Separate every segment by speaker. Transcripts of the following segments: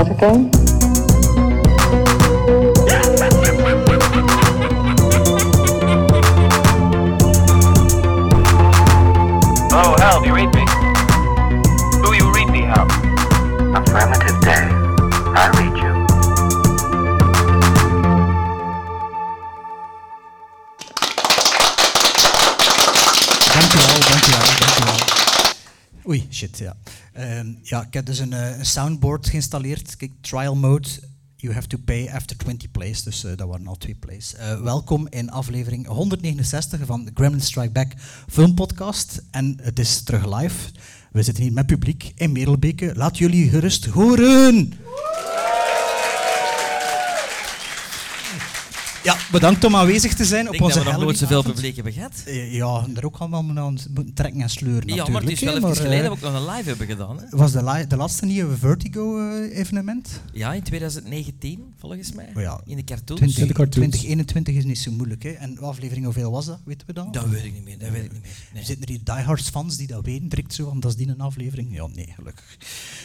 Speaker 1: oké?
Speaker 2: Oh, Hal, do you read me? Do you read me, Hal?
Speaker 3: Affirmative, Dave. I read you.
Speaker 4: Dankjewel, dankjewel, dankjewel. Oei, shit, ja. Ehm, ja, ik heb dus een, eh, een soundboard geïnstalleerd. Kijk, trial mode, you have to pay after 20 plays. Dus eh, dat waren al twee plays. Eh, welkom in aflevering 169 van de Gremlin Strike Back filmpodcast. En het is terug live. We zitten hier met publiek in Merelbeke. Laat jullie gerust horen! Ja, bedankt om aanwezig te zijn op
Speaker 5: Ik denk
Speaker 4: onze
Speaker 5: dat we nog nooit zoveel
Speaker 4: Halloweenavond.
Speaker 5: publiek hebben gehad.
Speaker 4: Eh, Ja, daar ook allemaal aan moeten trekken en sleuren
Speaker 5: Ja, maar
Speaker 4: natuurlijk.
Speaker 5: het is
Speaker 4: hè,
Speaker 5: wel even
Speaker 4: maar,
Speaker 5: geleden
Speaker 4: eh,
Speaker 5: dat we ook nog een live hebben gedaan. Hè?
Speaker 4: was de, la- de laatste nieuwe eh, Vertigo-evenement?
Speaker 5: Ja, in 2019, volgens mij.
Speaker 4: Oh ja.
Speaker 5: In de cartoons.
Speaker 4: 2021 is niet zo moeilijk. Hè? En aflevering hoeveel was dat? Weten we dat?
Speaker 5: Dat weet ik niet meer, dat weet ik niet meer. Nee.
Speaker 4: Zitten er hier diehards fans die dat weten? Direct zo, want dat is die een aflevering? Ja, nee, gelukkig.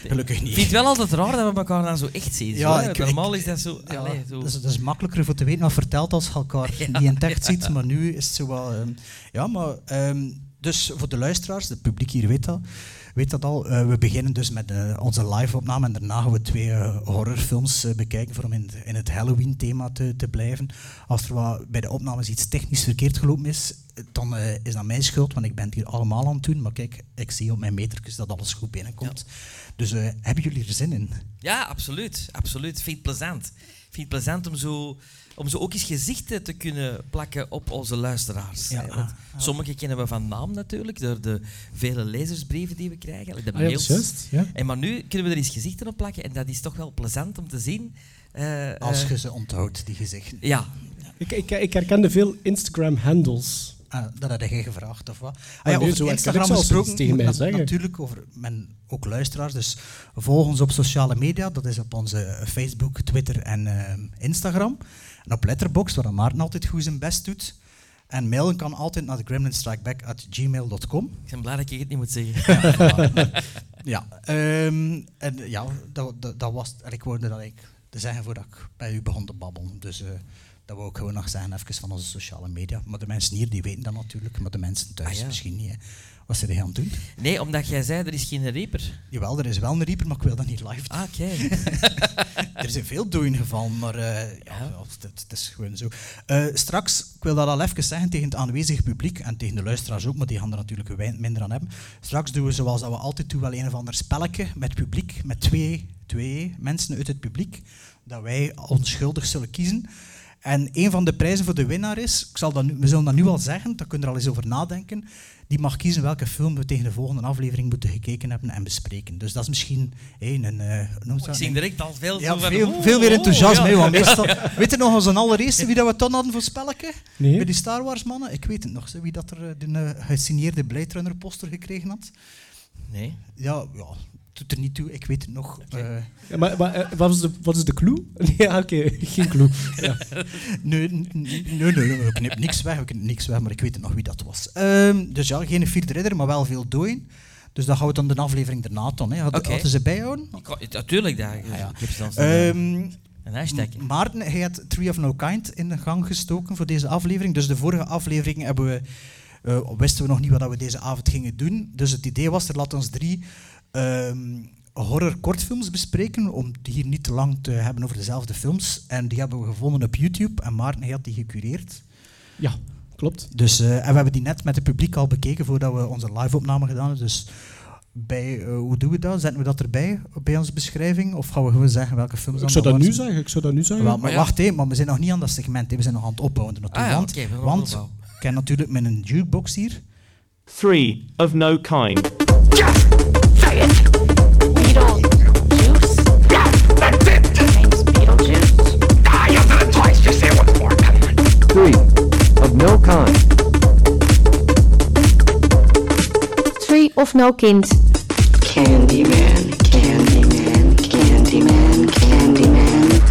Speaker 4: Gelukkig
Speaker 5: Ik
Speaker 4: niet.
Speaker 5: vind het wel altijd raar dat we elkaar dan zo echt zien.
Speaker 4: Ja,
Speaker 5: zo, hè.
Speaker 4: ik-
Speaker 5: Normaal
Speaker 4: ik-
Speaker 5: is dat zo...
Speaker 4: Ja,
Speaker 5: allee, zo.
Speaker 4: dat, is, dat is makkelijker voor te weten wat vertelt als je elkaar niet in het echt ziet, maar nu is het zo wel... ehm, ja, maar... ehm, dus voor de luisteraars, het publiek hier weet dat, weet dat al. Eh, we beginnen dus met eh, onze live-opname en daarna gaan we twee eh, horrorfilms eh, bekijken voor om in, het- in het Halloween-thema te, te blijven. Als er wat, bij de opnames iets technisch verkeerd gelopen is, eh, dan eh, is dat mijn schuld, want ik ben het hier allemaal aan het doen. Maar kijk, ik zie op mijn metertjes dat alles goed binnenkomt. Dus eh, hebben jullie er zin in?
Speaker 5: Ja, absoluut. absoluut. Vind het plezant. Vind het plezant om zo, om zo ook eens gezichten te kunnen plakken op onze luisteraars.
Speaker 4: Ja, Ah,
Speaker 5: hè. Want
Speaker 4: ja.
Speaker 5: Sommige kennen we van naam natuurlijk, door de vele lezersbrieven die we krijgen. De
Speaker 6: Ah, ja, dat is
Speaker 5: mails.
Speaker 6: juist, ja.
Speaker 5: En maar nu kunnen we er eens gezichten op plakken en dat is toch wel plezant om te zien. Eh,
Speaker 4: Als
Speaker 5: eh,
Speaker 4: je ze onthoudt, die gezichten.
Speaker 5: Ja,
Speaker 6: Ik, ik, ik herkende veel Instagram-handles.
Speaker 4: Ah, dat had jij gevraagd, of wat? Ah,
Speaker 6: nee,
Speaker 4: ja,
Speaker 6: zo, ik
Speaker 4: over
Speaker 6: kan
Speaker 4: Instagram
Speaker 6: ook zelfs
Speaker 4: gesproken,
Speaker 6: iets tegen mij
Speaker 4: na-
Speaker 6: zeggen.
Speaker 4: natuurlijk over mijn ook luisteraars, dus volg ons op sociale media, dat is op onze Facebook, Twitter en ehm, Instagram. En op Letterboxd, waar Maarten altijd goed zijn best doet. En mailen kan altijd naar gremlinstrikeback.gmail.com.
Speaker 5: ik ben blij dat ik het niet moet zeggen.
Speaker 4: Ja, ehm, en ja, dat, dat, dat was, het. en ik wilde dat ik te zeggen voordat ik bij u begon te babbelen. Dus eh, dat wou ik gewoon nog zeggen, even van onze sociale media. Maar de mensen hier, die weten dat natuurlijk, maar de mensen thuis
Speaker 5: Ah, ja.
Speaker 4: misschien niet. hè. Wat ze er aan het doen?
Speaker 5: Nee, omdat jij zei, er is geen reaper.
Speaker 4: Jawel, er is wel een reaper, maar ik wil dat niet live.
Speaker 5: Ah, oké.
Speaker 4: Er zijn veel doden gevallen, maar eh, ja, ja, het, het is gewoon zo. Eh, straks, ik wil dat al even zeggen tegen het aanwezige publiek en tegen de luisteraars ook, maar die gaan er natuurlijk wijn- minder aan hebben. Straks doen we zoals dat we altijd doen, wel een of ander spelletje met publiek, met twee, twee mensen uit het publiek, dat wij onschuldig zullen kiezen. En een van de prijzen voor de winnaar is, ik zal dat nu, we zullen dat nu al zeggen, daar kunnen we er al eens over nadenken, die mag kiezen welke film we tegen de volgende aflevering moeten gekeken hebben en bespreken. Dus dat is misschien hé, een... eh, noem ze
Speaker 5: Ik
Speaker 4: dat?
Speaker 5: zie direct al veel
Speaker 4: Ja,
Speaker 5: zo van,
Speaker 4: veel,
Speaker 5: oeh,
Speaker 4: veel meer
Speaker 5: oeh,
Speaker 4: enthousiasme.
Speaker 5: ja.
Speaker 4: hè, want meestal, weet je nog als een allereerste wie dat we toen hadden voor spelletje?
Speaker 6: Nee.
Speaker 4: Bij die Star Wars mannen? Ik weet het nog. Zo, wie dat er eh, de eh, gesigneerde Blade Runner poster gekregen had?
Speaker 5: Nee.
Speaker 4: Ja, ja, doet er niet toe. Ik weet het nog. Eh,
Speaker 6: Ja, maar maar eh, wat, is de, wat is de clue? Ja, oké, geen clue. Ja.
Speaker 4: nee, n- n- nee, nee, nee, we knippen niks weg. We knippen niks weg, maar ik weet het nog wie dat was. Ehm, dus ja, geen vierde ridder, maar wel veel dooien. Dus dat houdt dan de aflevering daarna dan. Hè. Hadden,
Speaker 5: Oké.
Speaker 4: hadden ze bijhouden?
Speaker 5: Ik kan- Natuurlijk, daar.
Speaker 4: Ah, ja.
Speaker 5: Ik heb ze dan staan.
Speaker 4: Ehm,
Speaker 5: een hashtag.
Speaker 4: M- Maarten, hij had Tree of No Kind in de gang gestoken voor deze aflevering. Dus de vorige aflevering hebben we, eh, wisten we nog niet wat we deze avond gingen doen. Dus het idee was, er laat ons drie ehm, horror kortfilms bespreken, om het hier niet te lang te hebben over dezelfde films. En die hebben we gevonden op YouTube en Maarten hij had die gecureerd.
Speaker 6: ja, klopt.
Speaker 4: Dus, eh, en we hebben die net met het publiek al bekeken voordat we onze live-opname gedaan hebben. Dus bij, eh, hoe doen we dat? Zetten we dat erbij bij onze beschrijving? Of gaan we gewoon zeggen welke films
Speaker 6: Ik
Speaker 4: dan
Speaker 6: zou dat
Speaker 4: waren?
Speaker 6: nu zeggen, ik zou dat nu zeggen.
Speaker 4: Wel, maar
Speaker 5: Mm, ja.
Speaker 4: wacht hé, maar we zijn nog niet aan dat segment. hè. We zijn nog aan het opbouwen. er naartoe.
Speaker 5: Ah ja,
Speaker 4: want
Speaker 5: oké, we gaan
Speaker 4: want
Speaker 5: opbouwen.
Speaker 4: ik heb natuurlijk met een jukebox hier.
Speaker 7: Three of no kind.
Speaker 8: Beetlejuice. Her name's Beetlejuice.
Speaker 3: Three of no kind.
Speaker 9: Tree of No Kind.
Speaker 8: Candyman, Candyman, Candyman, Candyman.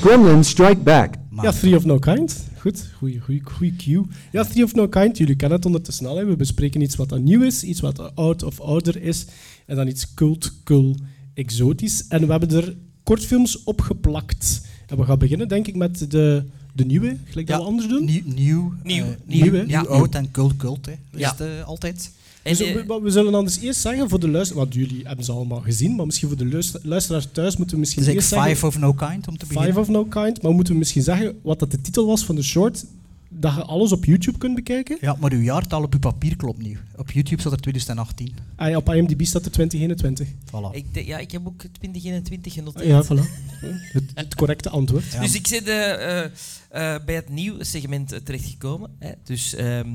Speaker 3: Gremlins Strike Back.
Speaker 4: Maar
Speaker 6: Ja, Three of No Kind. Goed, goeie, goeie, goeie cue. Ja, Three of No Kind, jullie kennen het ondertussen al. Hè. We bespreken iets wat dan nieuw is, iets wat oud of ouder is. En dan iets cult, cool, exotisch. En we hebben er kortfilms opgeplakt. En we gaan beginnen, denk ik, met de, de nieuwe. Gelijk dat
Speaker 4: Ja,
Speaker 6: we anders doen.
Speaker 4: Nieuw, nieuw,
Speaker 5: Nieuw.
Speaker 4: eh,
Speaker 5: Nieuw,
Speaker 4: nieuw,
Speaker 5: ja.
Speaker 4: nieuw, oud en cult, cult. Hè. Is
Speaker 5: Ja.
Speaker 4: het, eh, altijd.
Speaker 5: En,
Speaker 6: Dus
Speaker 5: eh,
Speaker 6: we, we zullen anders eerst zeggen voor de luisteraar, want jullie hebben ze allemaal gezien, maar misschien voor de luister- luisteraar thuis moeten we misschien
Speaker 4: Dus ik
Speaker 6: eerst zeggen...
Speaker 4: Five of No Kind om te beginnen.
Speaker 6: Five of No Kind, maar moeten we misschien zeggen wat dat de titel was van de short, dat je alles op YouTube kunt bekijken?
Speaker 4: Ja, maar uw jaartal op uw papier klopt niet. Op YouTube staat er 2018.
Speaker 6: Ah ja, op IMDb staat er 2021.
Speaker 4: Voilà.
Speaker 5: ik, denk- ja, ik heb ook 2021 genoteerd.
Speaker 6: Ja, voilà. Het, het correcte antwoord.
Speaker 4: Ja.
Speaker 5: Dus ik zit eh, eh, eh, bij het nieuwe segment eh, terechtgekomen. Hè. Dus ehm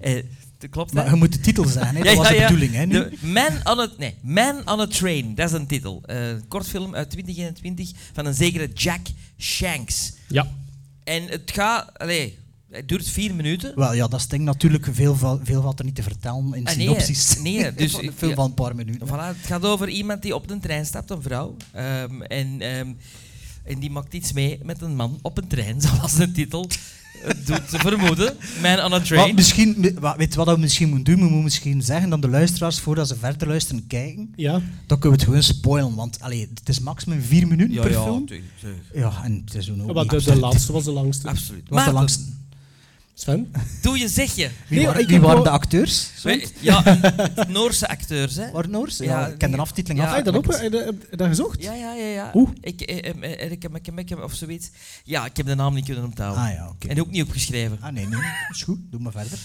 Speaker 5: eh, dat klopt.
Speaker 4: Maar
Speaker 5: hè.
Speaker 4: je moet de titel zijn, hè. dat was de bedoeling. Hè, nu.
Speaker 5: De Man, on a, nee, Man on a Train, dat is een titel. Eh, Een kortfilm uit 2021 van een zekere Jack Shanks.
Speaker 6: Ja.
Speaker 5: En het gaat... Allee, het duurt vier minuten.
Speaker 4: Wel ja, dat stinkt natuurlijk veel, va- veel wat er niet te vertellen in
Speaker 5: Ah, nee,
Speaker 4: synopsis.
Speaker 5: nee, dus
Speaker 4: Van
Speaker 5: ik-
Speaker 4: een film
Speaker 5: ja.
Speaker 4: van een paar minuten.
Speaker 5: Voilà, het gaat over iemand die op een trein stapt, een vrouw. Ehm, en, ehm, en die maakt iets mee met een man op een trein, zoals de titel het doet te vermoeden. Man on a
Speaker 4: Maar
Speaker 5: Train.
Speaker 4: misschien, mi- wa- weet je wat we misschien moeten doen? We moeten misschien zeggen dat de luisteraars, voordat ze verder luisteren, kijken.
Speaker 6: Ja.
Speaker 4: Dan kunnen we het gewoon spoilen, want allee, het is maximum vier minuten per film.
Speaker 5: tuurlijk, tuurlijk.
Speaker 4: Ja, en het is toen ook
Speaker 6: Wat
Speaker 4: niet
Speaker 6: de, de
Speaker 4: absurd.
Speaker 6: laatste was de langste.
Speaker 5: Absoluut.
Speaker 4: Wat de
Speaker 5: Maar
Speaker 4: langste.
Speaker 6: Sven?
Speaker 5: doe je zeg je.
Speaker 4: Wie,
Speaker 6: Nee,
Speaker 4: waren,
Speaker 6: ik
Speaker 4: wie
Speaker 6: heb
Speaker 4: waren de
Speaker 6: wel-
Speaker 4: acteurs?
Speaker 5: Wij- Ja, en Noorse acteurs, hè?
Speaker 4: Waren Noors? Ja,
Speaker 5: Ja,
Speaker 4: ik ken de
Speaker 5: nee.
Speaker 4: aftiteling
Speaker 5: Ja,
Speaker 4: af.
Speaker 6: Ah, heb je dat op? Heb je- heb je dat gezocht?
Speaker 5: Ja, ja, ja, ja.
Speaker 6: Hoe?
Speaker 5: Ik, eh, em, eh, Eric em, Ekem, Ekem of zoiets. Ja, ik heb de naam niet kunnen onthouden.
Speaker 4: Ah ja, oké.
Speaker 5: En ook niet opgeschreven.
Speaker 4: Ah nee, nee, is goed. Doe maar verder.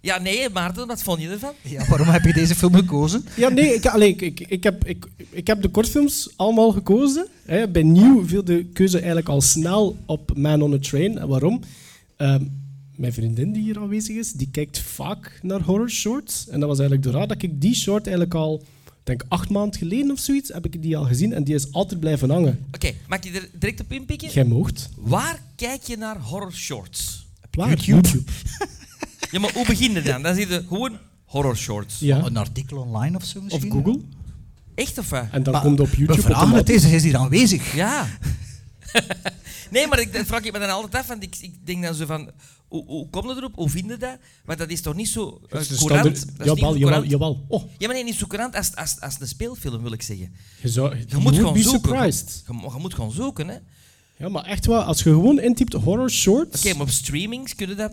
Speaker 5: Ja, nee, Maarten, wat vond je ervan?
Speaker 4: Ja, waarom heb je deze film gekozen?
Speaker 6: Ja, nee, ik, allee, ik, ik, ik heb, ik, ik heb de kortfilms allemaal gekozen. Hè. Bij Nieuw viel de keuze eigenlijk al snel op Man on a Train. En waarom? Ehm, mijn vriendin die hier aanwezig is, die kijkt vaak naar horror shorts. En dat was eigenlijk door haar dat ik die short eigenlijk al, ik denk acht maanden geleden of zoiets, heb ik die al gezien. En die is altijd blijven hangen.
Speaker 5: Oké, mag ik er direct op inpikken?
Speaker 6: Jij moogt.
Speaker 5: Waar kijk je naar horror shorts?
Speaker 6: Waar?
Speaker 4: YouTube.
Speaker 5: Ja, maar hoe begin je dan? Dan zie je gewoon horror shorts.
Speaker 6: Ja.
Speaker 4: Een artikel online of zo
Speaker 6: Of
Speaker 4: misschien?
Speaker 6: Google.
Speaker 5: Echt of waar?
Speaker 6: En dan
Speaker 4: Maar
Speaker 6: komt op
Speaker 4: We
Speaker 6: YouTube
Speaker 4: vragen het,
Speaker 6: automatisch.
Speaker 4: is, hij is hier aanwezig.
Speaker 5: Ja. nee, maar ik, dat vraag ik me dan altijd af, want ik, ik denk dan zo van... Hoe, hoe kom je erop? Hoe vind je dat? Want dat is toch niet zo eh,
Speaker 6: Het is de
Speaker 5: courant?
Speaker 6: standaard-
Speaker 5: Dat is niet
Speaker 6: Jawel,
Speaker 5: zo
Speaker 6: jawel,
Speaker 5: courant.
Speaker 6: jawel. Oh,
Speaker 5: Ja, maar nee, niet zo courant als, als, als een speelfilm, wil ik zeggen.
Speaker 6: je, zou,
Speaker 5: Je moet gewoon
Speaker 6: be
Speaker 5: zoeken.
Speaker 6: surprised.
Speaker 5: Je, mo- je moet gewoon zoeken, hè. Oké,
Speaker 6: Ja, maar echt wel, als je gewoon intypt horror shorts.
Speaker 5: maar op streamings kunnen dat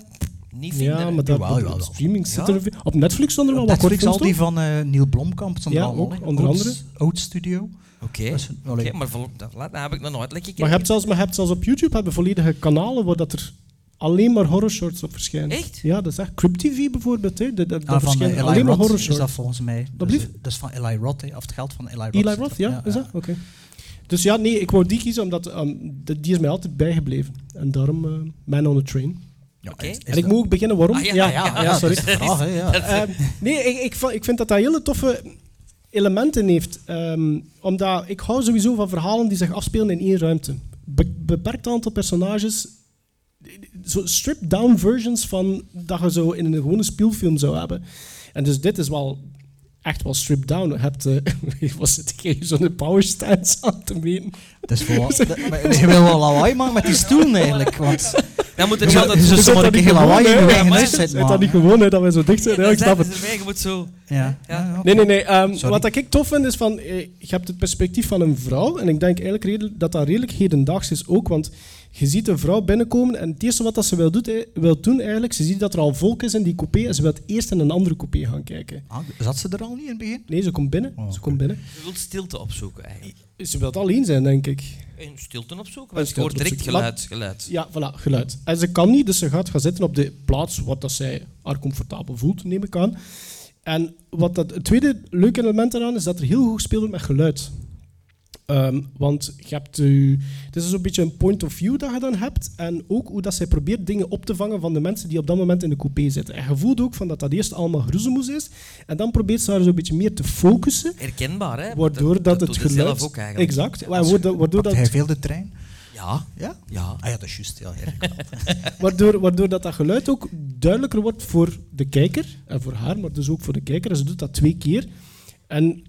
Speaker 5: niet vinden.
Speaker 6: ja,
Speaker 5: hè.
Speaker 6: maar dat,
Speaker 4: Jawel, jawel,
Speaker 6: op
Speaker 4: wel.
Speaker 6: streaming zit
Speaker 5: Ja.
Speaker 6: er veel- Op Netflix zonder wel
Speaker 4: Op
Speaker 6: wat
Speaker 4: Netflix
Speaker 6: kortfilms
Speaker 4: al die
Speaker 6: toch?
Speaker 4: van eh, Neil Blomkamp. stond er
Speaker 6: Ja,
Speaker 4: allemaal,
Speaker 6: ook,
Speaker 4: hè.
Speaker 6: onder
Speaker 4: Oud-
Speaker 6: andere.
Speaker 4: Oud Studio.
Speaker 5: Oké,
Speaker 4: Dat is een- allee.
Speaker 5: Oké, maar vol- dat, laat, dat heb ik nog nooit lekker
Speaker 6: Maar je
Speaker 5: gekeken.
Speaker 6: hebt, zelfs, maar je hebt zelfs op YouTube hebben volledige kanalen waar dat er alleen maar horror shorts op verschijnen.
Speaker 5: Echt?
Speaker 6: Ja, dat is echt. Crypt TV bijvoorbeeld, hè. Dat, dat, dat
Speaker 4: Ah, van eh,
Speaker 6: verschijnen
Speaker 4: Eli
Speaker 6: alleen maar
Speaker 4: Roth
Speaker 6: horror
Speaker 4: is dat
Speaker 6: shorts.
Speaker 4: volgens mij.
Speaker 6: Wat
Speaker 4: Dus,
Speaker 6: blieft?
Speaker 4: eh, dat is van Eli Roth, hè, of het geld van Eli Roth.
Speaker 6: Eli
Speaker 4: zit
Speaker 6: Roth, ja?
Speaker 4: erop.
Speaker 6: Is dat? Oké. Dus ja, nee, ik wou die kiezen omdat ehm, de- die is mij altijd bijgebleven. En daarom eh, Man on a Train.
Speaker 4: Ja,
Speaker 5: Oké.
Speaker 4: is- is
Speaker 6: en ik
Speaker 4: dat-
Speaker 6: moet ook beginnen waarom.
Speaker 5: Ah, ja,
Speaker 6: ja,
Speaker 5: ah, ja,
Speaker 6: ja, sorry.
Speaker 4: dat is de vraag, hè, ja.
Speaker 6: Ehm, nee, ik, ik, vo- ik vind dat dat hele toffe elementen heeft. Ehm, omdat ik hou sowieso van verhalen die zich afspelen in één ruimte. Be- beperkt aantal personages. Zo stripped-down versions van dat je zo in een gewone speelfilm zou hebben. En dus dit is wel echt wel stripped-down. Je hebt... eh, was het hier zo'n power stance aan te meten?
Speaker 4: Het is voor wat- dat- maar Je wil wel lawaai maken met die stoelen eigenlijk. Want
Speaker 5: Dan moet
Speaker 4: je
Speaker 5: het wel dat...
Speaker 4: zou
Speaker 6: Je bent
Speaker 4: zomaar een
Speaker 6: dat niet
Speaker 4: keer lawaai in
Speaker 6: gewoon,
Speaker 4: je
Speaker 6: hè?
Speaker 4: eigen
Speaker 5: Ja,
Speaker 4: huis
Speaker 5: maar-
Speaker 4: zetten,
Speaker 6: Is dat
Speaker 4: man.
Speaker 6: niet gewoon, hè, dat wij zo dicht zijn? Ja, ik snap het.
Speaker 5: Erbij, je moet zo...
Speaker 4: Ja.
Speaker 5: Ja.
Speaker 4: Ja, ja.
Speaker 6: Nee, nee, nee. ehm,
Speaker 4: Sorry.
Speaker 6: wat dat ik tof vind is van, eh, je hebt het perspectief van een vrouw. En ik denk eigenlijk redelijk- dat dat redelijk hedendaags is ook. Want je ziet een vrouw binnenkomen en het eerste wat dat ze wil, doet, eh, wil doen eigenlijk, ze ziet dat er al volk is in die coupé en ze wil eerst in een andere coupé gaan kijken.
Speaker 4: Ah, Zat ze er al niet in het begin?
Speaker 6: Nee, ze komt binnen.
Speaker 4: Oh,
Speaker 6: ze komt binnen.
Speaker 5: Je wilt stilte opzoeken, eigenlijk.
Speaker 6: Ze wil alleen zijn, denk ik.
Speaker 5: En stilte opzoeken,
Speaker 6: En
Speaker 5: want je hoort
Speaker 6: stilte
Speaker 5: direct
Speaker 6: opzoeken.
Speaker 5: geluid. geluid.
Speaker 6: Ja, voilà, geluid. En ze kan niet, dus ze gaat gaan zitten op de plaats wat dat zij haar comfortabel voelt, neem ik aan. En wat dat, het tweede leuke element eraan is dat er heel goed gespeeld wordt met geluid. Ehm, want je hebt, eh, het is zo'n beetje een point of view dat je dan hebt. En ook hoe dat zij probeert dingen op te vangen van de mensen die op dat moment in de coupé zitten. En je voelt ook van dat dat eerst allemaal groezemoes is. En dan probeert ze haar zo'n beetje meer te focussen.
Speaker 5: Herkenbaar, hè?
Speaker 6: Waardoor dat, het
Speaker 5: doet
Speaker 6: geluid...
Speaker 5: zelf ook eigenlijk.
Speaker 6: Exact. Waardoor, waardoor
Speaker 4: Pakt
Speaker 6: dat
Speaker 4: hij veel de trein?
Speaker 5: Ja.
Speaker 4: Ja?
Speaker 5: Ja.
Speaker 4: Ah ja, dat is juist. Ja, ja.
Speaker 6: Waardoor, waardoor dat, dat geluid ook duidelijker wordt voor de kijker. En voor haar, maar dus ook voor de kijker. En ze doet dat twee keer. En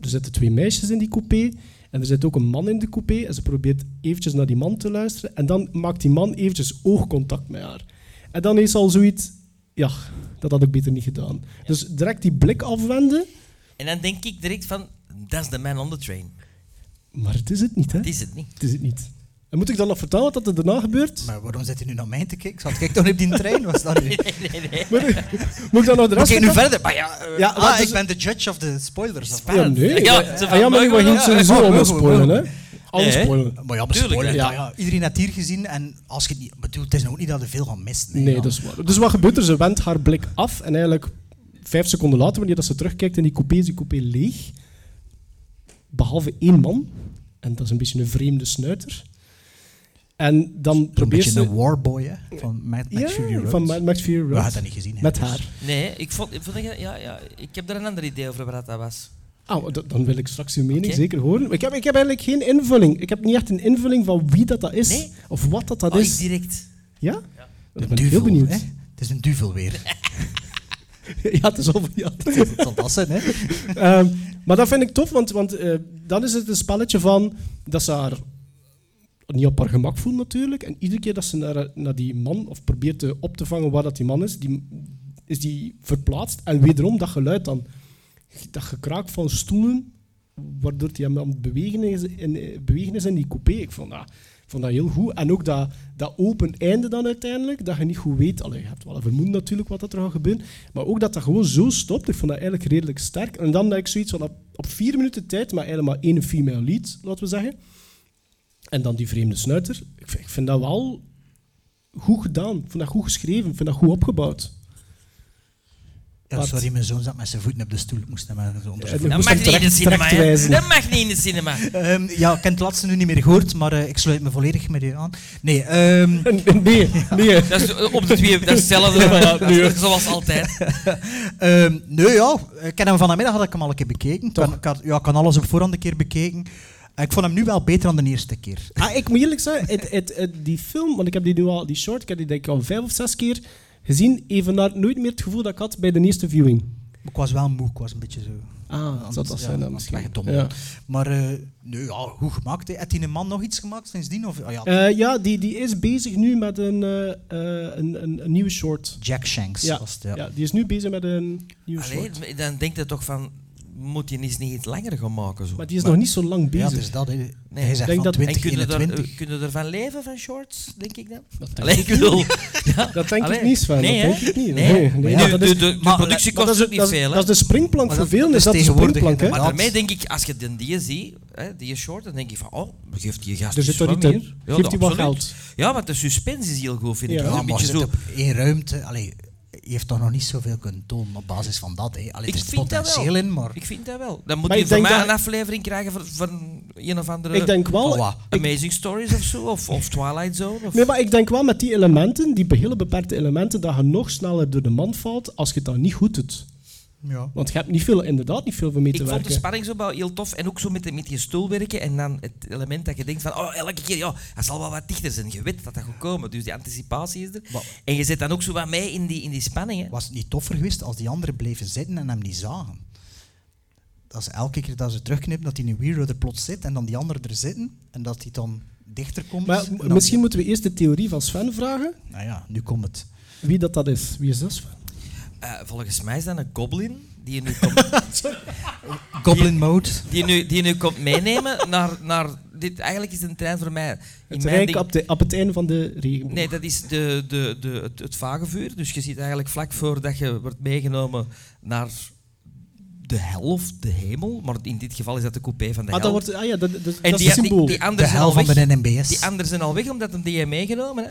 Speaker 6: er zitten twee meisjes in die coupé. En er zit ook een man in de coupé en ze probeert eventjes naar die man te luisteren. En dan maakt die man eventjes oogcontact met haar. En dan is al zoiets, ja, dat had ik beter niet gedaan. Dus direct die blik afwenden,
Speaker 5: En dan denk ik direct van, dat is de man on the train.
Speaker 6: maar het is het niet, hè?
Speaker 5: Dat is het niet.
Speaker 6: Het is het niet. En moet ik dan nog vertellen wat er daarna gebeurt?
Speaker 4: Maar waarom zit je nu naar mij te kijken? Zat ik dan op die trein? Was dat nu?
Speaker 6: Moet ik dan nog de rest
Speaker 4: Oké, nu
Speaker 6: vertellen?
Speaker 4: verder. Maar ja, eh,
Speaker 6: Ja,
Speaker 4: ah,
Speaker 6: want dus-
Speaker 4: ik ben de judge of the spoilers. of-
Speaker 6: Ja, nee.
Speaker 5: Ja,
Speaker 6: Ja,
Speaker 5: ze
Speaker 6: ah, ja maar ik
Speaker 5: vermaken
Speaker 6: ging
Speaker 5: wel,
Speaker 6: sowieso
Speaker 4: ja.
Speaker 6: allemaal spoilen, hè?
Speaker 5: Nee,
Speaker 6: Alles
Speaker 5: hè?
Speaker 6: spoilen.
Speaker 4: Maar ja,
Speaker 5: Tuurlijk,
Speaker 4: bespoilen. Ja.
Speaker 6: ja.
Speaker 4: Ja, iedereen heeft hier gezien en als je het niet... Bedoel, het is nou ook niet dat er veel van mist.
Speaker 6: Nee, dat is waar. Dus wat gebeurt er? Ze wendt haar blik af en eigenlijk vijf seconden later, wanneer dat ze terugkijkt in die coupé, is die coupé leeg. Behalve één man. En dat is een beetje een vreemde snuiter. En dan
Speaker 4: Zo'n
Speaker 6: probeert
Speaker 4: beetje
Speaker 6: ze...
Speaker 4: een warboy, hè? Van Mad Max Fury
Speaker 6: ja,
Speaker 4: Road.
Speaker 6: van Mad Max Fury Road.
Speaker 4: We hadden dat niet gezien. hè,
Speaker 6: Met
Speaker 4: dus.
Speaker 6: haar.
Speaker 5: Nee, ik, vond, ik, vond, ja, ja, ik heb daar een ander idee over wat dat was.
Speaker 6: Ah, maar dat- dan wil ik straks uw mening
Speaker 5: Oké.
Speaker 6: zeker horen. Ik heb, ik heb eigenlijk geen invulling. Ik heb niet echt een invulling van wie dat, dat is.
Speaker 5: Nee?
Speaker 6: Of wat dat, dat
Speaker 5: Oh, ik
Speaker 6: is.
Speaker 5: direct.
Speaker 6: Ja? Ik
Speaker 4: Een
Speaker 6: ben
Speaker 4: duvel,
Speaker 6: heel benieuwd.
Speaker 4: Hè? Het is een duvel weer.
Speaker 6: ja, het is al ja, het is-
Speaker 4: Dat was het, hè?
Speaker 6: Ehm, maar dat vind ik tof, want, want eh, dan is het een spelletje van dat ze haar niet op haar gemak voelt natuurlijk. En iedere keer dat ze naar, naar die man, of probeert te, op te vangen waar dat die man is, die, is die verplaatst. En wederom dat geluid dan, dat gekraak van stoelen, waardoor die aan het bewegen is in, eh, bewegen is in die coupé. Ik vond dat, ik vond dat heel goed. En ook dat, dat open einde dan uiteindelijk, dat je niet goed weet. Allee, je hebt wel een vermoeden natuurlijk wat dat er gaat gebeuren. Maar ook dat dat gewoon zo stopt, ik vond dat eigenlijk redelijk sterk. En dan heb ik zoiets van op, op vier minuten tijd, maar eigenlijk maar één female lead, laten we zeggen. En dan die vreemde snuiter. Ik vind, ik vind dat wel goed gedaan. Ik vind dat goed geschreven. Ik vind dat goed opgebouwd.
Speaker 4: Ja,
Speaker 6: Bart.
Speaker 4: sorry, mijn zoon zat met zijn voeten op de stoel. Ik moest hem maar zo onder zijn voeten.
Speaker 6: Ja,
Speaker 5: Dat
Speaker 6: moest
Speaker 5: mag niet
Speaker 6: hem
Speaker 5: in de
Speaker 6: terecht-
Speaker 5: cinema, hè.
Speaker 6: terechtwijzen.
Speaker 5: Dat mag niet in de cinema.
Speaker 4: Ehm, ja, ik heb het laatste nu niet meer gehoord, maar eh, ik sluit me volledig met u aan. Nee, ehm,
Speaker 6: Nee, nee.
Speaker 5: Dat is eh, op de twee, dat is hetzelfde, maar ja, dat is zoals altijd.
Speaker 4: Ehm, nee, ja. Ik ken hem vanmiddag had ik hem al een keer bekeken. Toch? Ik had, ja, ik had alles op voorhand een keer bekeken. Eh, Ik vond hem nu wel beter dan de eerste keer.
Speaker 6: Ah, ik moet eerlijk zeggen, het, het, het- die film, want ik heb die nu al, die short, ik heb die denk ik al vijf of zes keer gezien, even naar nooit meer het gevoel dat ik had bij de eerste viewing.
Speaker 4: Maar ik was wel moe, ik was een beetje zo...
Speaker 6: Ah, zou dat
Speaker 4: ja,
Speaker 6: zijn dan
Speaker 4: was
Speaker 6: misschien.
Speaker 4: weggedommeld.
Speaker 6: Ja,
Speaker 4: Maar eh nee, ja, hoe gemaakt? hè. Heeft die een man nog iets gemaakt sindsdien? Of, ah ja,
Speaker 6: Eh, ja die, die is bezig nu met een, eh, eh, een, een, een nieuwe short.
Speaker 4: Jack Shanks
Speaker 6: Ja,
Speaker 4: was het, ja.
Speaker 6: ja. die is nu bezig met een nieuwe short.
Speaker 5: Allee, dan denk je toch van, moet je eens niet iets langer gaan maken? Zo.
Speaker 6: Maar die is nog niet zo lang
Speaker 4: Ja,
Speaker 6: bezig.
Speaker 4: dus dat, hè.
Speaker 5: Nee,
Speaker 4: Hij
Speaker 5: ik
Speaker 4: zegt
Speaker 6: denk
Speaker 4: van
Speaker 6: dat-
Speaker 5: En
Speaker 6: en
Speaker 4: 20,
Speaker 5: kun je, er,
Speaker 4: 21.
Speaker 5: eh, kun je ervan leven, van shorts, denk ik dan?
Speaker 6: Dat denk
Speaker 5: Allee, ik
Speaker 6: ik
Speaker 5: bedoel... Ja.
Speaker 6: Dat denk
Speaker 5: Allee.
Speaker 6: ik niet, Sven.
Speaker 5: Nee,
Speaker 6: dat
Speaker 5: hè?
Speaker 6: denk ik niet.
Speaker 5: Nee,
Speaker 4: nee,
Speaker 5: De-
Speaker 4: ja,
Speaker 5: de,
Speaker 4: dat
Speaker 5: de,
Speaker 4: is-
Speaker 5: de
Speaker 4: maar-
Speaker 5: productie
Speaker 6: Maar
Speaker 5: kost
Speaker 6: dat is,
Speaker 5: ook niet
Speaker 6: dat, is- dus-
Speaker 5: veel, hè?
Speaker 6: dat is de springplank
Speaker 4: Maar
Speaker 6: voor
Speaker 4: dat-
Speaker 6: velen.
Speaker 4: dat
Speaker 6: Is
Speaker 4: is
Speaker 6: dat de
Speaker 4: tegenwoordig
Speaker 6: springplank, hè?
Speaker 5: maar
Speaker 4: inderdaad.
Speaker 5: daarmee denk ik, als je den die ziet, hè, die short, dan denk je van, oh, geeft die gast
Speaker 6: Er
Speaker 5: dus
Speaker 6: zit toch
Speaker 5: wat
Speaker 6: niet in?
Speaker 5: meer. Ja,
Speaker 6: Geeft hij wat
Speaker 5: absoluut.
Speaker 6: geld?
Speaker 5: Ja, maar de suspense is heel goed, vind ik.
Speaker 6: Ja.
Speaker 5: Dat is
Speaker 4: Ja,
Speaker 5: een
Speaker 4: maar
Speaker 5: beetje
Speaker 4: zit
Speaker 5: zo...
Speaker 4: op één ruimte. Allee, je heeft toch nog niet zoveel kunnen tonen op basis van dat. Hè. Allee,
Speaker 5: Ik
Speaker 4: er zit
Speaker 5: vind dat
Speaker 4: potentieel
Speaker 5: wel.
Speaker 4: in, maar...
Speaker 5: Ik vind dat wel. Dan moet
Speaker 6: Maar
Speaker 5: je
Speaker 6: ik
Speaker 5: voor
Speaker 6: denk
Speaker 5: mij
Speaker 6: dat-
Speaker 5: een aflevering krijgen van, van een of andere
Speaker 6: Ik denk wel,
Speaker 4: Voilà.
Speaker 5: Amazing Stories of zo, of, of Twilight Zone. Of,
Speaker 6: Nee, maar ik denk wel met die elementen, die hele beperkte elementen, dat je nog sneller door de mand valt als je het dan niet goed doet.
Speaker 4: Ja.
Speaker 6: Want je hebt niet veel, inderdaad niet veel voor mee te
Speaker 5: ik vond de
Speaker 6: werken.
Speaker 5: spanningsopbouw heel tof en ook zo met, de- met je stoel werken en dan het element dat je denkt van, oh, elke keer, ja, hij zal wel wat dichter zijn. Je weet dat dat gaat komen, dus die anticipatie is er.
Speaker 4: Maar-
Speaker 5: En je zit dan ook zo wat mee in die, in die spanning, hè.
Speaker 4: Was het niet toffer geweest als die anderen bleven zitten en hem niet zagen? Dat ze elke keer dat ze terugknippen, dat die in Weirdo er plots zit en dan die anderen er zitten en dat die dan dichter komt.
Speaker 6: Maar
Speaker 4: en
Speaker 6: m-
Speaker 4: dan-
Speaker 6: misschien moeten we eerst de theorie van Sven vragen.
Speaker 4: Nou ja, nu komt het.
Speaker 6: Wie dat, dat is. Wie is dat, Sven?
Speaker 5: Eh, volgens mij is dat een goblin die je nu komt,
Speaker 4: Goblin mode.
Speaker 5: Ah, die nu, die nu komt meenemen naar, naar dit. Eigenlijk is het een trein voor mij. In
Speaker 6: Het
Speaker 5: mijn
Speaker 6: rijk
Speaker 5: ding-
Speaker 6: op, de, op het einde van de regenboog.
Speaker 5: Nee, dat is de, de, de, het, het vagevuur. Dus je zit eigenlijk vlak voordat je wordt meegenomen naar de hel of de hemel. Maar in dit geval is dat de coupé van de hel.
Speaker 6: ah, dat wordt, ah ja, dat, dat, dat
Speaker 5: en
Speaker 6: is
Speaker 5: die,
Speaker 6: het
Speaker 5: die,
Speaker 6: symbool.
Speaker 5: die
Speaker 4: De
Speaker 5: anderen zijn
Speaker 4: hel
Speaker 5: al
Speaker 4: van
Speaker 5: weg.
Speaker 4: de NBS.
Speaker 5: Die anderen zijn al weg omdat hem die heeft meegenomen. Hè.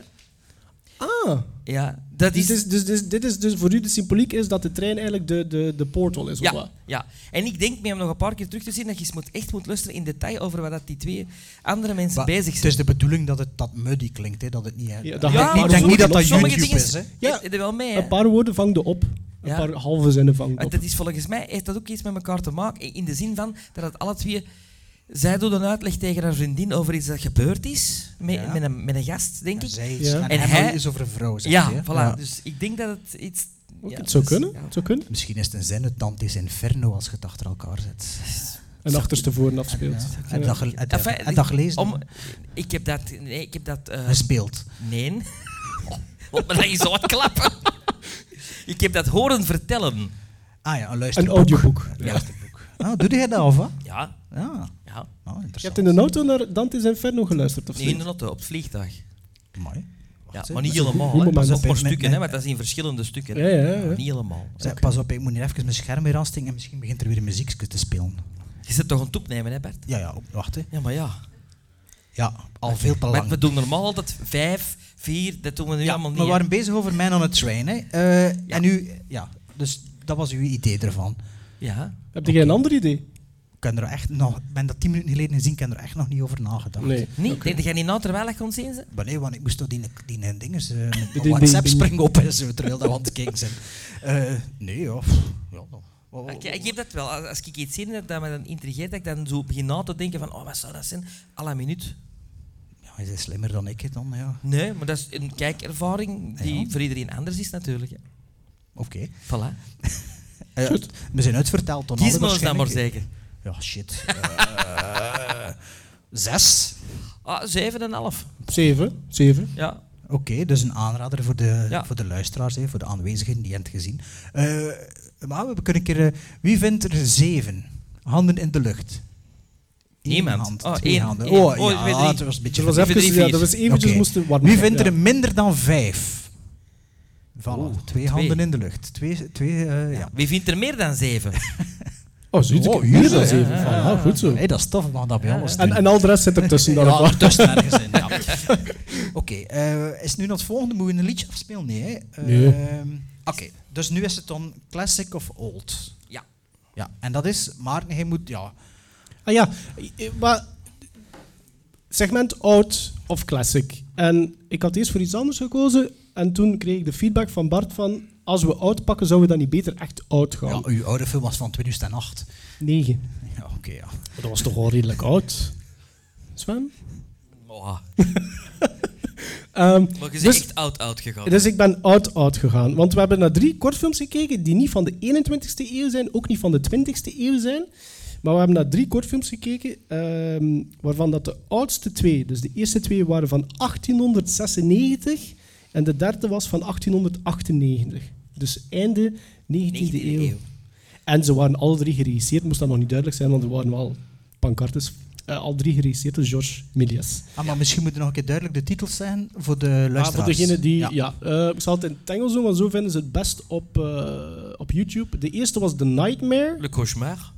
Speaker 6: ah,
Speaker 5: Ja, dat
Speaker 6: dus,
Speaker 5: is...
Speaker 6: dit is- dus, dus, dit is dus voor u de symboliek is dat de trein eigenlijk de, de, de portal is. of
Speaker 5: Ja,
Speaker 6: wat?
Speaker 5: ja, en ik denk met hem nog een paar keer terug te zien dat je eens moet, echt moet luisteren in detail over wat dat die twee andere mensen
Speaker 4: Maar
Speaker 5: bezig zijn.
Speaker 4: Het is de bedoeling dat het dat muddy klinkt, hè, Dus dat het niet...
Speaker 6: Ja,
Speaker 4: Ja,
Speaker 6: dat-
Speaker 4: ik
Speaker 6: maar
Speaker 4: denk
Speaker 6: sommige-
Speaker 4: niet dat dat
Speaker 5: sommige
Speaker 4: YouTube
Speaker 5: dingen-
Speaker 4: is. Hè.
Speaker 6: Ja.
Speaker 5: Heeft er wel mee, hè.
Speaker 6: Een paar woorden vangde op. Een
Speaker 5: Ja.
Speaker 6: paar halve zinnen vangde
Speaker 5: Want
Speaker 6: op.
Speaker 5: dat is volgens mij heeft dat ook iets met elkaar te maken. In de zin van dat het alle twee. Zij doet een uitleg tegen haar vriendin over iets dat gebeurd is. Met,
Speaker 4: Ja.
Speaker 5: met, een, met een gast, denk
Speaker 4: En
Speaker 5: ik.
Speaker 4: zij
Speaker 6: Ja.
Speaker 4: is, en
Speaker 5: En
Speaker 4: Emily
Speaker 5: hij-
Speaker 4: is over een vrouw, zegt
Speaker 5: ja,
Speaker 4: hij, hè.
Speaker 5: voilà. Dus ik denk dat het iets.
Speaker 6: Oké,
Speaker 5: ja,
Speaker 6: het zou
Speaker 5: dus,
Speaker 6: kunnen.
Speaker 5: ja.
Speaker 6: Het zou kunnen.
Speaker 4: Misschien is het een zin, het Dante's Inferno, als je het achter elkaar zet.
Speaker 6: en achterstevoren afspeelt.
Speaker 4: Heb je dat, gel- heb je-
Speaker 5: Enfin,
Speaker 4: heb je dat gelezen?
Speaker 5: Om, ik heb dat... Nee, ik heb dat... eh,
Speaker 4: Gespeeld.
Speaker 5: nee. Laat me dat je zo wat klappen. ik heb dat horen vertellen.
Speaker 4: Ah ja, een
Speaker 6: Een
Speaker 4: luisterboek.
Speaker 6: audioboek.
Speaker 4: Een luisterboek. Ah, doe jij dat of wat?
Speaker 5: Ja,
Speaker 4: Ja.
Speaker 5: ja.
Speaker 4: Oh, interessant.
Speaker 6: Je hebt in de auto naar Dante's Inferno geluisterd, of
Speaker 5: Nee, in de
Speaker 6: niet?
Speaker 5: auto, op het vliegtuig.
Speaker 4: Amai.
Speaker 5: Ja,
Speaker 4: Wacht,
Speaker 5: maar
Speaker 4: hè.
Speaker 5: niet helemaal.
Speaker 6: Hoe
Speaker 5: hè.
Speaker 6: moet
Speaker 5: Dat is
Speaker 6: men
Speaker 5: ook
Speaker 4: dat
Speaker 5: voor
Speaker 4: bij-
Speaker 5: stukken,
Speaker 4: met-
Speaker 5: hè, want dat is in verschillende stukken. hè.
Speaker 6: Ja, ja, ja.
Speaker 5: Niet helemaal.
Speaker 4: Zeg, pas op, ik moet hier even mijn scherm weer aansteken en misschien begint er weer muziekje te spelen.
Speaker 5: Je zit toch een toepnemen, hè Bert?
Speaker 4: Ja, ja, op- wacht hè.
Speaker 5: Ja, maar ja.
Speaker 4: Ja, al veel te
Speaker 5: Maar
Speaker 4: lang.
Speaker 5: we doen normaal altijd vijf, vier, dat doen we nu
Speaker 4: Ja,
Speaker 5: allemaal niet.
Speaker 4: we
Speaker 5: hè.
Speaker 4: waren bezig over Man on a Train. Hè. Eh, En u, ja, dus dat was uw idee ervan.
Speaker 5: Ja.
Speaker 6: Heb je geen ander idee?
Speaker 4: Ik kan er echt nog, ik ben dat tien minuten geleden gezien, ik heb er echt nog niet over nagedacht.
Speaker 6: Nee.
Speaker 5: Nee, denk jij niet nou terwijl ik ons eens hè?
Speaker 4: Maar nee, want ik moest toch die, die, die dinges, eh, met
Speaker 6: die-
Speaker 4: WhatsApp
Speaker 6: die-
Speaker 4: springen op en zo, terwijl dat we aan het kijken zijn. Eh, nee, ja. pff, ja nou. Wat-
Speaker 6: Oh,
Speaker 4: wat-
Speaker 5: Ik, ik heb dat wel. Als als ik iets zie dat dat me dan intrigeert, dat ik dan zo begin na te denken van, oh, wat zou dat zijn? À la minuut.
Speaker 4: Ja, hij is slimmer dan ik hè, dan, ja.
Speaker 5: Nee, maar dat is een
Speaker 6: Ah,
Speaker 5: kijkervaring die voor iedereen anders is natuurlijk. Hè.
Speaker 4: Oké.
Speaker 5: Voilà.
Speaker 4: Eh, we zijn uitverteld dan.
Speaker 5: Kies
Speaker 4: alle
Speaker 5: maar eens dan maar
Speaker 4: waarschijnlijk.
Speaker 5: zeker.
Speaker 4: Ja, shit. Eh, zes.
Speaker 5: Ah, zeven en een half.
Speaker 6: Zeven. Zeven.
Speaker 5: Ja.
Speaker 4: Oké, dus een aanrader voor de,
Speaker 5: Ja.
Speaker 4: voor de luisteraars, hè, voor de aanwezigen die hebben het gezien. Eh, maar we kunnen een keer. eh, wie vindt er zeven? Handen in de lucht. Eén
Speaker 5: Niemand.
Speaker 4: Hand,
Speaker 5: Oh,
Speaker 4: twee
Speaker 5: één,
Speaker 4: handen.
Speaker 5: één.
Speaker 4: Oh, ja,
Speaker 5: Oh, twee, drie.
Speaker 4: het was een beetje.
Speaker 6: Dat was
Speaker 5: Zeven,
Speaker 6: even,
Speaker 5: drie,
Speaker 6: ja, dat was
Speaker 5: vier.
Speaker 6: eventjes
Speaker 4: Oké.
Speaker 6: moesten warm
Speaker 4: Wie
Speaker 6: maken,
Speaker 4: vindt
Speaker 6: ja.
Speaker 4: er minder dan vijf? Voilà, twee, handen in de lucht. Twee, twee eh, ja.
Speaker 5: Wie vindt er meer dan zeven?
Speaker 6: Oh, ziet ik
Speaker 4: Oh,
Speaker 6: hier
Speaker 4: hier,
Speaker 6: dan
Speaker 4: hè.
Speaker 6: zeven. Van, ah, goed zo.
Speaker 4: Hé, dat is tof, we gaan dat bij alles
Speaker 6: En,
Speaker 4: doen.
Speaker 6: en al de rest zit ertussen dan.
Speaker 4: ja,
Speaker 6: nog.
Speaker 4: tussen ergens in, ja. Oké, eh, is nu nog het volgende? Moeten we een liedje afspelen? Nee, hè? Eh,
Speaker 6: Nee.
Speaker 4: Oké, dus nu is het dan classic of old.
Speaker 5: Ja.
Speaker 4: Ja, en dat is, Maarten, hij moet, ja,
Speaker 6: Ah ja, eh, maar segment oud of classic. En ik had eerst voor iets anders gekozen en toen kreeg ik de feedback van Bart van als we oud pakken, zouden we dan niet beter echt oud
Speaker 4: ja,
Speaker 6: gaan?
Speaker 4: uw oude film was van 2008.
Speaker 6: Negen.
Speaker 4: Ja, oké, ja. Ah,
Speaker 6: Dat was toch al redelijk oud? Sven?
Speaker 5: Oh,
Speaker 6: Ehm,
Speaker 5: maar je bent
Speaker 6: Dus-
Speaker 5: echt oud-oud gegaan.
Speaker 6: dus ik ben oud-oud gegaan. Want we hebben naar drie kortfilms gekeken die niet van de 21ste eeuw zijn, ook niet van de 20ste eeuw zijn. Maar we hebben naar drie kortfilms gekeken, ehm, waarvan dat de oudste twee, dus de eerste twee waren van 1896 en de derde was van 1898. Dus einde 19e
Speaker 5: 19e
Speaker 6: eeuw.
Speaker 5: eeuw.
Speaker 6: En ze waren alle drie geregisseerd, moest dat nog niet duidelijk zijn, want er waren wel pancartes. Eh, al drie geregisseerd door George Milias.
Speaker 4: Ah, maar misschien moeten we nog een keer duidelijk de titels zijn voor de luisteraars.
Speaker 6: Ah, voor degene die.
Speaker 4: Ja.
Speaker 6: Ja. eh, ik zal het in het Engels doen, want zo vinden ze het best op, eh, op YouTube. De eerste was The Nightmare.
Speaker 5: Le cauchemar.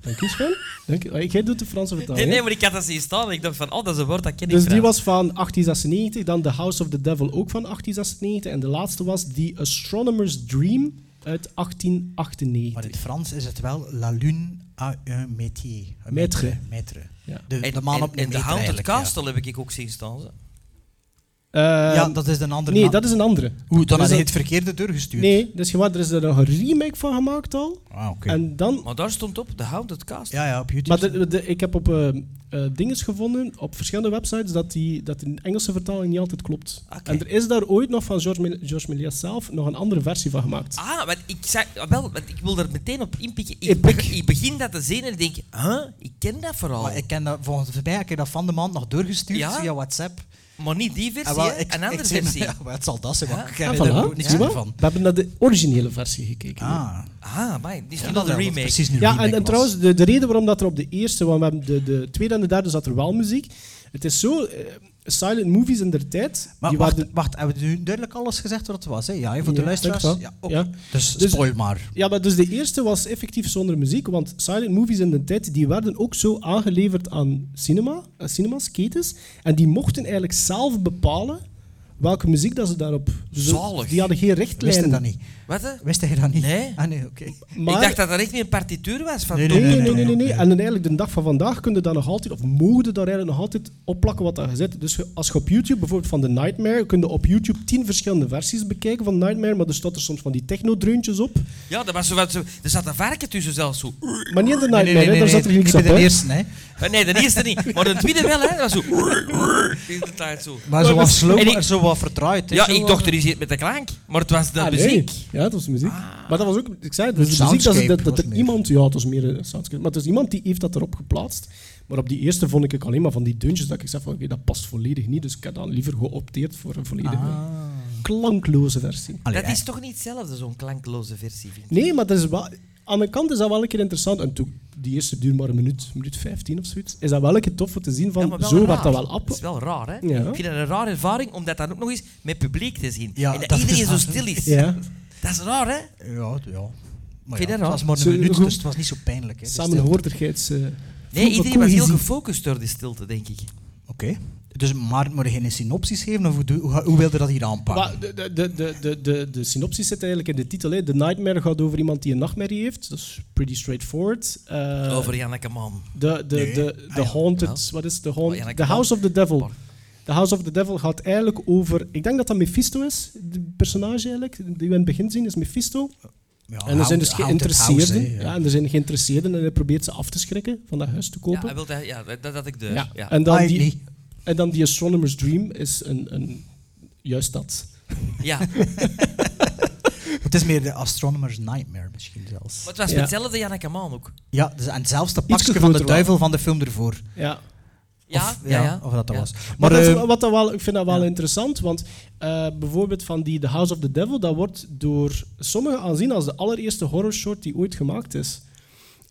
Speaker 6: Dank je, Sven. Dank je. Ah, Jij doet de Franse
Speaker 5: Nee,
Speaker 6: vertaling.
Speaker 5: nee,
Speaker 6: Nou, hè?
Speaker 5: maar ik had dat zien staan en ik dacht van, oh, dat is een woord dat ken ik
Speaker 6: dus die
Speaker 5: Frans.
Speaker 6: was van 1896, dan The House of the Devil ook van 1896. En de laatste was The Astronomer's Dream uit
Speaker 4: Maar
Speaker 6: 1898.
Speaker 4: in het Frans is het wel La Lune à un métier. Een
Speaker 6: Maître.
Speaker 4: Maître.
Speaker 6: Ja.
Speaker 4: De,
Speaker 5: En,
Speaker 4: de man
Speaker 5: en-
Speaker 4: op een
Speaker 5: en de
Speaker 4: meter
Speaker 5: Haunted
Speaker 4: eigenlijk, ja.
Speaker 5: Castle heb ik ook zien staan. ze.
Speaker 6: Eh,
Speaker 4: Ja, dat is een andere
Speaker 6: nee,
Speaker 4: naam.
Speaker 6: dat is een andere.
Speaker 4: Oeh, dan
Speaker 6: Dus dat
Speaker 4: had
Speaker 6: is
Speaker 4: hij
Speaker 6: een-
Speaker 4: het verkeerde doorgestuurd.
Speaker 6: Nee, dus gewoon, er is er nog een remake van gemaakt al.
Speaker 4: Ah, oké.
Speaker 6: En dan
Speaker 5: Maar daar stond op, de Haunted Castle.
Speaker 4: Ja, ja, op YouTube.
Speaker 6: Maar de- de- ik heb op eh eh, dinges gevonden, op verschillende websites, dat die, dat die Engelse vertaling niet altijd klopt.
Speaker 5: Oké.
Speaker 6: En er is daar ooit nog van George, Mil- George Méliès zelf nog een andere versie van gemaakt.
Speaker 5: Ah, want ik, zei, ah, wel, want ik wil er meteen op inpikken. Ik,
Speaker 6: Epic.
Speaker 5: beg- ik begin dat te zien en ik denk, huh, ik ken dat verhaal.
Speaker 4: Oh. Maar
Speaker 5: Maar,
Speaker 4: ik ken dat, volgens mij heb ik dat van de maand nog doorgestuurd
Speaker 5: Ja?
Speaker 4: via WhatsApp.
Speaker 5: niet die versie,
Speaker 4: Ah, wel,
Speaker 5: hè, een andere
Speaker 4: zei,
Speaker 5: versie.
Speaker 4: Ja, maar het zal dat zijn, want ik
Speaker 6: Ah,
Speaker 4: heb er
Speaker 6: voilà.
Speaker 4: ook niks
Speaker 6: Zie je
Speaker 4: meer
Speaker 6: wel?
Speaker 4: van.
Speaker 6: We hebben naar de originele versie gekeken.
Speaker 4: Ah,
Speaker 5: Ah, maar dit is
Speaker 4: ja,
Speaker 5: niet al de
Speaker 4: dat was
Speaker 5: remake.
Speaker 4: Precies een
Speaker 6: Ja,
Speaker 4: remake
Speaker 6: en, en
Speaker 4: was.
Speaker 6: trouwens, de, de reden waarom dat er op de eerste, want we hebben de, de tweede en de derde zat er wel muziek. Het is zo, eh, silent movies in der tijd.
Speaker 4: Maar
Speaker 6: die
Speaker 4: wacht,
Speaker 6: waren-
Speaker 4: wacht, hebben we nu duidelijk alles gezegd wat het was? Hè? Ja, hè, voor de
Speaker 6: Ja,
Speaker 4: luisteraars.
Speaker 6: denk ik
Speaker 4: Ja,
Speaker 6: wel.
Speaker 4: oké.
Speaker 6: Ja.
Speaker 4: Dus,
Speaker 6: Dus-
Speaker 4: spoil maar.
Speaker 6: Ja, maar dus de eerste was effectief zonder muziek, want silent movies in de tijd die werden ook zo aangeleverd aan cinema, aan cinemasketens, en die mochten eigenlijk zelf bepalen welke muziek dat ze daarop. Dus
Speaker 5: Zalig.
Speaker 6: Die hadden geen
Speaker 4: Wist je
Speaker 6: richtlijnen.
Speaker 4: dat niet?
Speaker 5: Wat, hè?
Speaker 4: Wist je dat niet?
Speaker 5: Nee.
Speaker 4: Ah, nee, oké.
Speaker 6: Maar-
Speaker 5: Ik dacht dat dat echt niet een partituur was van
Speaker 4: Nee,
Speaker 5: toen.
Speaker 6: Nee, nee, nee,
Speaker 4: nee,
Speaker 6: nee, nee.
Speaker 4: nee.
Speaker 6: En dan eigenlijk de dag van vandaag kun je daar nog altijd, of mogen je daar eigenlijk nog altijd opplakken wat daar gezet. Dus je- als je op YouTube bijvoorbeeld van The Nightmare, kun je op YouTube tien verschillende versies bekijken van Nightmare, maar er staat er soms van die techno-dreuntjes op.
Speaker 5: Ja, dat was zo, wat zo, er zat een varken tussen zelfs zo.
Speaker 6: Maar niet in The
Speaker 4: Nee,
Speaker 6: Nightmare,
Speaker 4: nee, nee,
Speaker 6: hè, daar
Speaker 4: nee,
Speaker 6: zat er niks
Speaker 4: niet
Speaker 6: op.
Speaker 4: bij de
Speaker 6: hè.
Speaker 4: eerste, hè?
Speaker 5: Eh, Nee, de eerste niet. Maar de tweede wel, hè. Dat was zo... De tijd zo.
Speaker 4: Maar zo wat slow,
Speaker 5: En ik-
Speaker 4: zo wat verdraaid. hè,
Speaker 5: Ja,
Speaker 4: zo
Speaker 5: ik
Speaker 4: wat-
Speaker 5: dacht er iets met de klank, maar het was de
Speaker 6: Ah, nee.
Speaker 5: muziek. Ah.
Speaker 6: Ja, het was de muziek. Maar dat was ook, ik zei het, dus de muziek
Speaker 4: Soundscape
Speaker 6: dat, ze- dat, dat
Speaker 4: was
Speaker 6: er
Speaker 4: meer.
Speaker 6: iemand, ja, het was meer een soundscape, maar het is iemand die heeft dat erop geplaatst. Maar op die eerste vond ik alleen maar van die deuntjes dat ik zei van, oké, dat past volledig niet, dus ik heb dan liever geopteerd voor een volledige
Speaker 4: Ah.
Speaker 6: klankloze versie.
Speaker 4: Allee,
Speaker 5: dat is toch niet hetzelfde, zo'n klankloze versie, vind ik.
Speaker 6: Nee, maar dat is wel, aan de kant is dat wel een keer interessant. En toen, die eerste duurt maar een minuut, een minuut 15 of zoiets, is dat wel een keer tof om te zien van,
Speaker 5: Ja, maar wel
Speaker 6: zo
Speaker 5: raar.
Speaker 6: werd dat wel
Speaker 5: Dat is
Speaker 6: op.
Speaker 5: wel raar, hè?
Speaker 6: Ja.
Speaker 5: Ik vind dat een rare ervaring, omdat dat ook nog eens met publiek te zien.
Speaker 4: Ja,
Speaker 5: en dat,
Speaker 4: dat is
Speaker 5: iedereen zo
Speaker 4: raar, hè?
Speaker 5: stil is.
Speaker 6: Ja.
Speaker 5: Dat is raar, hè?
Speaker 4: Ja, het- ja. Maar
Speaker 5: Vind je dat
Speaker 4: ja, het was
Speaker 5: raar?
Speaker 4: maar
Speaker 6: Zo-
Speaker 4: een minuut,
Speaker 6: goed.
Speaker 4: dus het was niet zo pijnlijk. Hè, de stilte.
Speaker 6: Samenhoordigheids... eh,
Speaker 5: Nee,
Speaker 6: voelde
Speaker 5: iedereen was heel
Speaker 6: cohesie.
Speaker 5: gefocust door die stilte, denk ik.
Speaker 4: Oké. Dus maar moet je geen synopsis geven of hoe, doe- hoe, hoe wil je dat hier aanpakken?
Speaker 6: Maar de, de, de, de, de, de, de synopsis zit eigenlijk in de titel. Hè. The Nightmare gaat over iemand die een nachtmerrie heeft. Dat is pretty straightforward. Eh,
Speaker 5: Over Janneke Man.
Speaker 6: de, de,
Speaker 4: Nee.
Speaker 6: de,
Speaker 4: Ah,
Speaker 6: de
Speaker 4: ja.
Speaker 6: Haunted... Wat is de
Speaker 5: Oh, ja,
Speaker 6: Haunted?
Speaker 5: dat
Speaker 6: The
Speaker 5: kan.
Speaker 6: House of the Devil.
Speaker 5: Pardon.
Speaker 6: The House of the Devil gaat eigenlijk over... Ik denk dat dat Mephisto is, de personage eigenlijk, die we in het begin zien, is Mephisto.
Speaker 4: Ja,
Speaker 6: en er zijn dus
Speaker 4: houd- houd het house,
Speaker 6: geïnteresseerden.
Speaker 4: hè, Ah,
Speaker 6: ja.
Speaker 4: ja.
Speaker 6: en er zijn geïnteresseerden en hij probeert ze af te schrikken van dat huis te
Speaker 5: Ja,
Speaker 6: kopen.
Speaker 5: hij wilde, ja dat, dat had ik de.
Speaker 6: Ja.
Speaker 5: Ja.
Speaker 6: En, dan
Speaker 4: Ah, ik
Speaker 6: die,
Speaker 4: niet.
Speaker 6: en dan die Astronomer's Dream is een... een juist dat.
Speaker 5: Ja. Maar
Speaker 4: Het is meer de Astronomer's Nightmare misschien zelfs.
Speaker 5: het was met
Speaker 6: Ja.
Speaker 5: hetzelfde Janneke Man ook.
Speaker 4: Ja, dus, en zelfs de pakje van
Speaker 6: groter
Speaker 4: de
Speaker 6: wel.
Speaker 4: duivel van de film ervoor.
Speaker 6: Ja.
Speaker 5: Ja,
Speaker 4: of,
Speaker 5: ja, ja.
Speaker 4: of dat dat
Speaker 5: Ja.
Speaker 4: was. Maar,
Speaker 6: Maar, dat is
Speaker 4: eh,
Speaker 6: wel- wat dat wel, ik vind dat wel interessant, want eh, bijvoorbeeld van die The House of the Devil, dat wordt door sommigen aanzien als de allereerste horrorshort die ooit gemaakt is.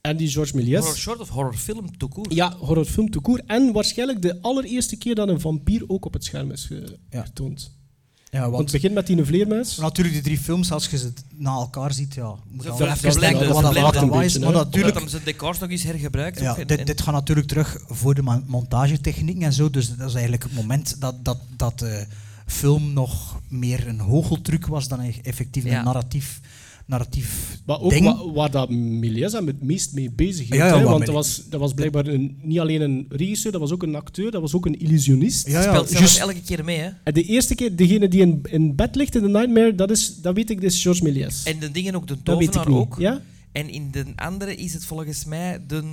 Speaker 6: En die Georges Méliès.
Speaker 5: Horror short of horrorfilm, tout court.
Speaker 6: Ja, horrorfilm te koer. En waarschijnlijk de allereerste keer dat een vampier ook op het scherm is ge-
Speaker 4: Ja.
Speaker 6: getoond.
Speaker 4: ja,
Speaker 6: Want het
Speaker 4: want
Speaker 6: begint met die vleermuis.
Speaker 4: natuurlijk die drie films, als je ze na elkaar ziet, ja, moet
Speaker 5: Ze
Speaker 4: je wel
Speaker 5: ver-
Speaker 4: even
Speaker 5: verblenden,
Speaker 4: denken wat dat
Speaker 5: verblenden
Speaker 4: wat dat
Speaker 6: een
Speaker 4: was.
Speaker 6: beetje,
Speaker 4: Maar
Speaker 6: hè.
Speaker 5: Natuurlijk.
Speaker 4: natuurlijk,
Speaker 5: Omdat ze de decors nog eens hergebruikt.
Speaker 4: Ja,
Speaker 5: ook en-
Speaker 4: dit,
Speaker 5: en-
Speaker 4: dit gaat natuurlijk terug voor de mon- montagetechnieken en zo. Dus dat is eigenlijk het moment dat, dat, dat de film nog meer een hogeltruc was dan e- effectief
Speaker 5: Ja.
Speaker 4: een narratief, narratief
Speaker 6: Maar ook
Speaker 4: ding.
Speaker 6: wa- waar dat Méliès hem het meest mee bezig hield.
Speaker 4: Ja, ja,
Speaker 6: hè,
Speaker 4: wat
Speaker 6: want dat
Speaker 4: Méliès-
Speaker 6: was, dat was blijkbaar een, niet alleen een regisseur, dat was ook een acteur, dat was ook een illusionist.
Speaker 4: ja, ja,
Speaker 5: speelt zelfs
Speaker 4: juist.
Speaker 5: elke keer mee, hè?
Speaker 6: En de eerste keer, degene die in, in bed ligt in The Nightmare, dat, is, dat weet ik, dat is Georges Méliès.
Speaker 5: En de dingen ook, de
Speaker 6: Dat weet ik
Speaker 5: tovenaar
Speaker 6: niet.
Speaker 5: ook.
Speaker 6: Ja?
Speaker 5: En in de andere is het volgens mij de.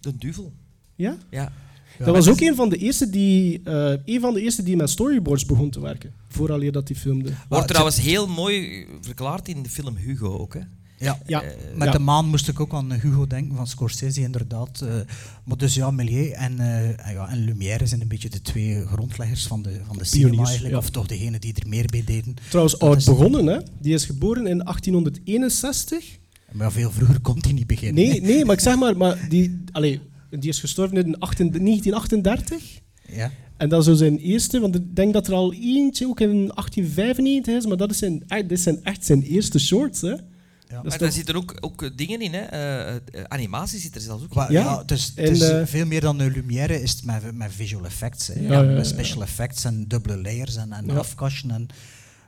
Speaker 5: de duivel.
Speaker 6: Ja?
Speaker 5: Ja.
Speaker 6: dat was ook een van de eerste die, eh, een van de eerste die met storyboards begon te werken. Vooraleer dat die filmde.
Speaker 5: Wordt trouwens heel mooi verklaard in de film Hugo ook, hè?
Speaker 4: Ja.
Speaker 6: Ja,
Speaker 4: Met
Speaker 6: ja.
Speaker 4: de maan moest ik ook aan Hugo denken, van Scorsese inderdaad. eh. maar dus ja, Méliès en, eh, en ja, en Lumière zijn een beetje de twee grondleggers van de, van de cinema
Speaker 6: Pioniers,
Speaker 4: eigenlijk.
Speaker 6: ja.
Speaker 4: Of toch degene die er meer bij deden.
Speaker 6: Trouwens,
Speaker 4: Dat
Speaker 6: oud
Speaker 4: is-
Speaker 6: begonnen, hè? Die is geboren in 1861.
Speaker 4: Maar ja, veel vroeger komt hij niet beginnen.
Speaker 6: Nee, nee, maar ik zeg maar, maar die, allee, die is gestorven in 18 1938.
Speaker 4: Ja.
Speaker 6: En dat is zo zijn eerste, want ik denk dat er al eentje ook in 1895 is, maar dat is zijn, echt- dit zijn echt zijn eerste shorts, hè? Dat is
Speaker 5: Maar daar
Speaker 6: toch-
Speaker 5: zitten ook, ook eh, dingen in, hè? eh, eh, animatie zit er zelfs ook in.
Speaker 4: Maar
Speaker 6: Ja.
Speaker 4: ja, het is, het
Speaker 6: En,
Speaker 4: is
Speaker 6: eh,
Speaker 4: veel meer dan de Lumière is het met, met visual effects. Hè.
Speaker 6: Ja,
Speaker 4: Ja,
Speaker 6: ja, ja,
Speaker 4: met
Speaker 6: ja.
Speaker 4: special effects en dubbele layers en, en
Speaker 6: Ja.
Speaker 4: halfcushion en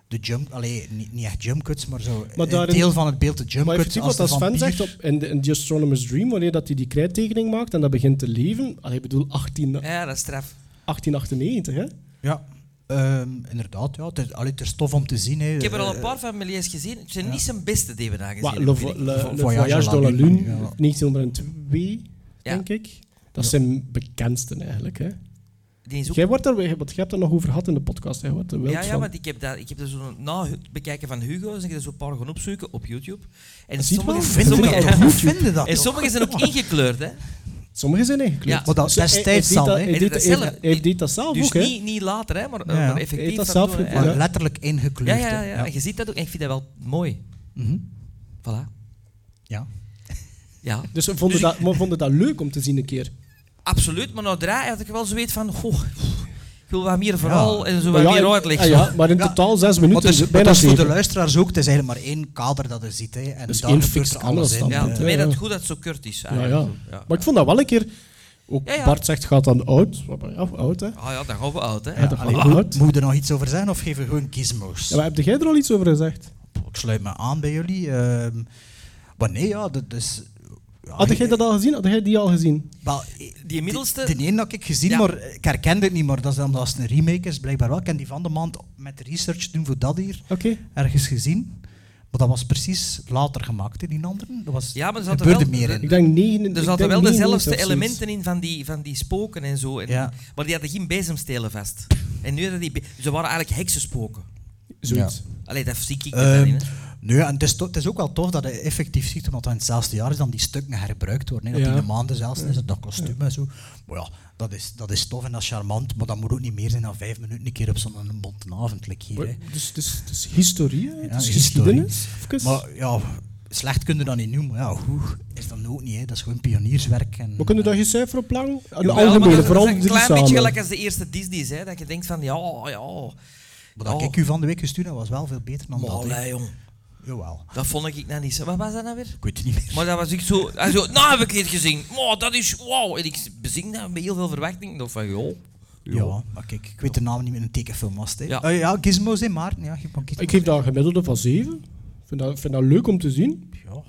Speaker 4: de jump... Allee, niet, niet echt jumpcuts, maar zo
Speaker 6: Maar daarin-
Speaker 4: een deel van het beeld, de
Speaker 6: Maar
Speaker 4: jumpcuts
Speaker 6: effectief,
Speaker 4: als
Speaker 6: wat
Speaker 4: de
Speaker 6: als
Speaker 4: vampier.
Speaker 6: Sven zegt op, in, de, in The Astronomer's Dream, wanneer dat hij die krijttekening maakt en dat begint te leven, allee, ik bedoel 18,
Speaker 5: Ja, dat is straf.
Speaker 6: 1898, hè?
Speaker 4: Ja, ehm, inderdaad. Ja. Het, is, allee, het is tof om te zien. Hè.
Speaker 5: Ik heb er al een
Speaker 4: Eh,
Speaker 5: paar van Melies gezien. Het zijn niet zijn beste die we daar gezien
Speaker 6: Maar
Speaker 5: hebben,
Speaker 6: Le,
Speaker 5: vind ik.
Speaker 6: Le- Le
Speaker 4: Voyage
Speaker 6: Voyage
Speaker 4: à
Speaker 6: dans
Speaker 4: la
Speaker 6: la Lune,
Speaker 4: Lune, ja.
Speaker 6: 1902,
Speaker 5: Ja.
Speaker 6: denk ik. Dat zijn bekendsten eigenlijk, hè?
Speaker 5: Die is ook...
Speaker 6: Jij, wordt daar, want jij hebt daar nog over gehad in de podcast, hè? Jij wordt er wild
Speaker 5: Ja, ja,
Speaker 6: van.
Speaker 5: want ik heb, dat, ik heb er zo na het bekijken van Hugo, zijn ik er zo'n paar gaan opzoeken op YouTube. En
Speaker 6: Ziet wel,
Speaker 5: sommige,
Speaker 4: Vinden
Speaker 5: sommige,
Speaker 4: dat, toch? vinden dat
Speaker 5: en
Speaker 4: toch?
Speaker 5: sommige zijn ook ingekleurd, hè?
Speaker 6: Sommigen zijn ingekleurd.
Speaker 5: Ja.
Speaker 4: Maar dat
Speaker 6: Hij- hij
Speaker 4: destijds
Speaker 6: deed
Speaker 4: al,
Speaker 6: dat-
Speaker 4: hè.
Speaker 6: Hij deed dat-
Speaker 5: Hij deed dat
Speaker 6: hij-
Speaker 5: zelf.
Speaker 6: hij deed dat zelf
Speaker 5: Dus
Speaker 6: ook, hè?
Speaker 5: niet, niet later, hè? Maar, eh,
Speaker 4: Ja, ja.
Speaker 5: maar
Speaker 6: Heeft
Speaker 5: effectief.
Speaker 6: dat
Speaker 5: van
Speaker 6: zelf
Speaker 5: toen,
Speaker 6: gedaan,
Speaker 5: hè.
Speaker 6: ja.
Speaker 4: Maar Letterlijk
Speaker 5: Ja,
Speaker 4: ingekleurd.
Speaker 5: ja, ja,
Speaker 4: hè.
Speaker 5: ja. Je ziet dat ook. En ik vind dat wel mooi.
Speaker 4: Mhm.
Speaker 5: Voilà.
Speaker 4: Ja.
Speaker 5: Ja.
Speaker 6: Dus we vonden, dat, we vonden dat leuk om te zien een keer.
Speaker 5: Absoluut, maar nou draai had ik wel zoiets van, goh, ik wil wat meer vooral en zo wat
Speaker 6: ja,
Speaker 5: meer
Speaker 6: en-
Speaker 5: uitleg.
Speaker 6: ah ja, maar in
Speaker 4: Ja.
Speaker 6: totaal zes
Speaker 4: Maar
Speaker 6: minuten,
Speaker 4: het is, maar
Speaker 6: bijna
Speaker 4: het is voor de
Speaker 6: zeven.
Speaker 4: luisteraars ook, het is eigenlijk maar één kader dat er zit. Hè. En
Speaker 6: Dus
Speaker 4: daar
Speaker 6: één
Speaker 4: gebeurt
Speaker 6: fixed
Speaker 4: er alles in.
Speaker 6: camerastand,
Speaker 5: Ja,
Speaker 6: hè.
Speaker 5: het mij dat
Speaker 6: ja.
Speaker 5: het goed dat het zo kort is.
Speaker 6: Ja,
Speaker 5: eigenlijk.
Speaker 6: ja. Maar ik vond dat wel een keer... Ook
Speaker 5: Ah, Ja, ja.
Speaker 6: Bart zegt, gaat dan oud. Maar Ja, oud, hè. Ja,
Speaker 5: Ah ja, dan gaan we oud, hè. Ah.
Speaker 6: dat
Speaker 4: Allee,
Speaker 6: gaat
Speaker 4: moet-
Speaker 6: oud.
Speaker 4: Moet je er nog iets over zeggen of geven we gewoon gizmos?
Speaker 6: Ja, maar heb jij er al iets over gezegd?
Speaker 4: ik sluit me aan bij jullie. ehm, maar nee, ja, dat is... Ja,
Speaker 5: Ah,
Speaker 6: Had jij dat al gezien? Had jij die al gezien?
Speaker 4: wel,
Speaker 5: Die middelste,
Speaker 4: De ene dat ik gezien,
Speaker 5: Ja.
Speaker 4: maar ik herkende het niet, maar dat is dan dat is een remake is, blijkbaar wel. Ik heb die van de maand met research doen voor dat hier
Speaker 6: Oké.
Speaker 4: ergens gezien. Maar dat was precies later gemaakt, hè, die anderen. Dat was,
Speaker 5: Ja, maar er
Speaker 4: er
Speaker 5: zaten
Speaker 4: gebeurde
Speaker 5: wel-
Speaker 4: meer
Speaker 5: er-
Speaker 4: in.
Speaker 6: Ik denk negen,
Speaker 5: Er
Speaker 6: ik
Speaker 5: zaten
Speaker 6: denk
Speaker 5: Dus wel
Speaker 6: 99 of
Speaker 5: dezelfde
Speaker 6: zoiets.
Speaker 5: elementen in van die, van die spoken en zo. En,
Speaker 4: Ja.
Speaker 5: Maar die hadden geen bezemstelen vast. En nu hadden die... be- Ze waren eigenlijk heksenspoken.
Speaker 6: Zoiets.
Speaker 5: Allee, dat zie ik
Speaker 6: Eh,
Speaker 5: er dan in.
Speaker 4: Ehm,
Speaker 5: hè.
Speaker 4: nee, en het is, to- het is ook wel tof dat je effectief ziet, omdat dat in hetzelfde jaar is, dan die stukken herbruikt worden. hè. Dat
Speaker 6: Ja.
Speaker 4: in de maanden zelfs is, dat kostuum en zo. Maar ja, dat is, dat is tof en dat is charmant, maar dat moet ook niet meer zijn dan vijf minuten een keer op zo'n bonte avond, like hier. hè.
Speaker 6: Dus het is, het is historie, hè? het is
Speaker 4: historie.
Speaker 6: geschiedenis. Even. Maar,
Speaker 4: Maar ja, slecht kunnen we dat niet noemen. Ja, goed, is dat ook niet. Hè. Dat is gewoon pionierswerk. En,
Speaker 6: we kunnen daar geen cijfer op plakken? Een
Speaker 5: Jawel, maar
Speaker 6: algemene,
Speaker 5: dat-
Speaker 6: vooral
Speaker 5: dat is
Speaker 6: drie
Speaker 5: een klein
Speaker 6: samen.
Speaker 5: beetje gelijk als de eerste Disney's. Hè, dat je denkt van, ja, ja...
Speaker 4: Maar dat
Speaker 5: Oh.
Speaker 4: eh, ik u van de week gestuurd heb, was wel veel beter dan dat. hè.
Speaker 5: Molly, jong.
Speaker 4: Jawel.
Speaker 5: Dat vond ik nou niet zo. Wat was dat nou weer?
Speaker 4: Ik weet het niet meer.
Speaker 5: Maar dat was ik zo... Hij zo nou heb ik het gezien. Maar dat is... Wow. En ik bezing dat met heel veel verwachting. Ik dacht van, joh.
Speaker 4: Ja, maar kijk, ik weet de naam niet meer. Een tekenfilm was het. hè.
Speaker 5: Ja.
Speaker 4: Eh, ja, Gizmo's in Maarten. Ja, geef maar Gizmo's.
Speaker 6: Ik geef daar een gemiddelde van 7. Ik vind dat, vind dat leuk om te zien.
Speaker 4: Ja,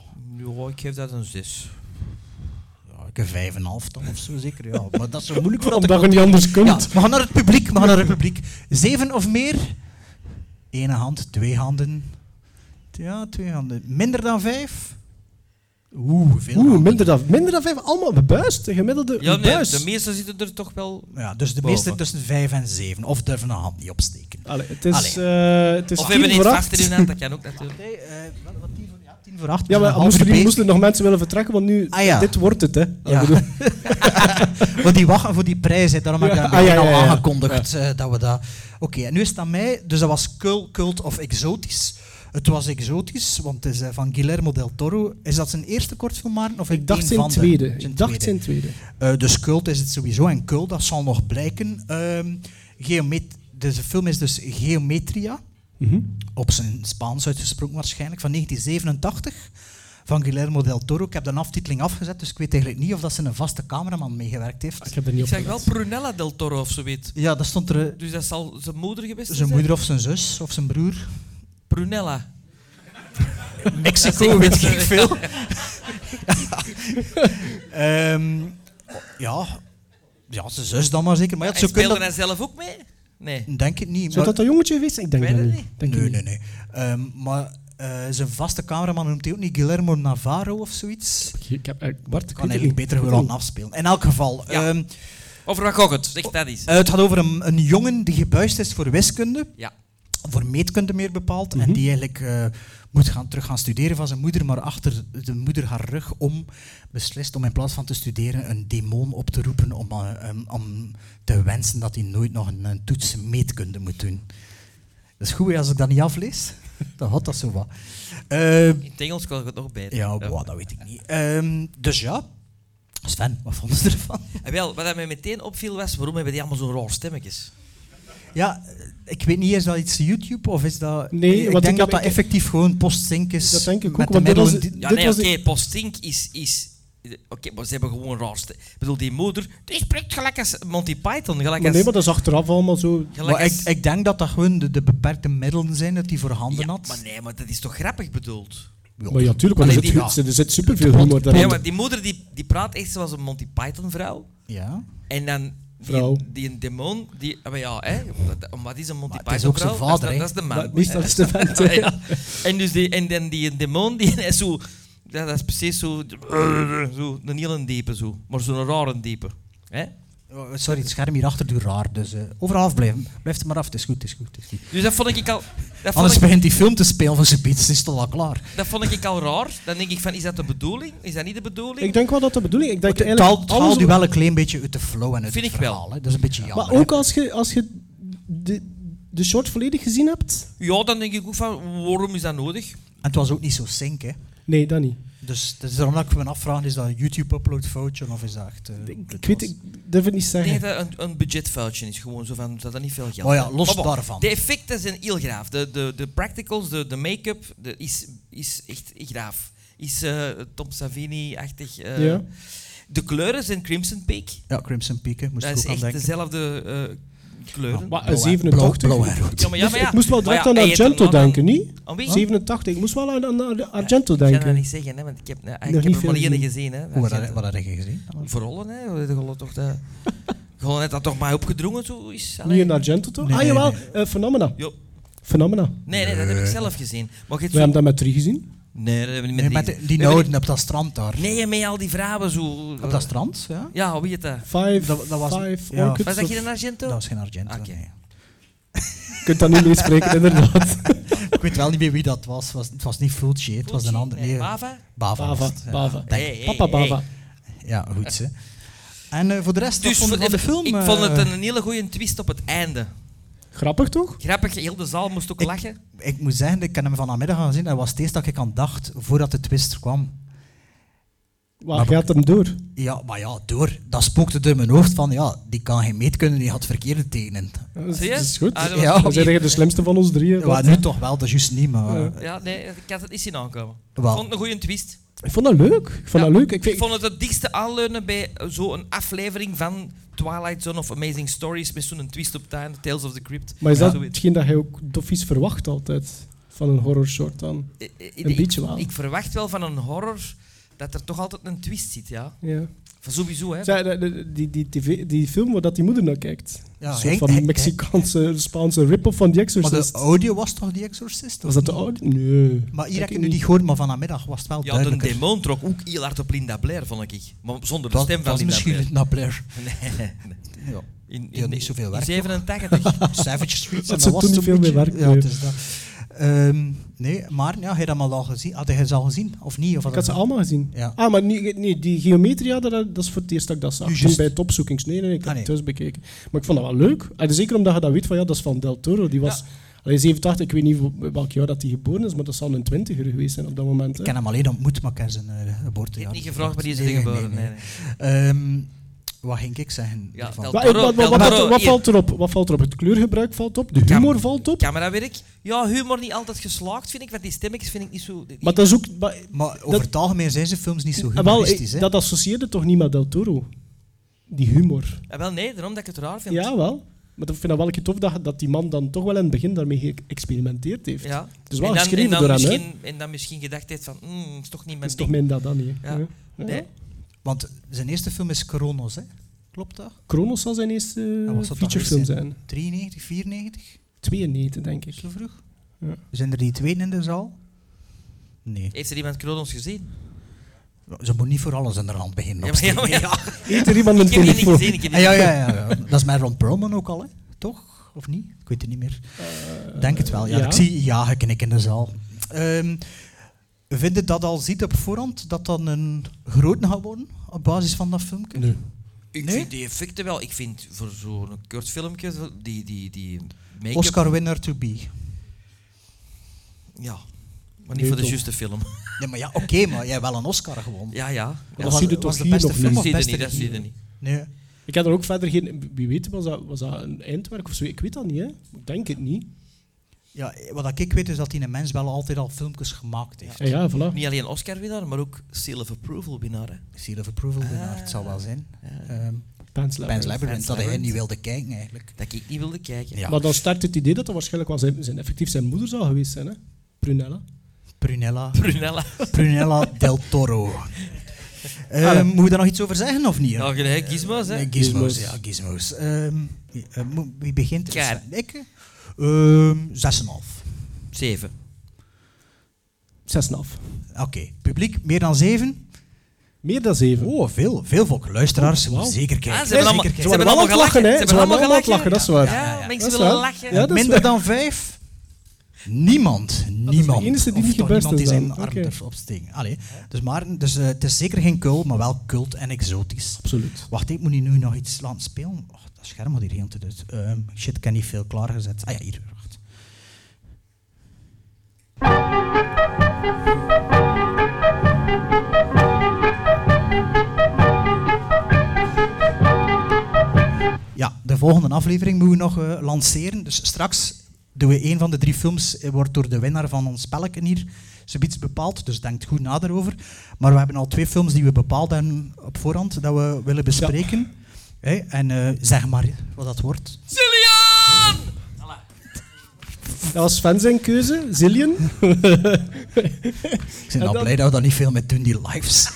Speaker 5: Ja, ik geef dat een 6.
Speaker 4: ja, Nou, ik heb 5,5 dan of zo zeker. Ja. Maar dat is zo moeilijk voor dat
Speaker 6: Omdat je niet anders kunt.
Speaker 4: Ja, we gaan naar het publiek. We gaan naar het publiek. Zeven of meer? Ene hand, twee handen. Ja, twee handen. Minder dan vijf? Oeh, veel
Speaker 6: Oeh,
Speaker 4: handen.
Speaker 6: minder dan, minder dan 5. Allemaal bebuist. De gemiddelde
Speaker 5: Ja, nee,
Speaker 6: buis.
Speaker 5: de meeste zitten er toch wel...
Speaker 4: Ja, dus de
Speaker 5: Boven.
Speaker 4: meeste tussen 5 en 7. Of durven een hand niet opsteken.
Speaker 6: Allee, het is, eh, het is
Speaker 5: Of we
Speaker 6: tien
Speaker 5: hebben
Speaker 6: voor
Speaker 5: iets
Speaker 6: acht.
Speaker 5: vast in hun hand, dat kan ook natuurlijk.
Speaker 4: Nee, eh, wat, wat, tien voor, ja, tien voor acht.
Speaker 6: Ja, maar
Speaker 4: Half
Speaker 6: moesten,
Speaker 4: uur
Speaker 6: die,
Speaker 4: bezig.
Speaker 6: moesten nog mensen willen vertrekken, want nu,
Speaker 4: Ah, ja.
Speaker 6: dit wordt het, hè.
Speaker 4: Ja.
Speaker 6: Ik bedoel,
Speaker 4: Want die wachten voor die prijs, hè. daarom heb ik
Speaker 6: Ja,
Speaker 4: dat
Speaker 6: ah,
Speaker 4: ah,
Speaker 6: ja, ja,
Speaker 4: al
Speaker 6: ja.
Speaker 4: aangekondigd. eh, dat we dat... Oké, en nu is het aan mij. Dus dat was cult, cult of exotisch. Het was exotisch, want het is eh, van Guillermo del Toro. Is dat zijn eerste kortfilm, Maarten? Of
Speaker 6: ik dacht
Speaker 4: één
Speaker 6: zijn
Speaker 4: van de-
Speaker 6: tweede.
Speaker 4: Zijn
Speaker 6: Ik dacht zijn tweede.
Speaker 4: Eh, dus cult is het sowieso en cult, dat zal nog blijken. Ehm geomet- deze film is dus Geometria,
Speaker 6: Mhm.
Speaker 4: op zijn Spaans uitgesproken waarschijnlijk, van 1987. Van Guillermo del Toro. Ik heb de aftiteling afgezet, dus ik weet eigenlijk niet of dat ze een vaste cameraman meegewerkt
Speaker 6: Ik
Speaker 4: heeft.
Speaker 6: heb er niet
Speaker 5: Ik
Speaker 6: op
Speaker 5: zeg wel
Speaker 6: gelet.
Speaker 5: Prunella del Toro of zoiets.
Speaker 4: Ja, dat stond er eh,
Speaker 5: Dus dat zal zijn moeder geweest zijn?
Speaker 4: zijn moeder of zijn zus of zijn broer.
Speaker 5: Prunella.
Speaker 4: Mexico,
Speaker 5: Dat
Speaker 4: weet
Speaker 5: is-
Speaker 4: ik veel. Ehm, ja. ja, zijn zus dan maar zeker. Maar ja,
Speaker 5: En
Speaker 4: het zou kunnen
Speaker 5: speelde
Speaker 4: dat-
Speaker 5: hij zelf ook mee? Nee.
Speaker 4: Denk het niet.
Speaker 6: Zou
Speaker 4: maar-
Speaker 6: dat dat jongetje geweest zijn? Ik denk
Speaker 5: Ik weet
Speaker 6: dat
Speaker 5: het
Speaker 6: niet. Denk
Speaker 4: nee,
Speaker 6: ik
Speaker 4: nee, nee. Ehm, maar eh, zijn vaste cameraman noemt hij ook niet Guillermo Navarro of zoiets.
Speaker 6: niet. Ik heb, eh, Bart, ik
Speaker 4: Kan
Speaker 6: weet het
Speaker 4: eigenlijk
Speaker 6: niet.
Speaker 4: beter
Speaker 6: Ik
Speaker 4: gewoon
Speaker 6: weet
Speaker 4: laten afspelen. In elk geval,
Speaker 5: Ja.
Speaker 4: ehm,
Speaker 5: Over wat gok het? Zeg dat eens.
Speaker 4: eh, het gaat over een, een jongen die gebuist is voor wiskunde,
Speaker 5: Ja.
Speaker 4: voor meetkunde meer bepaald, en die eigenlijk eh, moet gaan, terug gaan studeren van zijn moeder, maar achter de moeder haar rug om beslist om in plaats van te studeren een demon op te roepen om, eh, em, om te wensen dat hij nooit nog een, een toets meetkunde moet doen. Dat is goed hè, als ik dat niet aflees. Dan had dat zo wat. Ehm,
Speaker 5: In het Engels kan ik het nog beter.
Speaker 4: Ja, boah, dat weet ik niet. Ehm, dus ja, Sven, wat vonden ze ervan?
Speaker 5: En wel, wat mij meteen opviel was, waarom hebben die allemaal zo'n raar stemmetjes?
Speaker 4: Ja, eh, ik weet niet, is dat iets YouTube of is dat...
Speaker 6: Nee,
Speaker 4: ik
Speaker 6: want ik
Speaker 4: denk dat dat
Speaker 6: heb- ik-
Speaker 4: effectief gewoon postzink is.
Speaker 6: Dat denk ik ook,
Speaker 4: met de
Speaker 6: want dat was-
Speaker 4: middelen die-
Speaker 5: Ja,
Speaker 6: Dit
Speaker 5: nee,
Speaker 6: was
Speaker 5: oké,
Speaker 6: de-
Speaker 5: Postink is... is Oké, maar ze hebben gewoon raar stem. Ik bedoel, die moeder, die spreekt gelijk als Monty Python. Gelijk
Speaker 6: Maar
Speaker 5: als,
Speaker 6: nee, maar dat is achteraf allemaal zo.
Speaker 5: gelijk
Speaker 4: Maar ik,
Speaker 5: als-
Speaker 4: ik denk dat dat gewoon de, de beperkte middelen zijn dat die voorhanden
Speaker 5: ja,
Speaker 4: had.
Speaker 5: maar nee, maar dat is toch grappig bedoeld?
Speaker 6: Maar ja, tuurlijk, want er
Speaker 5: Allee,
Speaker 6: zit,
Speaker 5: die-
Speaker 6: hu- er zit superveel humor
Speaker 5: Nee,
Speaker 6: daarin.
Speaker 5: maar die moeder die, die praat echt zoals een Monty Python vrouw.
Speaker 4: Ja.
Speaker 5: En dan
Speaker 6: Vrouw.
Speaker 5: die, die een demon, die, ah, maar ja, hè, dat- om wat is een Monty
Speaker 4: Maar het is
Speaker 5: Python
Speaker 4: ook zijn
Speaker 5: vrouw?
Speaker 4: vader,
Speaker 5: dat,
Speaker 4: hè.
Speaker 5: is, dat is de man.
Speaker 6: Maar meestal is de vent, hè.
Speaker 5: Ah, ja. En dus die, en dan die demon, die is zo, ja, dat is precies zo, zo een heel diepe zo, maar zo'n rare diepe. Hè?
Speaker 4: Oh, Sorry, het scherm hierachter doet raar, dus eh, overal afblijven. Blijf er maar af, het is goed, het is goed. Het is goed.
Speaker 5: Dus dat vond ik al, dat
Speaker 4: Anders
Speaker 5: vond ik,
Speaker 4: begint die film te spelen van zijn beats, het is toch al klaar.
Speaker 5: dat vond ik al raar. Dan denk ik van, is dat de bedoeling? Is dat niet de bedoeling?
Speaker 6: Ik denk wel dat de bedoeling... Ik denk
Speaker 4: Het
Speaker 6: eigenlijk
Speaker 4: haalt- het
Speaker 6: alles-
Speaker 4: haalt u wel een klein beetje uit de flow en uit
Speaker 5: Vind
Speaker 4: het
Speaker 5: ik wel.
Speaker 4: verhaal. Hè. Dat is een beetje jammer.
Speaker 6: Maar
Speaker 4: hè.
Speaker 6: ook als je als je de, de short volledig gezien hebt?
Speaker 5: Ja, dan denk ik ook van, waarom is dat nodig?
Speaker 4: En het was ook niet zo sync, hè.
Speaker 6: Nee, dat niet.
Speaker 4: Dus het is daarom dat ik me afvraag, is dat een YouTube-upload foutje of is dat echt... eh,
Speaker 6: Ik, ik
Speaker 4: het
Speaker 6: weet,
Speaker 4: was-
Speaker 6: ik durf het niet
Speaker 5: Ik
Speaker 6: zeggen.
Speaker 5: denk dat dat een, een budgetfoutje is, gewoon zo van dat dat niet veel geld
Speaker 4: Maar Oh ja,
Speaker 5: is.
Speaker 4: los
Speaker 5: Maar bon,
Speaker 4: daarvan.
Speaker 5: De effecten zijn heel graaf. De, de, de practicals, de, de make-up de- is, is echt graaf. Is eh, Tom Savini-achtig. eh.
Speaker 6: Ja.
Speaker 5: De kleuren zijn Crimson Peak.
Speaker 4: Ja, Crimson Peak, hè. moest
Speaker 5: Dat
Speaker 4: ik
Speaker 5: is
Speaker 4: ook aan
Speaker 5: echt
Speaker 4: denken.
Speaker 5: dezelfde eh, kleuren.
Speaker 6: Maar
Speaker 4: Blauw-
Speaker 6: 87.
Speaker 4: Blauw, blauw en rood.
Speaker 5: ja, maar ja,
Speaker 6: Dus
Speaker 5: maar ja.
Speaker 6: ik moest wel
Speaker 5: Maar
Speaker 6: direct
Speaker 5: ja,
Speaker 6: aan
Speaker 5: en je hebt
Speaker 6: Argento
Speaker 5: dan nog
Speaker 6: denken,
Speaker 5: een-
Speaker 6: niet?
Speaker 5: Aan wie?
Speaker 6: 87. Ik moest wel aan, aan- aan Argento
Speaker 5: Ik kan dat
Speaker 6: denken.
Speaker 5: niet zeggen, hè, want ik heb, nou, ik
Speaker 6: niet
Speaker 5: heb er
Speaker 6: veel
Speaker 5: maar één
Speaker 6: gezien.
Speaker 5: gezien. Hè,
Speaker 4: Hoe, wat, wat had je gezien?
Speaker 5: Verrollen, hè. Hoe heet dat geloof toch dat... Gewoon net dat toch maar opgedrongen zo is.
Speaker 6: Niet
Speaker 5: Allee.
Speaker 6: in Argento toch?
Speaker 4: Nee,
Speaker 6: ah
Speaker 4: nee,
Speaker 6: jawel,
Speaker 4: nee.
Speaker 6: eh, Phenomena.
Speaker 5: Ja.
Speaker 6: Phenomena.
Speaker 5: Nee, nee, dat heb ik zelf gezien. Maar je hebt
Speaker 6: We
Speaker 5: zo...
Speaker 6: hebben dat met drie gezien.
Speaker 5: Nee, dat hebben we niet
Speaker 4: Nee,
Speaker 5: met
Speaker 4: met
Speaker 5: die-
Speaker 4: de- die
Speaker 5: we hebben
Speaker 4: noden op dat strand daar.
Speaker 5: die- Nee, met al die vrouwen zo...
Speaker 4: Op dat strand, ja.
Speaker 5: Ja, hoe heet dat?
Speaker 6: Five,
Speaker 4: Dat- dat was-
Speaker 6: five
Speaker 4: ja.
Speaker 6: Orchids
Speaker 5: Was dat
Speaker 6: of-
Speaker 5: hier in Argento?
Speaker 4: Dat was geen Argento.
Speaker 5: Oké.
Speaker 4: nee.
Speaker 6: Je kunt dat niet meer spreken, inderdaad.
Speaker 4: Ik weet wel niet meer wie dat was. was het was niet Fulci, het was een ander.
Speaker 5: Nee,
Speaker 4: Nee,
Speaker 5: Bava?
Speaker 4: Bava. was
Speaker 6: Bava,
Speaker 4: het, ja.
Speaker 6: Bava.
Speaker 4: Denk-
Speaker 5: Hey, hey,
Speaker 6: Papa
Speaker 5: hey.
Speaker 6: Bava.
Speaker 4: Ja, goed hè. En eh, voor de rest, wat
Speaker 5: Dus
Speaker 4: vond je
Speaker 5: voor-
Speaker 4: van de film?
Speaker 5: ik
Speaker 4: eh?
Speaker 5: vond het een hele goede twist op het einde.
Speaker 6: Grappig toch?
Speaker 5: Grappig, heel de zaal moest ook
Speaker 4: Ik-
Speaker 5: lachen.
Speaker 4: Ik moet zeggen, ik heb hem vanmiddag gaan zien. Dat was het eerst dat ik aan dacht voordat de twist kwam.
Speaker 6: Waar gaat hem door?
Speaker 4: Ja, maar ja, door. Dat spookte door mijn hoofd van, ja, die kan geen meet kunnen, die had verkeerde tenen.
Speaker 6: Dat
Speaker 5: Zie je?
Speaker 6: is goed.
Speaker 5: Ah, dat
Speaker 4: Ja.
Speaker 5: was
Speaker 6: Dan
Speaker 5: niet-
Speaker 6: zijn jij de slimste van ons drieën.
Speaker 4: Ja, nu toch wel, dat is juist niet, maar... eh,
Speaker 6: Ja. Dus
Speaker 5: Ja, nee, ik had het niet zien aankomen. Ik
Speaker 4: Wel.
Speaker 5: vond het een goede twist.
Speaker 6: Ik vond dat leuk. Ik vond
Speaker 5: Ja,
Speaker 6: dat leuk. Ik, vind-
Speaker 5: Ik vond het het dichtste aanleunen bij eh, zo'n aflevering van Twilight Zone of Amazing Stories met zo'n twist op Time, Tales of the Crypt.
Speaker 6: Maar is
Speaker 5: Ja,
Speaker 6: dat
Speaker 5: zoiets.
Speaker 6: hetgeen dat hij ook doffies verwacht altijd? Van een horrorsoort dan?
Speaker 5: Eh, eh,
Speaker 6: Een
Speaker 5: ik-
Speaker 6: beetje wel.
Speaker 5: Ik verwacht wel van een horror dat er toch altijd een twist zit, ja.
Speaker 6: Ja.
Speaker 5: Van sowieso, hè.
Speaker 6: Zij- de- de- Die, die, TV die film waar dat die moeder naar kijkt.
Speaker 4: Ja,
Speaker 6: een soort
Speaker 4: Henk-
Speaker 6: van
Speaker 4: Henk-
Speaker 6: Mexicaanse, Spaanse rip-off van The
Speaker 4: Maar de
Speaker 6: Exorcist.
Speaker 4: audio was toch die Exorcist?
Speaker 6: Was dat de oude? Nee.
Speaker 4: Maar hier
Speaker 6: Denk
Speaker 4: heb ik
Speaker 6: ik
Speaker 4: nu
Speaker 6: niet.
Speaker 4: niet gehoord, maar vanmiddag was het wel
Speaker 5: Ja, de
Speaker 4: duidelijker.
Speaker 5: demon trok ook heel hard op Linda Blair, vond ik. Maar zonder de
Speaker 4: Dat,
Speaker 5: stem van
Speaker 4: dat is
Speaker 5: Linda
Speaker 4: misschien
Speaker 5: Blair.
Speaker 4: Linda Blair.
Speaker 5: Nee, nee.
Speaker 4: Ja.
Speaker 5: In,
Speaker 4: Die had niet zoveel werk,
Speaker 5: in
Speaker 4: toch?
Speaker 5: 87.
Speaker 4: Savage Streets.
Speaker 6: Dat
Speaker 4: en
Speaker 6: ze
Speaker 4: was
Speaker 6: toen
Speaker 4: het
Speaker 6: niet veel
Speaker 4: een
Speaker 6: meer
Speaker 4: beetje.
Speaker 6: werk
Speaker 4: Ja,
Speaker 6: mee.
Speaker 4: het is dat. Ehm, nee, maar ja, had je dat maar al gezien? Had je het al gezien? Of niet? Of
Speaker 6: Ik had ze allemaal gezien.
Speaker 4: Ja.
Speaker 6: Ah, maar niet, niet, die geometria, dat, dat is voor het eerst dat ik dat zag.
Speaker 4: Nu
Speaker 6: Toen
Speaker 4: juist.
Speaker 6: bij het opzoekings. Nee, nee, nee, ik heb
Speaker 4: Ah,
Speaker 6: het
Speaker 4: nee.
Speaker 6: thuis bekeken. Maar ik vond dat wel leuk. En zeker omdat je dat weet van, ja, dat is van Del Toro. Die was... Allee, 87, ik weet niet wel- welk jaar dat hij geboren is, maar dat zal een twintiger geweest zijn op dat moment. Hè.
Speaker 4: Ik ken hem alleen ontmoet, maar ik ken zijn eh,
Speaker 5: Ik
Speaker 4: geboortejaar.
Speaker 5: heb niet gevraagd waar die
Speaker 4: Nee,
Speaker 5: zijn geboren.
Speaker 4: nee,
Speaker 5: Nee,
Speaker 4: nee.
Speaker 5: nee.
Speaker 4: Ehm, wat ging ik zeggen?
Speaker 5: Ja,
Speaker 4: hiervan?
Speaker 5: Del
Speaker 6: Wa- wa- wa-
Speaker 5: Toro,
Speaker 6: wa-
Speaker 5: Del
Speaker 6: eh, wat,
Speaker 5: Toro,
Speaker 6: wat
Speaker 5: hier.
Speaker 6: valt erop? Wat valt erop? Het kleurgebruik valt op, de
Speaker 5: Cam-
Speaker 6: humor valt op.
Speaker 5: Camerawerk. Ja, humor niet altijd geslaagd, vind ik. Want die stemmetjes vind ik niet zo...
Speaker 6: Maar dat is ook... maar-
Speaker 4: maar over
Speaker 6: dat-
Speaker 4: het algemeen zijn zijn films niet zo
Speaker 6: ah, wel,
Speaker 4: humoristisch. hè?
Speaker 6: eh, dat associeerde toch niet met Del Toro? Die humor.
Speaker 5: Ah, wel, nee, daarom dat ik het raar vind.
Speaker 6: Ja, wel. Maar ik vind dat wel een keer tof dat, dat die man dan toch wel in het begin daarmee geëxperimenteerd heeft.
Speaker 5: Ja.
Speaker 6: Het is wel
Speaker 5: en dan,
Speaker 6: geschreven
Speaker 5: en dan
Speaker 6: door hem, hè.
Speaker 5: misschien, En dan misschien gedacht heeft van, hmm, is toch niet
Speaker 6: Dat
Speaker 5: mijn
Speaker 6: is
Speaker 5: ding.
Speaker 6: toch mijn dat dan niet. hè?
Speaker 5: Ja.
Speaker 6: Ja.
Speaker 5: Nee.
Speaker 4: Want zijn eerste film is Kronos, hè? Klopt dat?
Speaker 6: Kronos zal zijn
Speaker 5: Ah,
Speaker 6: eerste
Speaker 4: Dat was dat
Speaker 6: featurefilm
Speaker 4: toch
Speaker 6: zijn.
Speaker 4: 93, 94?
Speaker 6: 92, denk ik.
Speaker 4: Zo vroeg?
Speaker 6: Ja.
Speaker 4: Zijn er die twee in de zaal? Nee.
Speaker 5: Heeft er iemand Kronos gezien?
Speaker 4: Ze moet niet voor alles in de land beginnen.
Speaker 5: Ja,
Speaker 4: op
Speaker 5: maar, ja, maar ja.
Speaker 6: Eet er iemand een
Speaker 5: Ik heb die niet
Speaker 6: telefoon?
Speaker 5: gezien. Ik heb
Speaker 4: Ah,
Speaker 5: die
Speaker 4: ja, ja, ja, ja. Dat is met Ron Perlman ook al, hè? toch? Of niet? Ik weet het niet meer. Denk het wel. Ja,
Speaker 6: ja.
Speaker 4: Ik zie ja geknik in de zaal. Ehm vind je dat al ziet op voorhand dat dat een groot gaat worden op basis van dat filmpje?
Speaker 6: Nee.
Speaker 5: Ik
Speaker 4: Nee?
Speaker 5: vind die effecten wel. Ik vind voor zo'n kort filmpje, zo- die, die, die make-up...
Speaker 4: Oscar-winner to be.
Speaker 5: Ja. Maar niet
Speaker 6: Nee,
Speaker 5: voor de
Speaker 6: toch.
Speaker 5: juiste film.
Speaker 4: Nee, maar ja, oké, maar jij hebt wel een Oscar gewonnen.
Speaker 5: Ja, ja.
Speaker 6: Dat
Speaker 5: ja.
Speaker 4: was,
Speaker 6: zie je
Speaker 4: was
Speaker 6: toch
Speaker 4: de
Speaker 6: hier
Speaker 4: beste
Speaker 6: nog
Speaker 4: film
Speaker 5: Dat
Speaker 6: niet.
Speaker 4: of
Speaker 5: zie je
Speaker 4: beste
Speaker 5: niet, dat
Speaker 4: regie?
Speaker 5: zie je niet.
Speaker 4: Nee.
Speaker 6: Ik heb er ook verder geen... Wie weet, was dat, was dat een eindwerk of zo? Ik weet dat niet, hè. Ik denk het niet.
Speaker 4: Ja, wat ik weet is dat die een mens wel altijd al filmpjes gemaakt heeft.
Speaker 6: Ah Ja, ja voilà.
Speaker 5: Niet alleen Oscar-winnaar, maar ook Seal of Approval-winnaar. hè.
Speaker 4: Seal of Approval winnaar, het zal wel zijn. Ehm
Speaker 6: Pan's
Speaker 4: Pan's
Speaker 6: Labyrinth.
Speaker 4: Labyrinth, dat hij
Speaker 5: Labyrinth.
Speaker 4: niet wilde kijken eigenlijk.
Speaker 5: Dat ik niet wilde kijken.
Speaker 4: Ja.
Speaker 6: Maar dan start het idee dat dat waarschijnlijk wel zijn, zijn, effectief zijn moeder zou geweest zijn, hè. Prunella.
Speaker 4: Prunella.
Speaker 5: Brunella.
Speaker 4: Prunella del Toro. Ehm,
Speaker 6: Ah, ja.
Speaker 4: moet je daar nog iets over zeggen of niet?
Speaker 5: Ja, gelijk, gizmos, hè.
Speaker 4: Nee, gizmos,
Speaker 6: Gizmos.
Speaker 4: ja, gizmos. Ehm, wie- eh, mo- wie begint?
Speaker 5: Kei.
Speaker 4: Sven? Ik? Ehm, 6,5.
Speaker 5: Zeven.
Speaker 6: 6,5.
Speaker 4: Oké, publiek meer dan 7.
Speaker 6: Meer dan 7.
Speaker 4: Oh, veel, veel volk. Luisteraars,
Speaker 6: Wauw.
Speaker 4: zeker kijken.
Speaker 5: Ah, ze hebben allemaal,
Speaker 4: zeker
Speaker 5: ze
Speaker 4: kijken.
Speaker 5: hebben
Speaker 6: wel
Speaker 5: allemaal
Speaker 6: aan het
Speaker 5: gelachen,
Speaker 6: lachen, hè.
Speaker 5: hè.
Speaker 6: Ze waren wel aan het lachen, dat is waar.
Speaker 5: Ja,
Speaker 4: Ja,
Speaker 5: mensen
Speaker 6: Dat is
Speaker 5: willen
Speaker 6: waar.
Speaker 5: lachen.
Speaker 6: Ja, dat is
Speaker 4: Minder
Speaker 6: waar.
Speaker 4: dan 5? Niemand, niemand.
Speaker 6: enige die
Speaker 4: Of
Speaker 6: niet
Speaker 4: toch
Speaker 6: gebeurd
Speaker 4: niemand die
Speaker 6: is
Speaker 4: zijn
Speaker 6: dan.
Speaker 4: arm
Speaker 6: Oké.
Speaker 4: durft opsteken. Allee, dus maar, dus, eh, het is zeker geen cult, maar wel cult en exotisch.
Speaker 6: Absoluut.
Speaker 4: Wacht, ik moet hier nu nog iets laten spelen. Och, dat scherm had hier heel te dus. Ehm, shit, ik heb niet veel klaargezet. Ah ja, hier, wacht. Ja, de volgende aflevering moeten we nog eh, lanceren. Dus straks doen we een van de drie films, eh, wordt door de winnaar van ons spelletje hier zoiets bepaald. Dus denk goed na daarover. Maar we hebben al twee films die we bepaald hebben op voorhand, dat we willen bespreken. Hé, en eh, zeg maar wat dat wordt.
Speaker 5: Cillian!
Speaker 6: Dat was Sven zijn keuze. Zillion.
Speaker 4: Ik ben
Speaker 6: En
Speaker 4: al
Speaker 6: dan-
Speaker 4: blij dat we daar niet veel mee doen, die lives.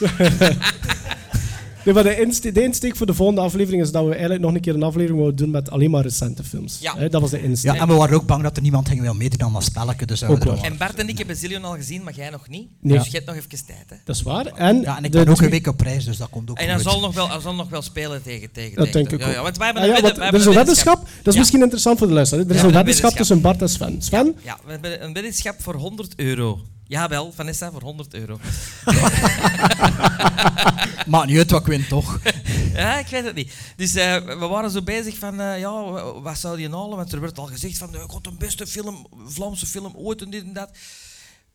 Speaker 6: Nee, maar de, inste- de insteek voor de volgende aflevering is dat we eigenlijk nog een keer een aflevering wilden doen met alleen maar recente films.
Speaker 5: Ja.
Speaker 6: Hè, dat was de insteek.
Speaker 4: Ja, en we waren ook bang dat er niemand ging wel meedoen aan dat spelletje. Dus hebben we
Speaker 6: Ook
Speaker 4: er
Speaker 6: wel.
Speaker 5: En Bart en ik hebben Zillion al gezien, maar jij nog niet.
Speaker 6: Nee.
Speaker 5: Dus je hebt nog even tijd. Hè.
Speaker 6: Dat is waar. En,
Speaker 4: Ja, en ik
Speaker 6: de
Speaker 4: ben ook
Speaker 6: twee-
Speaker 4: een week op reis, dus dat komt ook
Speaker 5: En hij
Speaker 4: goed.
Speaker 5: zal nog wel, hij zal nog wel spelen tegen tegen.
Speaker 6: Dat
Speaker 5: tegen-
Speaker 6: denk ik
Speaker 5: ja,
Speaker 6: ook.
Speaker 5: Ja, want wij hebben
Speaker 6: Ah ja,
Speaker 5: een
Speaker 6: want
Speaker 5: wedden- wij
Speaker 6: er is een
Speaker 5: hebben
Speaker 6: weddenschap. Dat is
Speaker 5: Ja.
Speaker 6: misschien interessant voor de luisteraar. Er
Speaker 5: Ja,
Speaker 6: is
Speaker 5: we
Speaker 6: een
Speaker 5: hebben een
Speaker 6: weddenschap tussen Bart en Sven. Sven,
Speaker 5: Ja, we hebben een weddenschap voor 100 euro. Jawel, Vanessa, voor 100 euro.
Speaker 4: Maakt niet uit wat ik win, toch?
Speaker 5: Ja, ik weet het niet. Dus eh, we waren zo bezig van, eh, ja, w- wat zou die halen? Want er werd al gezegd van, eh, god, een beste film, Vlaamse film ooit en dit en dat.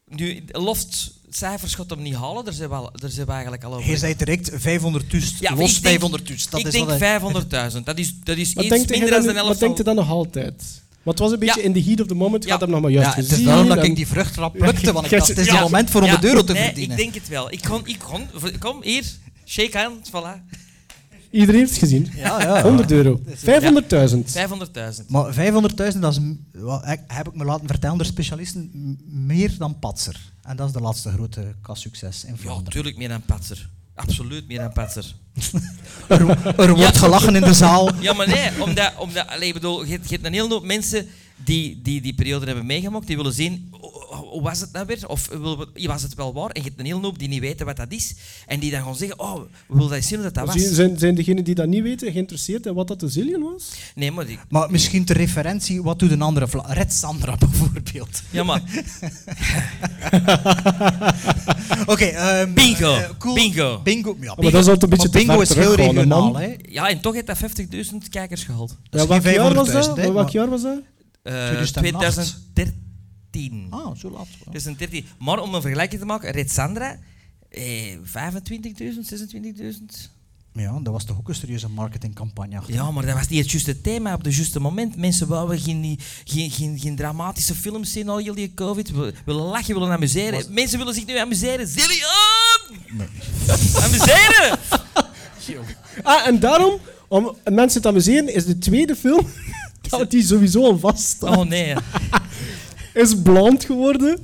Speaker 5: Nu, Loft, cijfers gaat hem niet halen, daar zijn we, al- daar zijn we eigenlijk al over.
Speaker 4: Je zei direct 500 tust,
Speaker 5: Ja,
Speaker 4: los
Speaker 5: ik denk-
Speaker 4: 500 tust. Dat
Speaker 5: ik
Speaker 4: is
Speaker 5: denk
Speaker 4: wat hij-
Speaker 5: 500.000. Dat is, dat is
Speaker 6: wat
Speaker 5: iets
Speaker 6: denkt,
Speaker 5: minder
Speaker 6: hij
Speaker 5: dan
Speaker 6: dan,
Speaker 5: de
Speaker 6: nu-
Speaker 5: helft
Speaker 6: wat denkt
Speaker 5: van-
Speaker 6: hij dan nog altijd? Maar het was een beetje
Speaker 5: Ja.
Speaker 6: in the heat of the moment. Ik
Speaker 5: Ja.
Speaker 6: had hem nog maar juist
Speaker 4: Ja, het is
Speaker 6: gezien.
Speaker 4: daarom dat
Speaker 6: en-
Speaker 4: ik die vruchtrap plukte, want ik
Speaker 6: Ja,
Speaker 4: dacht, het is
Speaker 6: ja.
Speaker 4: het moment voor 100
Speaker 5: Ja,
Speaker 4: euro te
Speaker 5: nee,
Speaker 4: verdienen.
Speaker 5: ik denk het wel. Ik kon, ik kon, kom, hier, shake hand, voilà.
Speaker 6: Iedereen heeft het gezien.
Speaker 4: Ja, ja.
Speaker 6: 100 euro. 500.000.
Speaker 5: 500.000.
Speaker 4: Maar 500.000, dat is, m- wel, he- heb ik me laten vertellen door specialisten, m- meer dan Patser. En dat is de laatste grote kassucces in
Speaker 5: Ja,
Speaker 4: Vlaanderen.
Speaker 5: natuurlijk meer dan Patser. Absoluut meer dan Patser.
Speaker 4: Er, er wordt
Speaker 5: Ja.
Speaker 4: gelachen in de zaal.
Speaker 5: Ja, maar nee, omdat, omdat allee, ik bedoel, je, hebt- je hebt een hele hoop mensen die die, die periode hebben meegemaakt, die willen zien hoe- hoe was het nou weer, of willen we- was het wel waar? En je hebt een hele hoop die niet weten wat dat is, en die dan gaan zeggen, oh, we willen dat eens zien hoe dat, dat
Speaker 6: Zijn-
Speaker 5: was.
Speaker 6: Zijn, zijn degenen die dat niet weten geïnteresseerd in wat dat de zillion was?
Speaker 5: Nee, maar die,
Speaker 4: Maar misschien ter referentie, wat doet een andere Vla Red Sandra bijvoorbeeld.
Speaker 5: ja, maar
Speaker 4: Oké, ehm,
Speaker 5: Bingo.
Speaker 4: eh, cool.
Speaker 5: Bingo.
Speaker 4: Bingo. Ja,
Speaker 6: maar dat is altijd een beetje
Speaker 4: Maar
Speaker 6: te
Speaker 4: bingo
Speaker 6: ver
Speaker 4: is heel
Speaker 6: teruggaan, hè,
Speaker 4: regionaal,
Speaker 6: man.
Speaker 4: hè.
Speaker 5: ja, en toch heeft dat 50.000 kijkers gehaald.
Speaker 4: Dat is
Speaker 6: welk
Speaker 4: geen
Speaker 6: jaar was
Speaker 4: 500.000,
Speaker 6: dat?
Speaker 4: hè,
Speaker 6: Welk
Speaker 4: maar-
Speaker 6: jaar was dat?
Speaker 5: Eh,
Speaker 4: 2008.
Speaker 5: 2013.
Speaker 4: Ah, zo laat. wel.
Speaker 5: 2013. Maar om een vergelijking te maken, Red Sandra, eh, 25.000, 26.000.
Speaker 4: Ja, dat was toch ook een serieuze marketingcampagne achter.
Speaker 5: Ja, maar dat was niet het juiste thema op het juiste moment. Mensen wouden geen, geen, geen, geen dramatische films zien al heel die covid. We willen lachen, willen amuseren. Mensen willen zich nu amuseren. Zillion! amuseren!
Speaker 6: Ah, en daarom, om mensen te amuseren, is de tweede film dat die sowieso al vaststaat.
Speaker 5: Oh nee.
Speaker 6: Is blond geworden.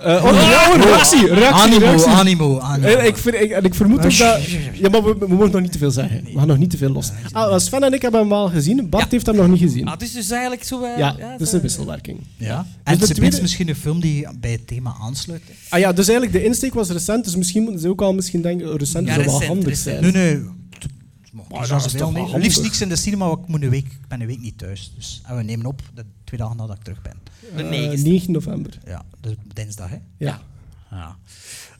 Speaker 6: Eh oh, ja, een reactie, reactie,
Speaker 4: Animo,
Speaker 6: reactie.
Speaker 4: animo, animo.
Speaker 6: En Eh, ik, ver- ik- en ik vermoed ook dat... Ja, maar we, we mogen nog niet te veel zeggen. We gaan nog niet te veel los. Ah, Sven en ik hebben hem al gezien. Bart
Speaker 5: Ja.
Speaker 6: heeft hem nog niet gezien.
Speaker 5: Ah, het is dus eigenlijk zo... eh,
Speaker 6: Ja,
Speaker 5: ja,
Speaker 6: dat is
Speaker 5: zo-
Speaker 6: een wisselwerking.
Speaker 4: Ja.
Speaker 6: Dus de
Speaker 4: En ze
Speaker 6: tweede-
Speaker 4: minst misschien een film die bij het thema aansluit. hè.
Speaker 6: Ah ja, dus eigenlijk de insteek was recent, dus misschien moeten ze ook al misschien denken, recent
Speaker 5: Ja,
Speaker 6: zou wel
Speaker 5: recent,
Speaker 6: handig
Speaker 5: recent.
Speaker 6: zijn.
Speaker 4: Nee, nee. t- het mag
Speaker 6: Maar
Speaker 4: niet,
Speaker 6: dat
Speaker 4: zoals
Speaker 6: is
Speaker 4: het wil,
Speaker 6: toch
Speaker 4: nee.
Speaker 6: wel handig.
Speaker 4: Liefst niks in de cinema, want ik, moet een week, ik ben een week niet thuis. Dus, en we nemen op de twee dagen nadat ik terug ben.
Speaker 5: De
Speaker 6: Eh,
Speaker 5: negen.
Speaker 6: 9 november.
Speaker 4: Ja, dus dinsdag, hè.
Speaker 6: Ja.
Speaker 4: Ja.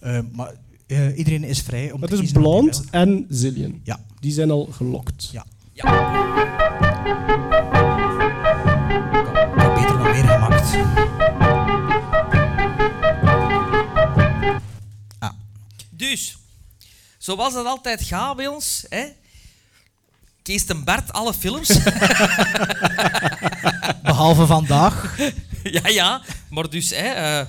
Speaker 4: Eh, maar eh, iedereen is vrij om
Speaker 6: Dat
Speaker 4: te
Speaker 6: is
Speaker 4: kiezen wat hij
Speaker 6: Blond
Speaker 4: wil.
Speaker 6: en Zillion.
Speaker 4: Ja.
Speaker 6: Die zijn al gelokt.
Speaker 4: Ja.
Speaker 5: Ja.
Speaker 4: Ik had beter nog meer gemaakt. Ah.
Speaker 5: Dus, zoals dat altijd gaat bij ons, hè, kiest een Bart alle films.
Speaker 4: Behalve vandaag.
Speaker 5: Ja, ja. Maar dus, hè, eh,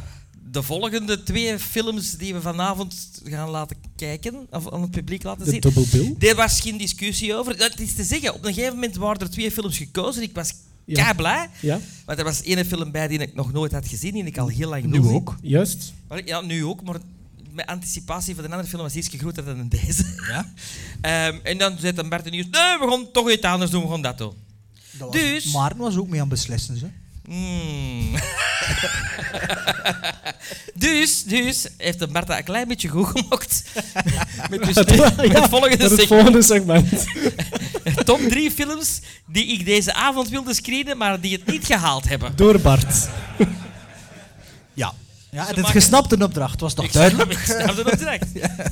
Speaker 5: de volgende twee films die we vanavond gaan laten kijken, of aan het publiek laten
Speaker 6: De
Speaker 5: zien.
Speaker 6: double bill.
Speaker 5: Daar was geen discussie over. Dat is te zeggen, op een gegeven moment waren er twee films gekozen. Ik was
Speaker 6: Ja.
Speaker 5: kei blij.
Speaker 6: Ja,
Speaker 5: Want er was één film bij die ik nog nooit had gezien, die ik al heel lang
Speaker 4: Nu
Speaker 5: wil zien.
Speaker 4: ook.
Speaker 6: juist.
Speaker 5: Maar, ja, nu ook, maar mijn anticipatie van de andere film was iets groter dan deze.
Speaker 4: Ja.
Speaker 5: Ehm, en dan zei dan Bert de Nieuws, nee, we gaan toch iets anders doen, we gaan dat doen.
Speaker 4: Dat was,
Speaker 5: Dus-
Speaker 4: Maarten was ook mee aan het beslissen, ze.
Speaker 5: Mm. dus, dus heeft de Bart dat een klein beetje goed gemaakt. met, dus, met het volgende
Speaker 6: dat is het
Speaker 5: segment.
Speaker 6: volgende segment.
Speaker 5: Top drie films die ik deze avond wilde screenen, maar die het niet gehaald hebben.
Speaker 6: Door Bart.
Speaker 4: Ja. Ja, het
Speaker 5: maken-
Speaker 4: gesnapt een opdracht, was toch
Speaker 5: Ik
Speaker 4: duidelijk?
Speaker 5: snap- Ik snap dat direct.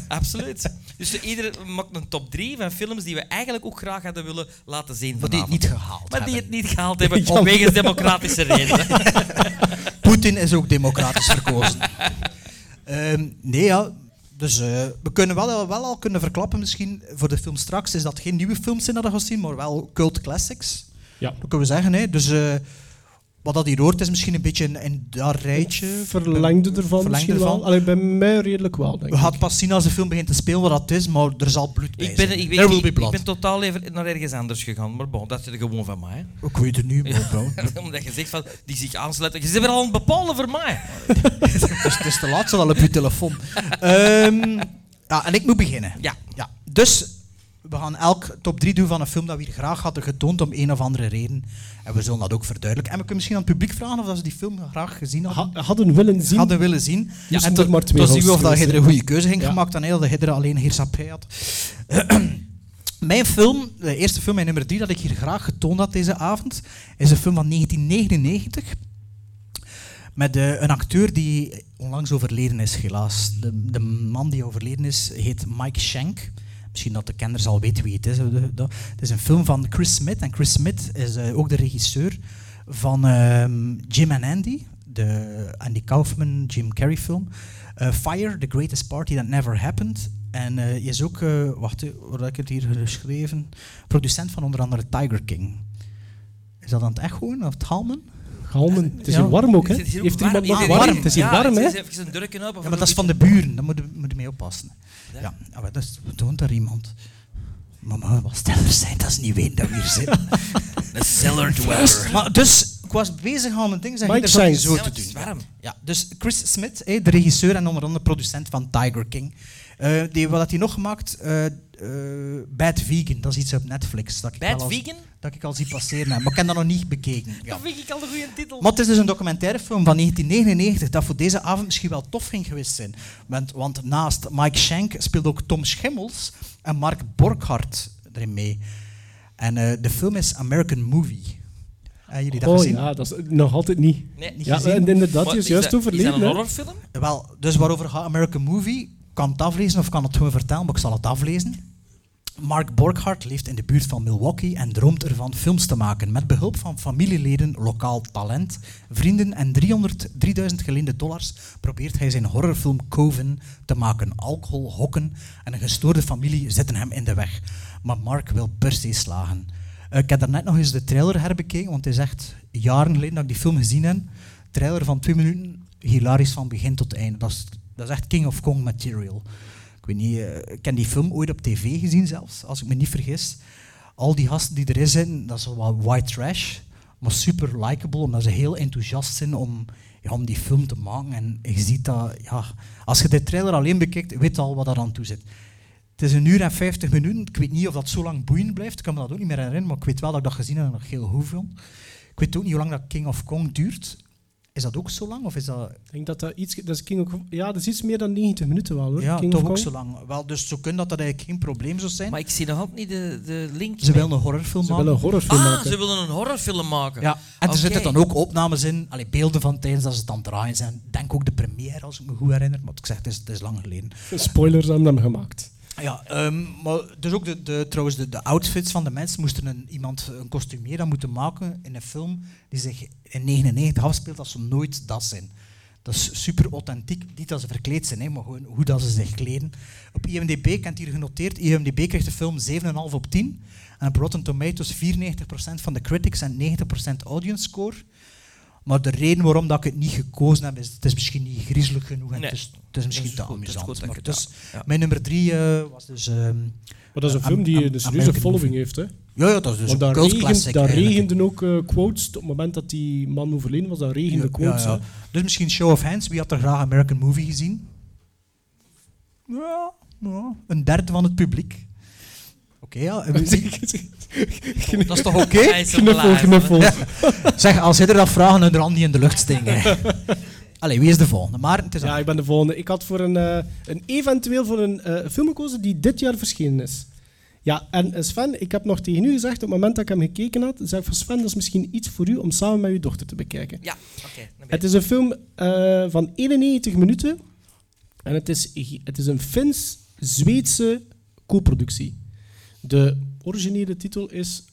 Speaker 5: Absoluut. Dus iedereen maakt een top drie van films die we eigenlijk ook graag hadden willen laten zien
Speaker 4: Maar die het
Speaker 5: vanavond.
Speaker 4: niet gehaald
Speaker 5: Maar die het
Speaker 4: hebben.
Speaker 5: niet gehaald hebben,
Speaker 6: Jammer.
Speaker 5: wegens democratische redenen.
Speaker 4: Poetin is ook democratisch verkozen. Ehm, nee, ja. Dus eh, we kunnen wel, wel al kunnen verklappen misschien voor de film straks, is dat geen nieuwe films zijn dat we gaan zien, maar wel cult classics.
Speaker 6: Ja.
Speaker 4: Dat kunnen we zeggen, hè. Dus eh, wat dat hier hoort is misschien een beetje in, in dat rijtje.
Speaker 6: Verlengde ervan
Speaker 4: Verlengde
Speaker 6: misschien wel.
Speaker 4: ervan.
Speaker 6: Allee, bij mij redelijk wel, denk
Speaker 4: We
Speaker 6: ik.
Speaker 4: gaan het pas zien als de film begint te spelen wat dat is, maar er zal bloed bij
Speaker 5: Ik
Speaker 4: zijn.
Speaker 5: ben, ik,
Speaker 4: There
Speaker 5: weet,
Speaker 4: will
Speaker 5: niet,
Speaker 4: be
Speaker 5: ik,
Speaker 4: blood.
Speaker 5: ben totaal even naar ergens anders gegaan, maar bon, dat is er gewoon van mij. hè.
Speaker 4: Ik weet het nu, maar bro.
Speaker 5: Omdat je zegt van, die zich aansluiten. Je zit weer al een bepaalde voor mij.
Speaker 4: Dus het is te laat, ze al op je telefoon. Ehm, ja, en ik moet beginnen.
Speaker 5: Ja.
Speaker 4: ja. Dus we gaan elk top 3 doen van een film dat we hier graag hadden getoond om een of andere reden. En we zullen dat ook verduidelijken. En we kunnen misschien aan het publiek vragen of dat ze die film graag gezien hadden.
Speaker 6: Ha- hadden willen zien.
Speaker 4: Hadden willen zien.
Speaker 6: Ja,
Speaker 4: en
Speaker 6: zonder
Speaker 4: dan-
Speaker 6: maar twee
Speaker 4: dan zien we of dat
Speaker 6: hoofdrollen,
Speaker 4: Hidder
Speaker 6: hè.
Speaker 4: een goede keuze ging
Speaker 6: Ja.
Speaker 4: gemaakt en heel dat Hidder alleen Heersapij had. Mijn film, de eerste film, mijn nummer 3 dat ik hier graag getoond had deze avond, is een film van 1999. Met eh, een acteur die onlangs overleden is, helaas. De, de man die overleden is, heet Mike Shank. Misschien dat de kenners al weten wie het is. hè, de- dat- Het is een film van Chris Smith. En Chris Smith is eh, ook de regisseur van ehm, Jim and Andy. De Andy Kaufman, Jim Carrey film. Eh, Fire, The Greatest Party That Never Happened. En eh, hij is ook, eh, wacht, eh, hoe heb ik het hier geschreven? Producent van onder andere Tiger King. Is dat aan het echoen of het halmen?
Speaker 6: Galmen. Het is
Speaker 4: Ja.
Speaker 6: hier warm ook, hè?
Speaker 5: Het is hier
Speaker 6: Heeft er
Speaker 5: warm.
Speaker 6: iemand iets
Speaker 5: Iedereen-
Speaker 6: warm? Het is hier
Speaker 5: ja,
Speaker 6: warm,
Speaker 5: het
Speaker 6: hè?
Speaker 5: is Even een drukken op. of
Speaker 4: Ja, maar
Speaker 5: een
Speaker 4: dat is van de buren, daar moet je, moet je mee oppassen. Ja, ja ah, maar dat is, toont daar iemand. Mama, wat steller zijn, dat is niet ween dat we hier zitten.
Speaker 5: Een cellar dweller.
Speaker 4: maar dus, ik was bezig aan mijn ding, zeg
Speaker 6: Mike
Speaker 4: ik, dat is
Speaker 6: Shanks.
Speaker 4: zo
Speaker 5: Ja,
Speaker 4: te
Speaker 5: het
Speaker 4: doen.
Speaker 5: is warm.
Speaker 4: Ja, dus Chris Smith, hé, de regisseur en onder andere producent van Tiger King. eh, die, wat had hij nog gemaakt? Eh, eh, Bad Vegan, dat is iets op Netflix. Dat ik
Speaker 5: Bad
Speaker 4: wel al-
Speaker 5: Vegan?
Speaker 4: Dat ik al zie passeren, heb, maar ik heb dat nog niet bekeken. Ja.
Speaker 5: Dat vind ik al een goede titel.
Speaker 4: Maar het is dus een documentairefilm van 1999 dat voor deze avond misschien wel tof ging geweest zijn. Want, want naast Mike Shank speelde ook Tom Schimmels en Mark Borghardt erin mee. En eh, de film is American Movie. Hebben jullie dat
Speaker 6: Oh
Speaker 4: gezien?
Speaker 6: ja, dat is nog altijd niet.
Speaker 5: Nee, niet
Speaker 6: ja,
Speaker 4: gezien.
Speaker 6: en inderdaad,
Speaker 5: Maar
Speaker 6: die is juist
Speaker 5: dat- Is dat
Speaker 6: overleden.
Speaker 5: een
Speaker 6: hè?
Speaker 5: horrorfilm?
Speaker 4: Wel, dus waarover gaat American Movie? Kan het aflezen of kan het gewoon vertellen? Maar ik zal het aflezen. Mark Borghardt leeft in de buurt van Milwaukee en droomt ervan films te maken. Met behulp van familieleden, lokaal talent, vrienden en 300, 3000 geleende dollars probeert hij zijn horrorfilm Coven te maken. Alcohol, hokken en een gestoorde familie zitten hem in de weg. Maar Mark wil per se slagen. Eh, ik heb daarnet nog eens de trailer herbekeken, want het is echt jaren geleden dat ik die film gezien heb. Trailer van twee minuten, hilarisch van begin tot einde. Dat is, dat is echt King of Kong material. Ik weet niet, eh, ik heb die film ooit op tv gezien zelfs, als ik me niet vergis. Al die gasten die erin zitten, dat is wel wat white trash, maar super likable, omdat ze heel enthousiast zijn om, ja, om die film te maken. En je ziet dat, ja, als je de trailer alleen bekijkt, weet je al wat daar aan toe zit. Het is een uur en 50 minuten. Ik weet niet of dat zo lang boeiend blijft. Ik kan me dat ook niet meer herinneren, maar ik weet wel dat ik dat gezien heb en nog heel hoeveel. Ik weet ook niet hoe lang dat King of Kong duurt. Is dat ook zo lang? Of is dat
Speaker 6: Ik denk dat dat iets... Dat is King of- ja, dat is iets meer dan 90 minuten wel, hoor.
Speaker 4: ja,
Speaker 6: King
Speaker 4: toch
Speaker 6: of
Speaker 4: ook
Speaker 6: Kong.
Speaker 4: zo lang? Wel, dus zo kunnen dat dat eigenlijk geen probleem zou zijn.
Speaker 5: Maar ik zie nog altijd niet de, de link.
Speaker 4: ze
Speaker 5: met-
Speaker 4: willen een horrorfilm
Speaker 6: Ze
Speaker 4: maken.
Speaker 6: willen een horrorfilm
Speaker 5: Ah,
Speaker 6: maken.
Speaker 5: ze willen een horrorfilm maken.
Speaker 4: ja. En er
Speaker 5: Oké.
Speaker 4: zitten dan ook opnames in, allee, beelden van tijdens dat ze het aan het draaien zijn. Denk ook de première, als ik me goed herinner. Maar ik zeg, het is, het is lang geleden.
Speaker 6: Spoilers hebben hem gemaakt.
Speaker 4: Ja, ehm, maar dus ook de, de, trouwens de, de outfits van de mensen moesten een, iemand, een kostuumier dat moeten maken in een film die zich in 99 afspeelt als ze nooit dat zijn. Dat is super authentiek, niet dat ze verkleed zijn, hè, maar gewoon hoe dat ze zich kleden. Op IMDb, ik heb het hier genoteerd, IMDb krijgt de film 7,5 op 10. En op Rotten Tomatoes 94% van de critics en 90% audience score. Maar de reden waarom dat ik het niet gekozen heb, is het is misschien niet griezelig genoeg en
Speaker 5: Nee.
Speaker 4: het, is, het is misschien
Speaker 5: is
Speaker 4: te
Speaker 5: goed, dat is
Speaker 4: amusant.
Speaker 5: goed dat
Speaker 4: Maar
Speaker 5: ik
Speaker 4: het
Speaker 5: het
Speaker 4: is-
Speaker 5: ja.
Speaker 4: Mijn nummer drie eh, was dus... ehm,
Speaker 6: Maar dat is een
Speaker 4: Eh,
Speaker 6: film
Speaker 4: Am-
Speaker 6: die
Speaker 4: Am-
Speaker 6: een serieuze
Speaker 4: American
Speaker 6: following
Speaker 4: Movie.
Speaker 6: heeft, hè.
Speaker 4: Ja, ja, dat is dus
Speaker 6: Want
Speaker 4: een
Speaker 6: daar,
Speaker 4: cult
Speaker 6: regent,
Speaker 4: classic
Speaker 6: daar
Speaker 4: eigenlijk, hè.
Speaker 6: regenden ook eh, quotes. Op het moment dat die man overleden was, daar regende
Speaker 4: Ja,
Speaker 6: quotes.
Speaker 4: ja, ja.
Speaker 6: hè.
Speaker 4: Dus misschien Show of Hands. Wie had er graag American Movie gezien? Ja, ja. Een derde van het publiek. Oké, ja. en wie- Dat is Oh, toch oké?
Speaker 5: Hij is op de
Speaker 6: Knuffel,
Speaker 5: live,
Speaker 6: knuffel.
Speaker 4: Zeg, als jij er dat vragen, dan er die in de lucht stingen. Allee, wie is de volgende? Maar het is
Speaker 6: Ja,
Speaker 4: aan-
Speaker 6: ik ben de volgende. Ik had voor een, eh, een eventueel voor een eh, film gekozen die dit jaar verschenen is. Ja, en eh, Sven, ik heb nog tegen u gezegd, op het moment dat ik hem gekeken had, zei ik van Sven, dat is misschien iets voor u om samen met uw dochter te bekijken.
Speaker 5: Ja, oké. dan ben
Speaker 6: Het
Speaker 5: ik.
Speaker 6: is een film eh, van 91 minuten en het is, het is een Fins-Zweedse co-productie. De originele titel is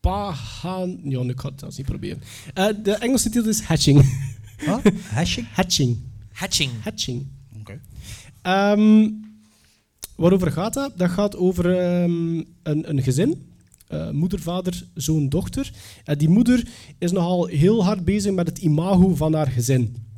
Speaker 6: Pahan... Ja, ik ga het zelfs niet proberen. Eh, de Engelse titel is Hatching.
Speaker 4: Huh? Hashing?
Speaker 6: Hatching.
Speaker 5: Hatching.
Speaker 6: Hatching.
Speaker 4: Oké.
Speaker 6: Ehm, waarover gaat dat? Dat gaat over ehm, een, een gezin. Eh, moeder, vader, zoon, dochter. En die moeder is nogal heel hard bezig met het imago van haar gezin.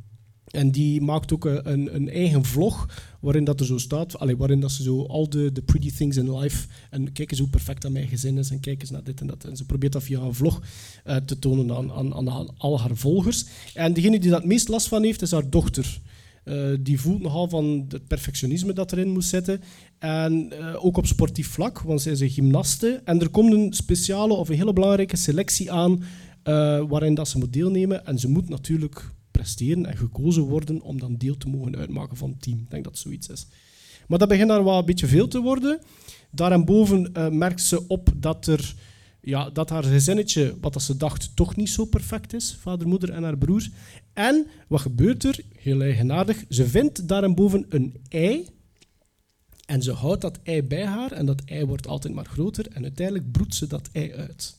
Speaker 6: En die maakt ook eh, een, een eigen vlog waarin dat er zo staat, allee, waarin dat ze zo al de, de pretty things in life en kijk eens hoe perfect dat mijn gezin is en kijk eens naar dit en dat. En ze probeert dat via een vlog eh, te tonen aan, aan, aan, aan al haar volgers. En degene die daar het meest last van heeft, is haar dochter. Eh, die voelt nogal van het perfectionisme dat erin moest zitten. En eh, ook op sportief vlak, want zij is een gymnaste. En er komt een speciale of een hele belangrijke selectie aan eh, waarin dat ze moet deelnemen. En ze moet natuurlijk presteren en gekozen worden om dan deel te mogen uitmaken van het team. Ik denk dat het zoiets is. Maar dat begint daar wel een beetje veel te worden. Daarboven eh merkt ze op dat, er, ja, dat haar gezinnetje, wat dat ze dacht, toch niet zo perfect is. Vader, moeder en haar broer. En wat gebeurt er? Heel eigenaardig. Ze vindt daarboven een ei. En ze houdt dat ei bij haar. En dat ei wordt altijd maar groter. En uiteindelijk broedt ze dat ei uit.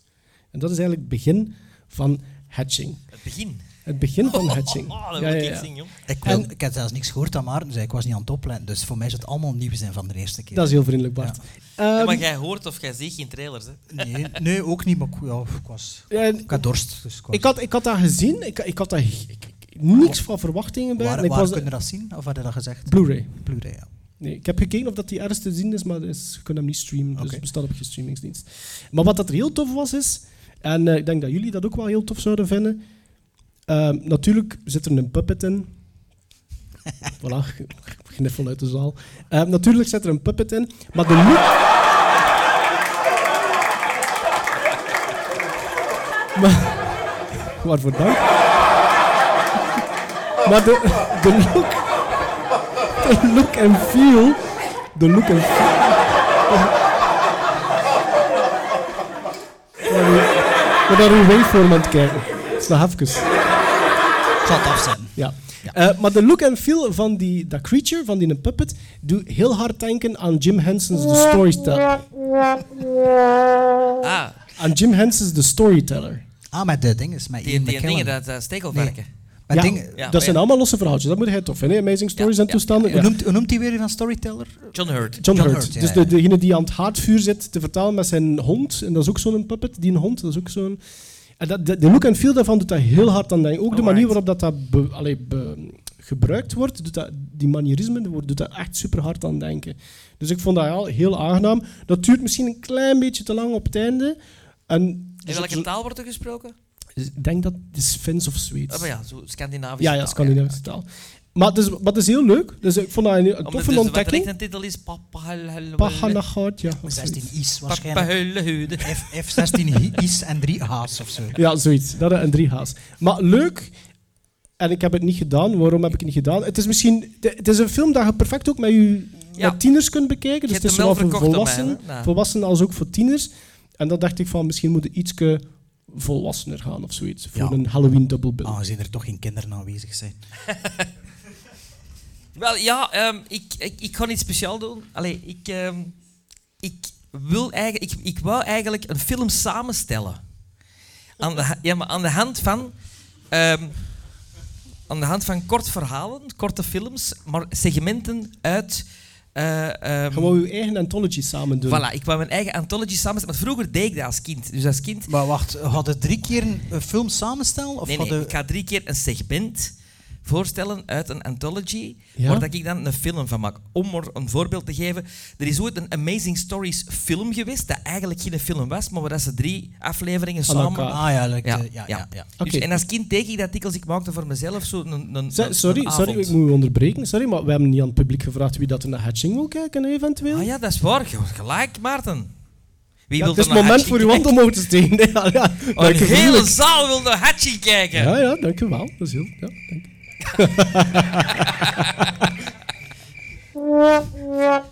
Speaker 6: En dat is eigenlijk het begin van hatching.
Speaker 5: Het begin.
Speaker 6: Het begin van hatching.
Speaker 5: Oh, dat
Speaker 6: Ja,
Speaker 5: moet
Speaker 6: ja,
Speaker 5: ik
Speaker 6: ja.
Speaker 5: zien, jong.
Speaker 4: Ik, wil- ik heb zelfs niks gehoord aan Maarten, dus ik was niet aan het opletten. Dus voor mij is het allemaal nieuw zijn van de eerste keer.
Speaker 6: Dat is heel vriendelijk, Bart. Ehm,
Speaker 5: Ja, maar jij hoort of jij ziet geen trailers, hè? Ah,
Speaker 4: nee, nee, ook niet, maar ik, ja, ik was...
Speaker 6: en-
Speaker 4: Ik had dorst, dus ik was...
Speaker 6: Ik had, ik had dat gezien, ik, ik had daar ik- ik- niks van verwachtingen bij.
Speaker 4: waar
Speaker 6: en ik
Speaker 4: waar
Speaker 6: was
Speaker 4: kunnen we dat zien? Of had je dat gezegd?
Speaker 6: Blu-ray.
Speaker 4: Blu-ray, ja.
Speaker 6: Nee, ik heb gekeken of dat die ergens te zien is, maar is, je kunt hem niet streamen, dus
Speaker 4: Oké.
Speaker 6: het bestaat op geen streamingsdienst. Maar wat dat er heel tof was, is, en eh, ik denk dat jullie dat ook wel heel tof zouden vinden, ehm, natuurlijk zit er een puppet in. voilà, gniffel uit de zaal. Ehm, natuurlijk zit er een puppet in, maar de look... maar, waarvoor dank. maar de, de look... De look and feel... De look and feel... Ik ben naar uw waveform aan het kijken. Dat is nog even.
Speaker 4: Ik zal het afzetten.
Speaker 6: Ja. Eh, maar de look en feel van die, dat creature, van die puppet, doet heel hard denken aan Jim Henson's The Storyteller.
Speaker 5: Ah,
Speaker 6: Aan Jim Henson's The Storyteller.
Speaker 4: Ah, met de dingen, met
Speaker 5: die,
Speaker 4: Ian
Speaker 5: die
Speaker 4: McKellen.
Speaker 5: dingen, dat eh, stekelvarken.
Speaker 4: Met
Speaker 6: Ja,
Speaker 4: dingen...
Speaker 5: Ja,
Speaker 6: dat zijn
Speaker 5: ja.
Speaker 6: allemaal losse verhaaltjes. Dat moet jij tof vinden. hè? Amazing Stories
Speaker 5: Ja,
Speaker 6: en
Speaker 5: ja,
Speaker 6: toestanden.
Speaker 4: Hoe,
Speaker 6: Ja.
Speaker 4: noemt, hoe noemt die weer van Storyteller?
Speaker 5: John Hurt.
Speaker 6: John,
Speaker 4: John
Speaker 6: Hurt.
Speaker 4: Hurt, ja,
Speaker 6: dus
Speaker 4: ja.
Speaker 6: de, degene die aan het haardvuur zit te vertalen met zijn hond. En dat is ook zo'n puppet. Die een hond, dat is ook zo'n... En dat, de, de look en feel daarvan doet dat heel hard aan denken. Ook de manier waarop dat, dat be- allee, be- gebruikt wordt, doet dat, die manierisme, die wordt- doet dat echt super hard aan denken. Dus ik vond dat al heel aangenaam. Dat duurt misschien een klein beetje te lang op het einde. En,
Speaker 5: In
Speaker 6: dus
Speaker 5: welke
Speaker 6: ik-
Speaker 5: taal wordt er gesproken?
Speaker 6: Ik denk dat het is Fins of Zweeds.
Speaker 5: Ah, maar ja, zo Scandinavisch.
Speaker 6: ja, ja, Scandinavische taal. Maar het is, maar het is heel leuk. Dus ik vond dat een, een
Speaker 5: Om
Speaker 6: toffe
Speaker 5: dus Wat
Speaker 6: ontdekking.
Speaker 5: direct een titel is... Papa
Speaker 6: Paganagoud, ja. of zoiets.
Speaker 4: 16 is waarschijnlijk.
Speaker 5: Papahulehude.
Speaker 4: F- F16 is en 3 H's of zo.
Speaker 6: Ja, zoiets. Dat en drie haas. Maar leuk. En ik heb het niet gedaan. Waarom heb ik het niet gedaan? Het is misschien... Het is een film dat je perfect ook met je
Speaker 5: Ja.
Speaker 6: met tieners kunt bekijken.
Speaker 5: Je hebt
Speaker 6: Dus het is
Speaker 5: hem
Speaker 6: zowel
Speaker 5: wel
Speaker 6: voor
Speaker 5: verkocht aan mij,
Speaker 6: volwassenen,
Speaker 5: hè? Ja.
Speaker 6: volwassenen als ook voor tieners. En dan dacht ik van, misschien moet het iets volwassener gaan of zoiets. Voor
Speaker 4: Ja.
Speaker 6: een Halloween double bill.
Speaker 5: Ah.
Speaker 4: Aangezien Ah, er toch geen kinderen aanwezig zijn.
Speaker 5: Wel, ja, ehm, ik, ik, ik ga iets speciaal doen. Allee, ik, ehm, ik, wil eigenlijk, ik, ik wou eigenlijk een film samenstellen. Aan de, ha- ja, maar aan de hand van... ehm, aan de hand van kort verhalen, korte films, maar segmenten uit... eh, ehm,
Speaker 6: Gewoon je eigen anthology samen doen.
Speaker 5: Voilà, ik wou mijn eigen anthology samenstellen. Want vroeger deed ik dat als kind. Dus als kind
Speaker 4: Maar wacht, hadden drie keer een film samenstellen? Of
Speaker 5: nee, nee,
Speaker 4: hadden...
Speaker 5: ik ga drie keer een segment voorstellen uit een anthology,
Speaker 6: Ja?
Speaker 5: waar dat ik dan een film van maak. Om er een voorbeeld te geven, er is ooit een Amazing Stories film geweest, dat eigenlijk geen film was, maar waar dat ze drie afleveringen
Speaker 6: Aan
Speaker 5: samen...
Speaker 6: elkaar.
Speaker 4: Ah ja, like,
Speaker 5: Ja,
Speaker 4: eh, ja, ja, ja.
Speaker 5: Dus-
Speaker 6: Oké.
Speaker 5: en als kind deed ik dat dikwijls, ik maakte voor mezelf zo een, een,
Speaker 6: Z-
Speaker 5: een-
Speaker 6: sorry,
Speaker 5: een
Speaker 6: sorry,
Speaker 5: avond.
Speaker 6: ik moet u onderbreken. Sorry, maar we hebben niet aan het publiek gevraagd wie dat er naar Hatching wil kijken, eventueel.
Speaker 5: Ah ja, dat is waar. Je hebt Gelijk, Maarten. Wie
Speaker 6: Ja,
Speaker 5: wil
Speaker 6: het is
Speaker 5: er naar
Speaker 6: het moment
Speaker 5: Hatching
Speaker 6: voor uw hand
Speaker 5: kijken?
Speaker 6: omhoog te steken. Nee, ja, ja. Dank u
Speaker 5: Een hele
Speaker 6: vriendelijk.
Speaker 5: zaal wil naar Hatching kijken.
Speaker 6: Ja, ja, dank u wel. Dat is heel... Ja, dank.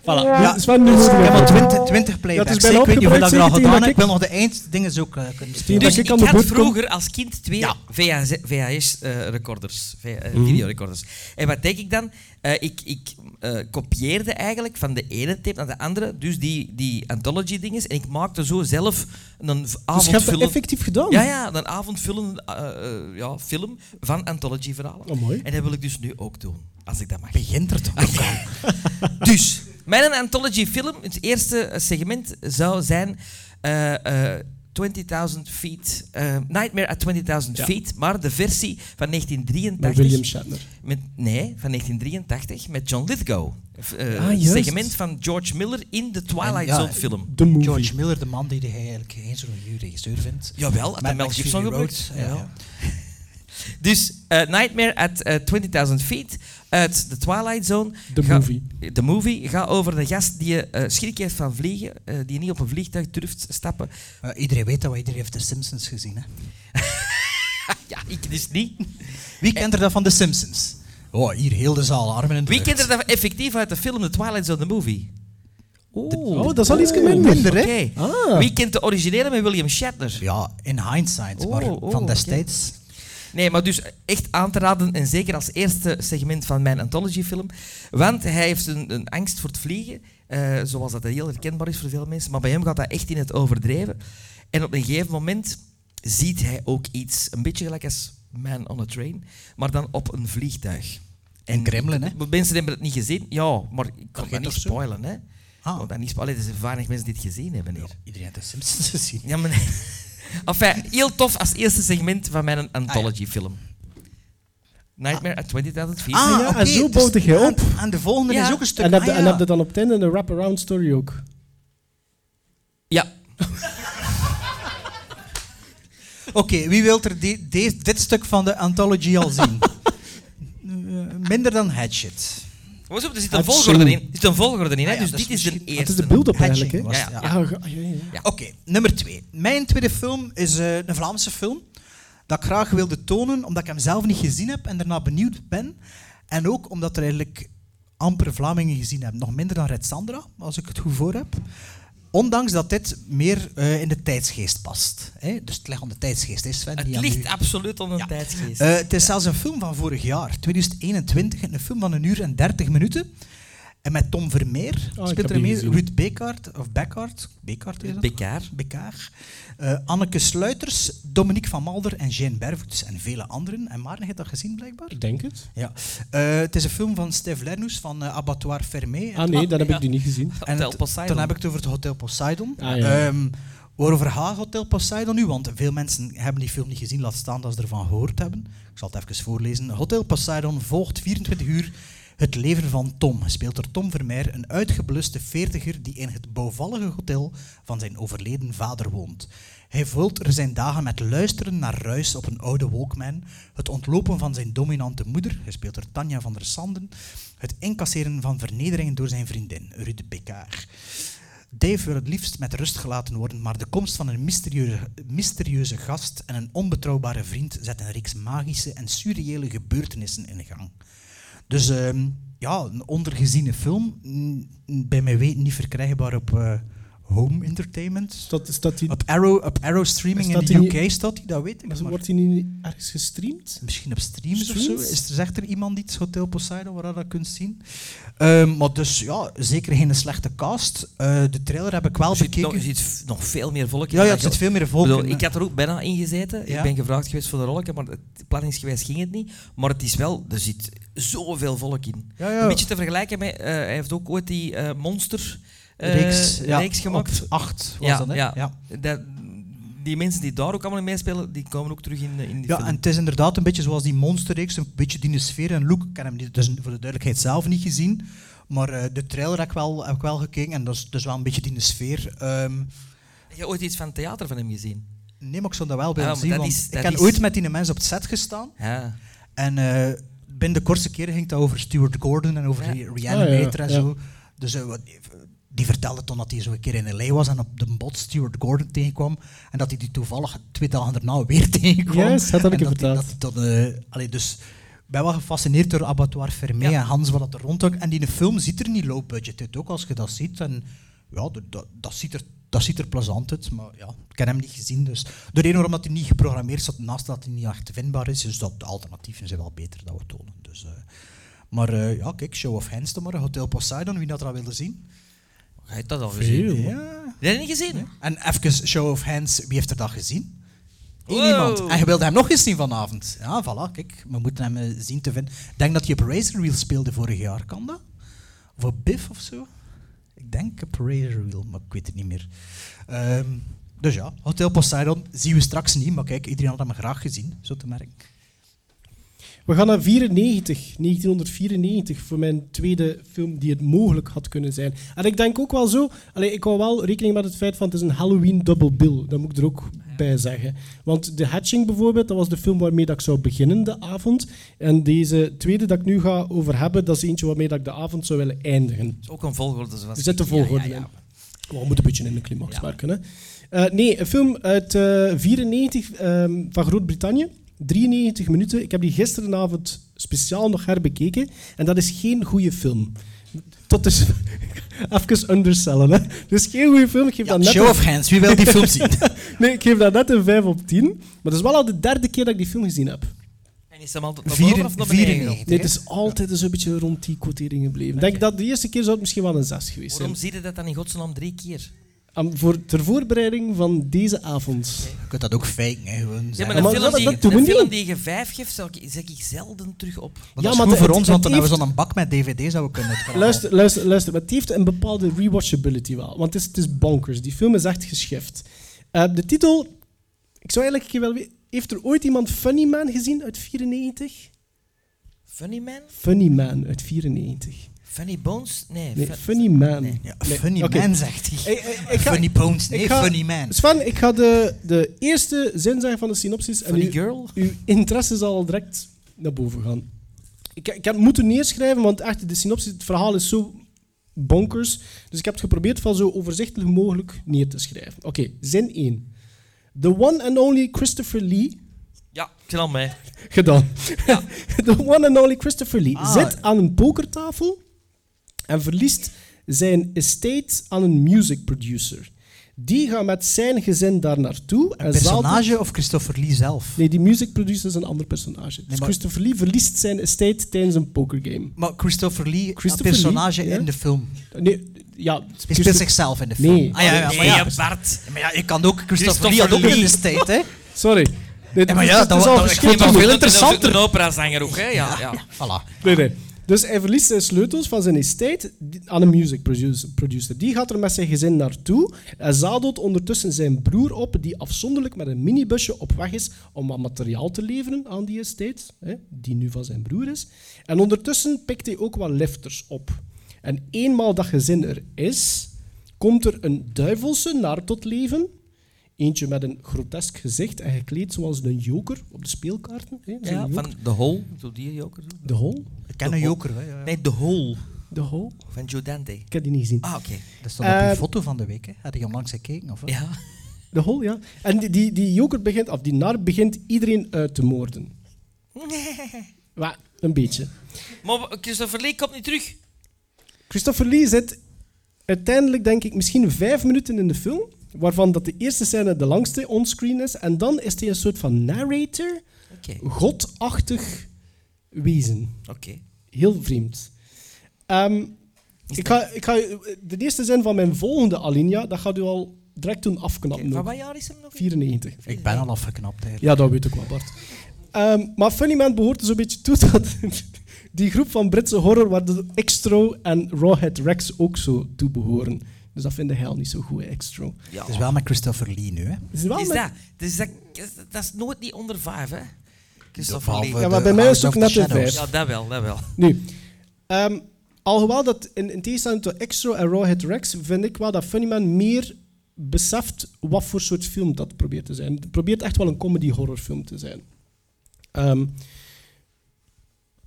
Speaker 6: voilà. Ja, Sven, nu is het
Speaker 4: Ik
Speaker 6: weer.
Speaker 4: heb al 20, 20
Speaker 6: Ja, het
Speaker 4: playbacks.
Speaker 6: is bijna
Speaker 4: ik weet niet hoeveel
Speaker 6: opgebruikt,
Speaker 4: dat ik er al
Speaker 6: zeker
Speaker 4: gedaan
Speaker 6: tien,
Speaker 4: heb. Ik
Speaker 6: denk
Speaker 4: wil nog de einddingen zo eh, kunnen spelen.
Speaker 6: Dus
Speaker 5: Dus
Speaker 6: je
Speaker 5: ik
Speaker 6: kan de
Speaker 5: had
Speaker 6: boot komen-
Speaker 5: vroeger als kind twee eh, VHS-recorders, eh,
Speaker 6: Mhm.
Speaker 5: videorecorders. En wat deed ik dan? Eh, ik ik eh, kopieerde eigenlijk van de ene tape naar de andere, dus die, die anthology-dinges. En ik maakte zo zelf een v-
Speaker 6: Dus je hebt dat
Speaker 5: avondvullend...
Speaker 6: effectief gedaan?
Speaker 5: ja, ja, een avondvullende eh, eh, ja, film van anthology-verhalen.
Speaker 6: Oh, mooi.
Speaker 5: En dat wil ik dus nu ook doen, als ik dat mag.
Speaker 4: Begint er toch nog aan?
Speaker 5: Dus, mijn anthology-film, het eerste eh, segment zou zijn eh, eh, 20.000 feet, eh, Nightmare at 20.000
Speaker 6: Ja.
Speaker 5: feet, maar de versie van
Speaker 6: Met
Speaker 5: 1983.
Speaker 6: William Shatner.
Speaker 5: met, nee, van 1983 met John Lithgow. Eh,
Speaker 6: Ah, juist.
Speaker 5: segment van George Miller in de Twilight
Speaker 4: Ja,
Speaker 5: Zone film.
Speaker 6: De movie.
Speaker 4: George Miller, de man die hij eigenlijk geen zo'n goede regisseur vindt.
Speaker 5: Jawel, had hij
Speaker 4: Mad
Speaker 5: Mel
Speaker 4: Max
Speaker 5: Gibson
Speaker 4: Fury Road,
Speaker 5: gebruikt.
Speaker 4: ja,
Speaker 5: Jawel.
Speaker 4: ja.
Speaker 5: Dus eh, Nightmare at eh, 20.000 feet. uit The Twilight Zone.
Speaker 6: De
Speaker 5: Ga-
Speaker 6: movie.
Speaker 5: De movie gaat over een gast die eh schrik heeft van vliegen, eh, die niet op een vliegtuig durft stappen.
Speaker 4: Eh, iedereen weet dat, want iedereen heeft de Simpsons gezien. Hè?
Speaker 5: Ja, ik dus niet.
Speaker 4: Wie kent er dat van de Simpsons? Oh, hier heel de zaal, armen en
Speaker 5: Wie kent er dat effectief uit de film The Twilight Zone, de movie? Oeh.
Speaker 6: Oh, dat is al iets minder.
Speaker 4: minder, hè?
Speaker 5: Oké.
Speaker 6: Ah.
Speaker 5: Wie kent de originele met William Shatner?
Speaker 4: Ja, in hindsight,
Speaker 5: Oh,
Speaker 4: maar
Speaker 5: oh,
Speaker 4: van
Speaker 5: oké.
Speaker 4: destijds.
Speaker 5: Nee, maar dus echt aan te raden, en zeker als eerste segment van mijn anthology-film. Want hij heeft een, een angst voor het vliegen, eh, zoals dat heel herkenbaar is voor veel mensen. Maar bij hem gaat dat echt in het overdreven. En op een gegeven moment ziet hij ook iets, een beetje gelijk als Man on a Train, maar dan op een vliegtuig.
Speaker 4: En Gremlin, hè?
Speaker 5: Maar Mensen hebben het niet gezien. Ja, maar ik kan dat
Speaker 4: het
Speaker 5: niet
Speaker 4: toch zo?
Speaker 5: spoilen, hè.
Speaker 4: Ah.
Speaker 5: Want dat niet spoilen. Er zijn weinig mensen die het gezien hebben hier.
Speaker 4: Iedereen heeft de Simpsons gezien.
Speaker 5: Ja, maar... Enfin, heel tof als eerste segment van mijn anthology-film.
Speaker 4: Ah,
Speaker 5: Nightmare at 20,000 Feet.
Speaker 6: Ah, ja,
Speaker 4: oké,
Speaker 6: en zo bouwde jij op.
Speaker 4: En, en de volgende
Speaker 5: Ja.
Speaker 4: is ook een stuk...
Speaker 6: En heb,
Speaker 4: ah,
Speaker 6: je, en
Speaker 4: ja.
Speaker 6: heb je dan op het einde een wraparound story ook?
Speaker 5: Ja.
Speaker 4: Oké, wie wil er die- die- dit stuk van de anthology al zien? Eh, Minder dan Hatchet.
Speaker 5: Pas op, er zit een
Speaker 6: Het
Speaker 5: volgorde
Speaker 6: zo.
Speaker 5: in. Er zit een volgorde in, hè?
Speaker 4: Ah ja,
Speaker 5: dus
Speaker 4: dat
Speaker 5: dit
Speaker 4: is
Speaker 5: is de
Speaker 4: misschien-
Speaker 6: Het
Speaker 5: eerste.
Speaker 6: is de build-up
Speaker 4: Hatching
Speaker 6: eigenlijk, hè?
Speaker 4: was
Speaker 5: Ja,
Speaker 4: het,
Speaker 5: ja.
Speaker 6: Ah, ga- ja, ja, ja.
Speaker 4: Oké, nummer twee. Mijn tweede film is eh, een Vlaamse film dat ik graag wilde tonen, omdat ik hem zelf niet gezien heb en daarna benieuwd ben. En ook omdat er eigenlijk amper Vlamingen gezien hebben. Nog minder dan Red Sandra, als ik het goed voor heb. Ondanks dat dit meer eh, in de tijdsgeest past. Hè? Dus het ligt aan de tijdsgeest, hè Sven?
Speaker 5: Het
Speaker 4: niet aan u.
Speaker 5: ligt absoluut onder de tijdsgeest.
Speaker 4: Eh, het is zelfs een film van vorig jaar, 2021. Een film van een uur en 30 minuten. En met Tom Vermeer
Speaker 6: Ah, heb
Speaker 4: speelt er
Speaker 6: die
Speaker 4: mee.
Speaker 6: gezien.
Speaker 4: Ruud Bekaert, of Bekaert, Bekaert is dat?
Speaker 5: Bekaert.
Speaker 4: Bekaert. Eh, Anneke Sluiters, Dominique van Malder en Jane Bervoets en vele anderen. En Maarten heeft dat gezien, blijkbaar?
Speaker 6: Ik denk het.
Speaker 4: Ja. Eh, het is een film van Steve Lernous van eh, Abattoir Fermé.
Speaker 6: Ah nee, dan heb ik die niet gezien.
Speaker 5: Hotel
Speaker 4: t-
Speaker 5: Poseidon.
Speaker 4: Dan heb ik het over het Hotel Poseidon.
Speaker 6: Ah, ja.
Speaker 4: Ehm, waarover gaat Hotel Poseidon nu? Want veel mensen hebben die film niet gezien, laat staan dat ze ervan gehoord hebben. Ik zal het even voorlezen. Hotel Poseidon volgt 24 uur het leven van Tom, gespeeld door Tom Vermeer, een uitgebluste veertiger die in het bouwvallige hotel van zijn overleden vader woont. Hij vult er zijn dagen met luisteren naar ruis op een oude Walkman, het ontlopen van zijn dominante moeder, gespeeld door Tanja van der Sanden, het incasseren van vernederingen door zijn vriendin, Ruud Bekaar. Dave wil het liefst met rust gelaten worden, maar de komst van een mysterieuze, mysterieuze gast en een onbetrouwbare vriend zet een reeks magische en surreële gebeurtenissen in gang. Dus ehm, ja, een ondergeziene film, n- n- bij mij weet niet verkrijgbaar op eh, Home Entertainment.
Speaker 6: Staat, staat die,
Speaker 4: Op Arrow, op Arrow Streaming
Speaker 6: Staat
Speaker 4: in
Speaker 6: die
Speaker 4: de UK staat hij, dat weet ik.
Speaker 6: maar
Speaker 4: maar
Speaker 6: wordt die niet ergens gestreamd?
Speaker 4: misschien op streams of zo.
Speaker 6: Streams?
Speaker 4: Is er, zegt er iemand iets, Hotel Poseidon, waar je dat kunt zien? Ehm, maar dus ja, zeker geen slechte cast. Eh, de trailer heb ik wel
Speaker 5: Er zit, nog,
Speaker 4: bekeken.
Speaker 5: er zit f- nog veel meer volk in.
Speaker 4: Ja, ja,
Speaker 5: dan
Speaker 4: er
Speaker 5: dat
Speaker 4: zit veel meer
Speaker 5: Ik
Speaker 4: volk
Speaker 5: bedoel,
Speaker 4: in,
Speaker 5: ik
Speaker 4: hè.
Speaker 5: had er ook bijna in gezeten.
Speaker 4: Ja.
Speaker 5: Ik ben gevraagd geweest voor de rolletje, maar het- planningsgewijs ging het niet. Maar het is wel, er zit zoveel volk in.
Speaker 4: Ja, ja.
Speaker 5: Een beetje te vergelijken met, eh, hij heeft ook ooit die eh, monster eh,
Speaker 4: reeks, ja,
Speaker 5: reeks gemaakt.
Speaker 4: op Acht was
Speaker 5: ja,
Speaker 4: dat, hè?
Speaker 5: ja.
Speaker 4: ja.
Speaker 5: Dat- die mensen die daar ook allemaal in meespelen, die komen ook terug in, eh, in die
Speaker 4: Ja,
Speaker 5: film.
Speaker 4: en het is inderdaad een beetje zoals die monsterreeks, een beetje die sfeer en look. Ik heb hem niet- dus voor de duidelijkheid zelf niet gezien, maar eh, de trailer heb ik, wel, heb ik wel gekeken en dat is dus wel een beetje die sfeer. Ehm,
Speaker 5: Heb je ooit iets van theater van hem gezien?
Speaker 4: nee, maar ik zou dat wel
Speaker 5: Ah,
Speaker 4: willen
Speaker 5: maar
Speaker 4: zien,
Speaker 5: dat
Speaker 4: want
Speaker 5: is-
Speaker 4: ik
Speaker 5: dat
Speaker 4: heb
Speaker 5: is-
Speaker 4: ooit met die mensen op het set gestaan
Speaker 5: Ja.
Speaker 4: en eh, binnen de kortste keren ging dat over Stuart Gordon en over
Speaker 5: Ja.
Speaker 4: die Reanimator
Speaker 6: Ah,
Speaker 4: en
Speaker 6: ja, ja.
Speaker 4: zo. Dus eh, wat- die vertelde toen dat hij zo een keer in L.A. was en op de bot Stuart Gordon tegenkwam en dat hij die toevallig twee dagen daarna weer tegenkwam.
Speaker 6: Yes, dat heb ik
Speaker 4: En
Speaker 6: je
Speaker 4: dat die-
Speaker 6: verteld.
Speaker 4: dat die dan, eh, allee, dus ik ben wel gefascineerd door Abattoir Vermeer
Speaker 5: Ja.
Speaker 4: en Hans wat dat er rondhangt. En die film ziet er niet low budget uit, ook als je dat ziet. En ja, d- dat, dat, ziet er, dat ziet er plezant uit, maar ja, ik heb hem niet gezien. Dus. De reden waarom dat hij niet geprogrammeerd staat, naast dat hij niet echt vindbaar is, is dat de alternatieven zijn wel beter dat we tonen. Dus, eh, maar eh, ja, kijk, Show of Hands dan maar, Hotel Poseidon, wie dat al wilde zien.
Speaker 5: Ga je dat al gezien?
Speaker 6: Heel.
Speaker 4: Ja.
Speaker 5: Heb je dat niet gezien?
Speaker 4: En even Show of Hands, wie heeft er dat gezien? Eén
Speaker 5: Wow.
Speaker 4: iemand. En je wilde hem nog eens zien vanavond. Ja, voilà, kijk, we moeten hem eh, zien te vinden. Ik denk dat hij op Razor Wheel speelde vorig jaar, kan dat? Of op Biff of zo? Ik denk op Razor Wheel, maar ik weet het niet meer. Ehm, dus ja, Hotel Poseidon zien we straks niet, maar kijk, iedereen had hem graag gezien, zo te merken.
Speaker 6: We gaan naar 94, 1994, voor mijn tweede film die het mogelijk had kunnen zijn. En ik denk ook wel zo, allee, ik hou wel rekening met het feit van het is een Halloween double bill. Dat moet ik er ook bij zeggen. Want The Hatching bijvoorbeeld, dat was de film waarmee dat ik zou beginnen de avond. En deze tweede dat ik nu ga over hebben, dat is eentje waarmee dat ik de avond zou willen eindigen.
Speaker 5: is ook een volgorde. zoals
Speaker 6: Er zit een
Speaker 5: ik-
Speaker 6: volgorde
Speaker 5: ja, ja, ja.
Speaker 6: in. We moeten een beetje in de climax
Speaker 5: Ja.
Speaker 6: werken. Hè. Eh, nee, een film uit 1994 van Groot-Brittannië. 93 minuten. Ik heb die gisteravond speciaal nog herbekeken. En dat is geen goede film. Tot dus... Even undersellen. Hè. Dat is geen goede film. Ik geef
Speaker 4: Ja,
Speaker 6: dat net
Speaker 4: show
Speaker 6: een-
Speaker 4: of hands, wie wil die film zien?
Speaker 6: Nee, ik geef dat net een 5 op 10. Maar dat is wel al de derde keer dat ik die film gezien heb.
Speaker 5: En is hem altijd naar boven of naar beneden? gegaan?
Speaker 4: 94.
Speaker 6: Dit is altijd zo'n beetje rond die quotering gebleven. Ik Denk dat de eerste keer zou het misschien wel een 6 geweest zijn.
Speaker 5: Waarom zie je dat dan in godsnaam drie keer?
Speaker 6: Am- voor, ter voorbereiding van deze avond.
Speaker 4: Je kunt dat ook faken, hè, gewoon.
Speaker 5: Ja,
Speaker 4: zeggen.
Speaker 5: maar een
Speaker 6: maar
Speaker 5: film,
Speaker 6: dat-
Speaker 5: die,
Speaker 6: dat doen we
Speaker 5: een film
Speaker 6: niet.
Speaker 5: die je vijf geeft, zal ik, zeg ik zelden terug op.
Speaker 4: Maar
Speaker 6: Ja,
Speaker 4: dat is
Speaker 6: maar
Speaker 4: goed
Speaker 6: het-
Speaker 4: voor ons,
Speaker 6: het-
Speaker 4: want dan
Speaker 6: het
Speaker 4: hebben we zo'n bank met dvd's dat we kunnen... het allemaal-
Speaker 6: Luister, luister, luister. Maar het heeft een bepaalde rewatchability wel. Want het is, het is bonkers. Die film is echt geschift. Eh, de titel... Ik zou eigenlijk een keer wel weten... Heeft er ooit iemand Funny Man gezien uit 94?
Speaker 5: Funny Man?
Speaker 6: Funny Man uit 94.
Speaker 5: Funny Bones? Nee.
Speaker 6: Nee,
Speaker 5: Fun-
Speaker 6: Funny Man.
Speaker 5: Nee.
Speaker 4: Ja,
Speaker 6: Nee,
Speaker 4: funny
Speaker 6: oké.
Speaker 4: man, zegt hij.
Speaker 6: Ik- ik- ik ga-
Speaker 4: funny bones, nee,
Speaker 6: ik ga-
Speaker 4: funny man.
Speaker 6: Sven, ik ga de, de eerste zin zeggen van de synopsis. en
Speaker 5: Funny
Speaker 6: u-
Speaker 5: Girl?
Speaker 6: Uw interesse zal al direct naar boven gaan. Ik, ik heb moeten neerschrijven, want echt, de synopsis, het verhaal is zo bonkers. Dus ik heb het geprobeerd van zo overzichtelijk mogelijk neer te schrijven. Oké, zin 1. The one and only Christopher Lee.
Speaker 5: Ja, knal mij.
Speaker 6: Gedaan. The one and only Christopher Lee
Speaker 4: Ah.
Speaker 6: zit aan een pokertafel en verliest zijn estate aan een music producer. Die gaat met zijn gezin daar naartoe. en zal-
Speaker 4: Personage of Christopher Lee zelf?
Speaker 6: Nee, die music producer is een ander personage. dus
Speaker 4: maar-
Speaker 6: Christopher Lee verliest zijn estate tijdens een pokergame.
Speaker 4: Maar Christopher Lee, dat
Speaker 6: Christopher Lee,
Speaker 4: personage
Speaker 6: ja.
Speaker 4: in de film.
Speaker 6: Nee, ja.
Speaker 4: Hij speelt zichzelf in de film.
Speaker 6: Nee.
Speaker 4: Ah, ja, ja, maar, ja,
Speaker 5: Nee, Bart.
Speaker 4: maar ja, je kan ook Christopher,
Speaker 5: Christopher
Speaker 4: Lee had ook
Speaker 5: Lee.
Speaker 4: in de state, hè?
Speaker 6: Sorry. Nee,
Speaker 4: Ja, maar ja,
Speaker 6: het
Speaker 4: dat
Speaker 6: is
Speaker 4: wa-
Speaker 6: al
Speaker 4: dat- ik
Speaker 6: verschil-
Speaker 4: vind dat
Speaker 6: Nee,
Speaker 4: veel
Speaker 6: nee,
Speaker 4: interessanter.
Speaker 5: Een operazanger ook, hè? Ja, ja.
Speaker 4: Voilà.
Speaker 6: Nee, nee. Dus hij verliest zijn sleutels van zijn estate die- aan een music producer- producer. Die gaat er met zijn gezin naartoe en zadelt ondertussen zijn broer op, die afzonderlijk met een minibusje op weg is om wat materiaal te leveren aan die estate, hè, die nu van zijn broer is. En ondertussen pikt hij ook wat lifters op. En eenmaal dat gezin er is, komt er een duivelse naar tot leven. Eentje met een grotesk gezicht en gekleed zoals een joker op de speelkaarten. Hè, zo'n
Speaker 5: ja
Speaker 6: joker.
Speaker 5: van The Hole. Zo die joker. zo.
Speaker 6: De hol?
Speaker 4: Ik ken een joker, hè. Ja, ja.
Speaker 5: Nee, The Hole.
Speaker 6: De hol?
Speaker 5: Van Joe Dante.
Speaker 6: Ik heb die niet gezien.
Speaker 5: Ah, oké.
Speaker 4: Dat stond op
Speaker 6: Eh,
Speaker 4: je foto van de week, hè. Had je onlangs gekeken, of wat?
Speaker 5: Ja.
Speaker 6: De hol, ja. En die, die, die joker begint, of die nar begint iedereen uit te moorden. Wa, een beetje.
Speaker 5: Maar w- Christopher Lee komt niet terug.
Speaker 6: Christopher Lee zit uiteindelijk, denk ik, misschien vijf minuten in de film, waarvan dat de eerste scène de langste onscreen is. En dan is hij een soort van narrator,
Speaker 5: Oké.
Speaker 6: godachtig wezen.
Speaker 5: Oké.
Speaker 6: Heel vreemd. Ehm, ik ga, ik ga, eh, de eerste zin van mijn volgende alinea, dat gaat u al direct doen afknappen.
Speaker 5: Van
Speaker 6: ook.
Speaker 5: wat jaar is hem nog?
Speaker 6: 94.
Speaker 4: Ik ben al afgeknapt, eigenlijk.
Speaker 6: Ja, dat weet ik wel, Bart. Ehm, maar Funny Man behoort er zo'n beetje toe dat die groep van Britse horror waar de Extro en Rawhead Rex ook zo toe behoren. Dus dat vind ik al niet zo goed, hè, Extro.
Speaker 5: Ja.
Speaker 4: Het is wel met Christopher Lee nu, hè.
Speaker 6: Is het wel
Speaker 5: Is
Speaker 6: met-
Speaker 5: dat, dus dat, dat is nooit die onder vijf, hè? Christopher
Speaker 4: Behalve
Speaker 5: Lee.
Speaker 6: Ja, maar
Speaker 4: de
Speaker 6: bij mij is
Speaker 4: House
Speaker 6: het ook
Speaker 4: of the
Speaker 6: net een
Speaker 4: Shadows.
Speaker 6: vijf.
Speaker 5: Ja, dat wel, dat wel.
Speaker 6: Nu, ehm, alhoewel dat in, in tegenstelling tot Extro en Rawhead Rex, vind ik wel dat Funny Man meer beseft wat voor soort film dat probeert te zijn. Het probeert echt wel een comedy horrorfilm te zijn. Ehm,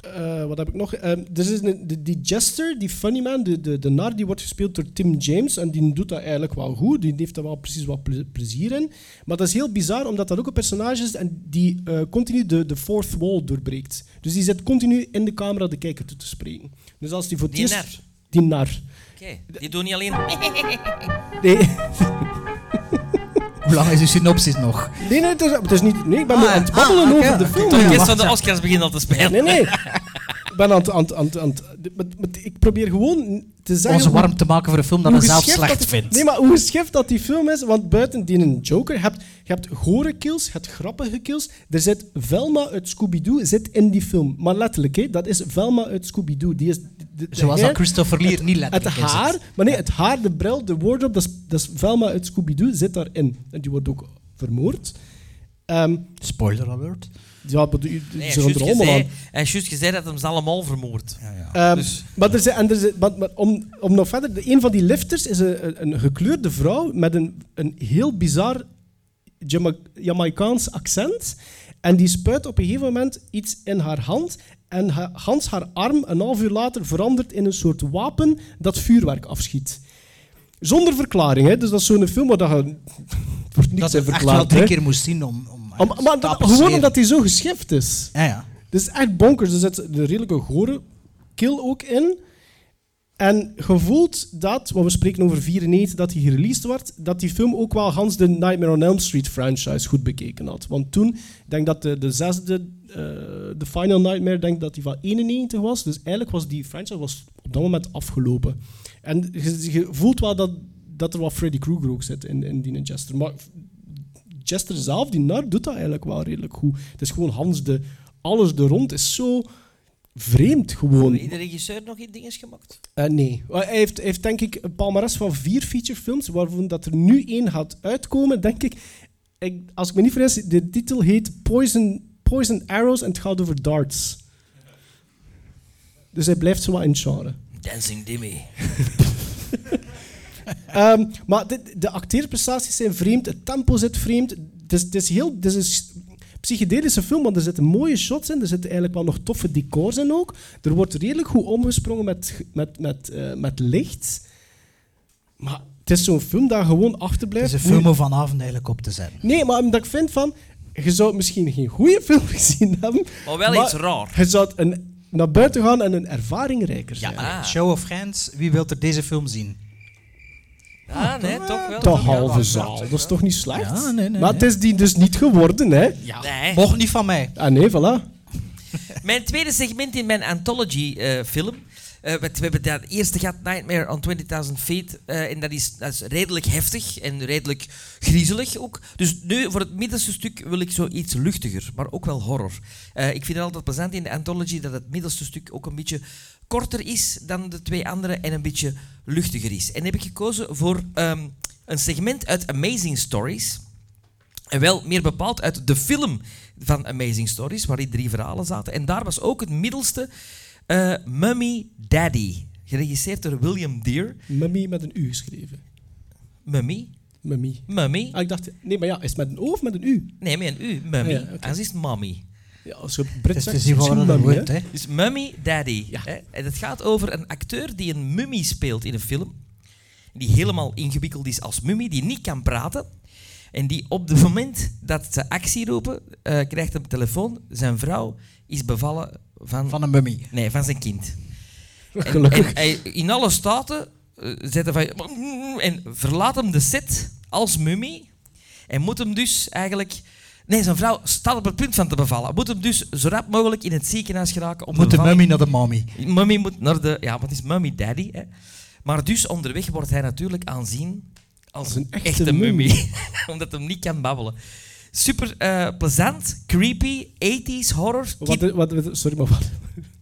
Speaker 6: eh, wat heb ik nog? Ehm, er is een, de, die jester, die funny man, de, de, de nar, die wordt gespeeld door Tim James. En die doet dat eigenlijk wel goed. Die heeft daar wel precies wat ple- plezier in. Maar dat is heel bizar, omdat dat ook een personage is en die eh, continu de, de fourth wall doorbreekt. Dus die zit continu in de camera de kijker toe te spreken. Dus als die voor het
Speaker 5: Die
Speaker 6: eerst-
Speaker 5: nar?
Speaker 6: Die nar.
Speaker 5: Oké, die doen niet alleen...
Speaker 6: Nee,
Speaker 4: Hoe lang is uw synopsis nog?
Speaker 6: nee, nee, het is, het is niet, nee ik ben nu
Speaker 4: Ah,
Speaker 6: aan het babbelen
Speaker 4: ah, oké,
Speaker 6: over de
Speaker 4: oké.
Speaker 6: film.
Speaker 4: Toch, ja,
Speaker 5: De
Speaker 4: wacht,
Speaker 5: rest van de Oscars begint al te spelen.
Speaker 6: Nee, nee. Ik ben aan het... Aan het, aan het, aan het- maar- maar ik probeer gewoon te zeggen...
Speaker 4: Ons
Speaker 6: hoe-
Speaker 4: warm te maken voor een film dat hij
Speaker 6: hoe
Speaker 4: zelf
Speaker 6: geschift
Speaker 4: slecht
Speaker 6: dat-
Speaker 4: vindt.
Speaker 6: Nee, maar hoe schift dat die film is, want buiten die een Joker, je hebt, je hebt gore kills, je hebt grappige kills. Er zit Velma uit Scooby-Doo zit in die film. Maar letterlijk, hè, dat is Velma uit Scooby-Doo. Die is... de- de- de
Speaker 4: Zoals
Speaker 6: hair-
Speaker 4: dat Christopher Lee er niet
Speaker 6: het
Speaker 4: letterlijk in zit.
Speaker 6: haar, maar nee, het haar, de bril, de wardrobe, dat is, dat is Velma uit Scooby-Doo, zit daarin. En die wordt ook vermoord. Ehm,
Speaker 4: Spoiler alert.
Speaker 6: ja, maar die-
Speaker 5: Nee,
Speaker 6: die-
Speaker 5: hij
Speaker 6: ze gaan
Speaker 5: heeft
Speaker 6: er
Speaker 5: juist
Speaker 6: allemaal aan.
Speaker 5: gezegd- hij heeft juist gezegd dat hem ze allemaal vermoord.
Speaker 6: Ehm,
Speaker 5: Dus-
Speaker 6: maar er zijn, en er zijn, maar, maar om, om nog verder... de- Een van die lifters is een, een- een gekleurde vrouw met een, een heel bizar Jama- Jamaicaans accent. En die spuit op een gegeven moment iets in haar hand. En ha- Hans haar arm een half uur later verandert in een soort wapen dat vuurwerk afschiet. Zonder verklaring, hè? Dus dat is zo'n film waar dat je... er wordt niks
Speaker 4: dat
Speaker 6: in
Speaker 4: ik echt
Speaker 6: verklaard,
Speaker 4: wel drie
Speaker 6: hè.
Speaker 4: keer moest zien om... om
Speaker 6: Om- maar
Speaker 4: te
Speaker 6: dat-
Speaker 4: appreciëren.
Speaker 6: gewoon omdat hij zo geschift is.
Speaker 4: Ja, ja.
Speaker 6: Het is echt bonkers. Er zit een redelijke gore kill ook in. En gevoeld dat, want we spreken over 94, dat hij gereleased werd, dat die film ook wel gans de Nightmare on Elm Street franchise goed bekeken had. Want toen, ik denk dat de, de zesde, eh, de Final Nightmare, denk dat die van 91 was. Dus eigenlijk was die franchise was op dat moment afgelopen. En je, je voelt wel dat, dat er wat Freddy Krueger ook zit in, in die Chester. Maar Chester zelf, die nar, doet dat eigenlijk wel redelijk goed. Het is gewoon Hans de... Alles er rond is zo vreemd gewoon.
Speaker 5: Heeft de regisseur nog iets dinges gemaakt?
Speaker 6: Eh, nee. Eh, Hij heeft, hij heeft denk ik een palmares van vier featurefilms, waarvan dat er nu één gaat uitkomen, denk ik. ik als ik me niet vergis, de titel heet Poison, Poison Arrows en het gaat over darts. Dus hij blijft zo wat in het genre.
Speaker 5: Dancing Dimmy.
Speaker 6: Ehm, maar de, de acteerprestaties zijn vreemd, het tempo zit vreemd. Het is, het is heel... Het is een s- psychedelische film, want er zitten mooie shots in. Er zitten eigenlijk wel nog toffe decors in ook. Er wordt redelijk goed omgesprongen met, met, met, eh, met licht. Maar het is zo'n film daar gewoon
Speaker 4: Het
Speaker 6: achterblijft.
Speaker 4: is een film om vanavond eigenlijk op te zetten.
Speaker 6: Nee, maar omdat ik vind van... Je zou misschien geen goede film gezien hebben.
Speaker 5: Maar wel iets raar.
Speaker 6: Je zou een, naar buiten gaan en een ervaringrijker zijn.
Speaker 5: Ah.
Speaker 4: Show of hands, wie wil er deze film zien?
Speaker 5: Ah, nee, toch wel.
Speaker 6: De
Speaker 5: toch wel.
Speaker 6: halve zaal, dat is toch niet slecht?
Speaker 4: Ja, nee, nee,
Speaker 6: maar het is die dus niet geworden, hè?
Speaker 5: Nee.
Speaker 4: Mocht niet van mij.
Speaker 6: Ah nee, voilà.
Speaker 5: Mijn tweede segment in mijn anthology-film. Eh, we hebben dat eerste gehad, Nightmare on 20.000 Feet. eh, en dat is, dat is redelijk heftig en redelijk griezelig ook. Dus nu, voor het middelste stuk wil ik zoiets luchtiger, maar ook wel horror. Eh, ik vind het altijd plezant in de anthology dat het middelste stuk ook een beetje korter is dan de twee andere en een beetje luchtiger is. En heb ik gekozen voor ehm, een segment uit Amazing Stories. En wel meer bepaald uit de film van Amazing Stories, waar die drie verhalen zaten. En daar was ook het middelste eh, Mummy Daddy, geregisseerd door William Deere.
Speaker 6: Mummy met een U geschreven.
Speaker 5: Mummy,
Speaker 6: Mummy.
Speaker 5: Mummy.
Speaker 6: Ah, ik dacht, nee, maar ja, is het met een O of met een U?
Speaker 5: Nee, met een U, Mummy.
Speaker 6: Ah, ja, oké.
Speaker 5: Anders is het Mommy.
Speaker 6: Ja, als je
Speaker 4: Het
Speaker 6: Brits
Speaker 4: is
Speaker 6: zegt,
Speaker 4: te zien wat
Speaker 6: misschien
Speaker 4: er
Speaker 6: Mummy,
Speaker 4: wordt,
Speaker 6: hè.
Speaker 4: hè.
Speaker 5: Dus Mummy Daddy.
Speaker 6: Ja.
Speaker 5: Hè? En het gaat over een acteur die een mummie speelt in een film. Die helemaal ingewikkeld is als mummie, die niet kan praten. En die op het moment dat ze actie roepen, eh, krijgt een telefoon. Zijn vrouw is bevallen van
Speaker 4: Van een mummy.
Speaker 5: Nee, van zijn kind.
Speaker 6: Gelukkig.
Speaker 5: En hij, in alle staten eh, zetten van... En verlaat hem de set als mummie. En moet hem dus eigenlijk... Nee, zijn vrouw staat op het punt van te bevallen. Moet hem dus zo rap mogelijk in het ziekenhuis geraken. Om
Speaker 4: Moet de
Speaker 5: bevalling-
Speaker 4: mummy naar de mommy.
Speaker 5: Mummy moet naar de... Ja, want het is mummy daddy. Hè. Maar dus onderweg wordt hij natuurlijk aanzien als een echte, mummie. Omdat hij niet kan babbelen. Super eh, plezant, creepy, 80s horror.
Speaker 6: Wat, wat, wat- sorry, maar wat,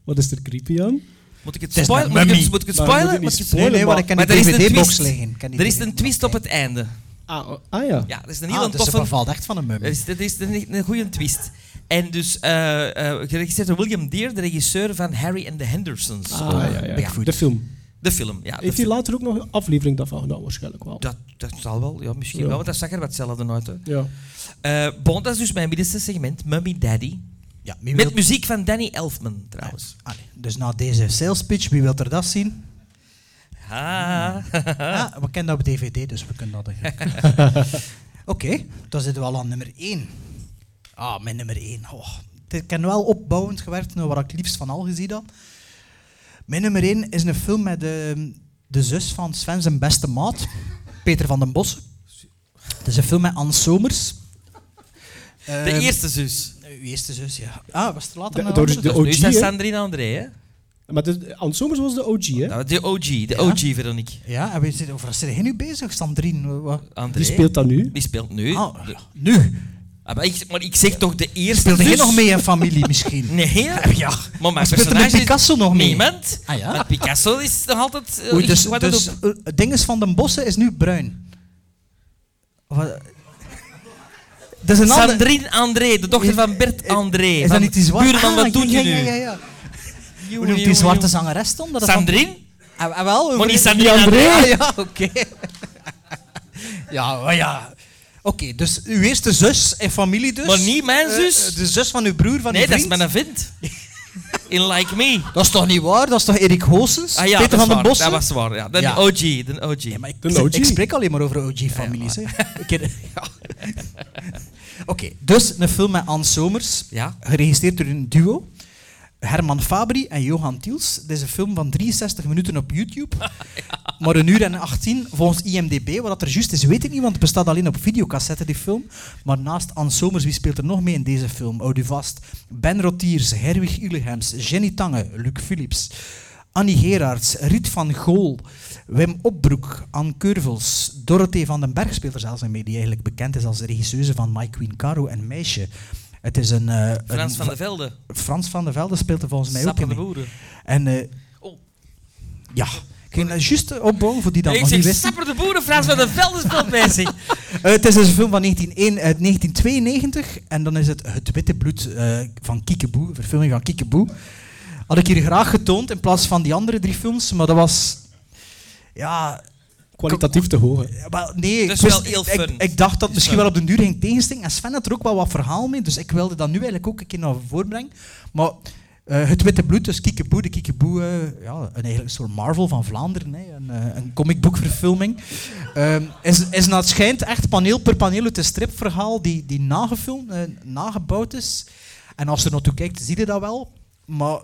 Speaker 6: wat is er creepy aan?
Speaker 5: Moet ik het
Speaker 4: Het is
Speaker 5: spoilen?
Speaker 4: een
Speaker 5: Moet ik het,
Speaker 4: mummy.
Speaker 5: moet ik het
Speaker 6: Maar
Speaker 5: spoilen?
Speaker 6: moet
Speaker 5: Moet ik
Speaker 6: je niet
Speaker 5: het
Speaker 4: Nee,
Speaker 6: spoilen,
Speaker 4: nee,
Speaker 6: maar-
Speaker 4: want ik kan
Speaker 5: maar
Speaker 4: die
Speaker 5: er is een
Speaker 4: DVD-box
Speaker 5: twist.
Speaker 4: liggen. Ik kan die
Speaker 5: Er is
Speaker 4: DVD
Speaker 5: een twist op het einde.
Speaker 6: Ah, oh, ah ja.
Speaker 5: Ja, er is een
Speaker 4: Ah,
Speaker 5: heel
Speaker 4: dus ze
Speaker 5: toffe...
Speaker 4: bevalt echt van een
Speaker 5: Er
Speaker 4: mummy.
Speaker 5: is, er is een, een goede twist. En dus, eh eh geregisseerd door William Deere, de regisseur van Harry and the Hendersons.
Speaker 6: Ah,
Speaker 5: Ook.
Speaker 6: ja, ja, ja.
Speaker 5: Bigfoot.
Speaker 6: De film.
Speaker 5: De film, ja. de
Speaker 6: Heeft hij
Speaker 5: film.
Speaker 6: later ook nog een aflevering daarvan gedaan? Waarschijnlijk wel.
Speaker 5: Dat, dat zal wel, ja, misschien
Speaker 6: Ja.
Speaker 5: wel, want dat zag er wat hetzelfde uit. Hè.
Speaker 6: Ja.
Speaker 5: Eh, bon, dat is dus mijn middenste segment, Mummy Daddy.
Speaker 4: Ja, wie
Speaker 5: Met
Speaker 4: wil...
Speaker 5: muziek van Danny Elfman, trouwens.
Speaker 4: Allee, dus na deze sales pitch, wie wil er dat zien?
Speaker 5: Ah.
Speaker 4: Ah, we kennen dat op DVD, dus we kunnen dat eigenlijk. Oké, dan zitten we al aan nummer 1. Ah, mijn nummer 1. Oh, ik heb wel opbouwend gewerkt naar wat ik het liefst van al gezien had. Mijn nummer 1 is een film met de, de zus van Sven zijn beste maat, Peter van den Bos. Het is een film met Anne Somers.
Speaker 5: De
Speaker 4: Ehm,
Speaker 5: eerste zus.
Speaker 4: Uw eerste zus, ja. Ah, was het later?
Speaker 6: De-
Speaker 4: een
Speaker 6: door
Speaker 4: andere
Speaker 6: de-
Speaker 4: zus?
Speaker 5: Dus nu is dat
Speaker 6: OG, hè?
Speaker 5: Sandrine André, hè?
Speaker 6: Maar de, Hans Somers was de OG, hè?
Speaker 5: Nou, De OG, de OG, Veronique.
Speaker 4: Ja, en we zitten, over wat zijn jij nu bezig, Sandrine? Wat-
Speaker 5: André.
Speaker 6: Die speelt Oh. dat nu.
Speaker 5: Die speelt Eh, nu.
Speaker 4: Ah,
Speaker 5: De-
Speaker 4: nu.
Speaker 5: Ah, maar, ik, maar ik zeg toch de eerste
Speaker 4: Speelde jij
Speaker 5: zus?
Speaker 4: nog mee in familie misschien?
Speaker 5: Nee.
Speaker 4: Ja.
Speaker 5: Maar mijn
Speaker 4: Maar speelt er
Speaker 5: personage
Speaker 4: met Picasso
Speaker 5: is
Speaker 4: nog mee?
Speaker 5: Niemand.
Speaker 4: Ah, ja?
Speaker 5: Want Picasso is nog altijd... eh,
Speaker 4: Oei,
Speaker 5: ik-
Speaker 4: dus
Speaker 5: wat dat
Speaker 4: dus
Speaker 5: ook-
Speaker 4: eh, Dinges van den Bossen is nu bruin. Of, eh, dat is een andere...
Speaker 5: Sandrine André, de dochter van Bert André.
Speaker 4: Is dat
Speaker 5: van
Speaker 4: niet die zwarte...
Speaker 5: Buurman,
Speaker 4: Ah,
Speaker 5: wat doet
Speaker 4: ja,
Speaker 5: je
Speaker 4: ja,
Speaker 5: nu?
Speaker 4: ja, ja. Hoe noemt die zwarte zangeres dan? Dat is
Speaker 5: Sandrine?
Speaker 4: dan- Ah, ah, wel,
Speaker 5: Maar
Speaker 4: over-
Speaker 5: niet Sandrine André.
Speaker 4: Ah, ja, oké. ja, maar ja. dus uw eerste zus en familie dus.
Speaker 5: Maar niet mijn
Speaker 4: Eh,
Speaker 5: zus?
Speaker 4: eh, de zus van uw broer, van
Speaker 5: Nee,
Speaker 4: uw
Speaker 5: dat is
Speaker 4: vriend?
Speaker 5: mijn vriend. In Like Me.
Speaker 4: Dat is toch niet waar? Dat is toch Erik Hoosens?
Speaker 5: Ah ja,
Speaker 4: Peter
Speaker 5: dat is
Speaker 4: van den
Speaker 5: waar.
Speaker 4: Bossen?
Speaker 5: Dat was waar, ja. De
Speaker 4: Ja.
Speaker 5: OG, de OG.
Speaker 4: Ja, maar ik,
Speaker 6: De OG.
Speaker 4: ik spreek alleen maar over OG-families. hè. Ik ken- ja. Oké, dus een film met Anne Somers,
Speaker 5: Ja.
Speaker 4: geregistreerd door een duo. Herman Fabri en Johan Tiels. Dit is een film van 63 minuten op YouTube. Maar een uur en 18 volgens IMDb. Wat dat er juist is, weet ik niet, want het bestaat alleen op videocassette, die film. Maar naast Anne Somers, wie speelt er nog mee in deze film? Houd u vast. Ben Rotiers, Herwig Ulehems, Jenny Tange, Luc Philips, Annie Gerards, Riet van Gool, Wim Opbroek, Anne Curvels, Dorothee van den Berg speelt er zelfs in mee, die eigenlijk bekend is als de regisseuse van My Queen Caro en Meisje. Het is een... eh, een
Speaker 5: Frans van
Speaker 4: va-
Speaker 5: de Velde.
Speaker 4: Frans van der Velde speelt er volgens mij
Speaker 5: Sap
Speaker 4: ook in
Speaker 5: van de
Speaker 4: mee.
Speaker 5: boeren.
Speaker 4: En eh,
Speaker 5: Oh.
Speaker 4: ja, ik ging dat juist opbouwen voor die dat
Speaker 5: ik
Speaker 4: nog niet
Speaker 5: zeg,
Speaker 4: wisten.
Speaker 5: Sapper de Boeren, Frans van de Velde speelt bij zich.
Speaker 4: Eh, het is dus een film van 1901 uit 1992 en dan is het Het Witte Bloed eh, van Kiekeboe, een verfilming van Kiekeboe. Had ik hier graag getoond in plaats van die andere drie films, maar dat was... Ja,
Speaker 6: Kwalitatief te hoog. hè.
Speaker 4: ja, maar nee,
Speaker 5: Dat
Speaker 4: ik,
Speaker 5: is
Speaker 4: wist-
Speaker 5: wel heel
Speaker 4: ik,
Speaker 5: fun.
Speaker 4: ik dacht dat
Speaker 5: Is
Speaker 4: misschien
Speaker 5: fun.
Speaker 4: wel op den duur ging tegensteken. En Sven had er ook wel wat verhaal mee, dus ik wilde dat nu eigenlijk ook een keer naar voren brengen. Maar eh, Het Witte Bloed, dus Kiekeboe, de Kiekeboe, eh, ja, een, eigenlijk een soort Marvel van Vlaanderen, hè, een, eh, een comicboekverfilming, Ehm, is, is naar het schijnt echt paneel per paneel uit een stripverhaal die, die nagefilmd, eh, nagebouwd is. En als je er naartoe kijkt, zie je dat wel. Maar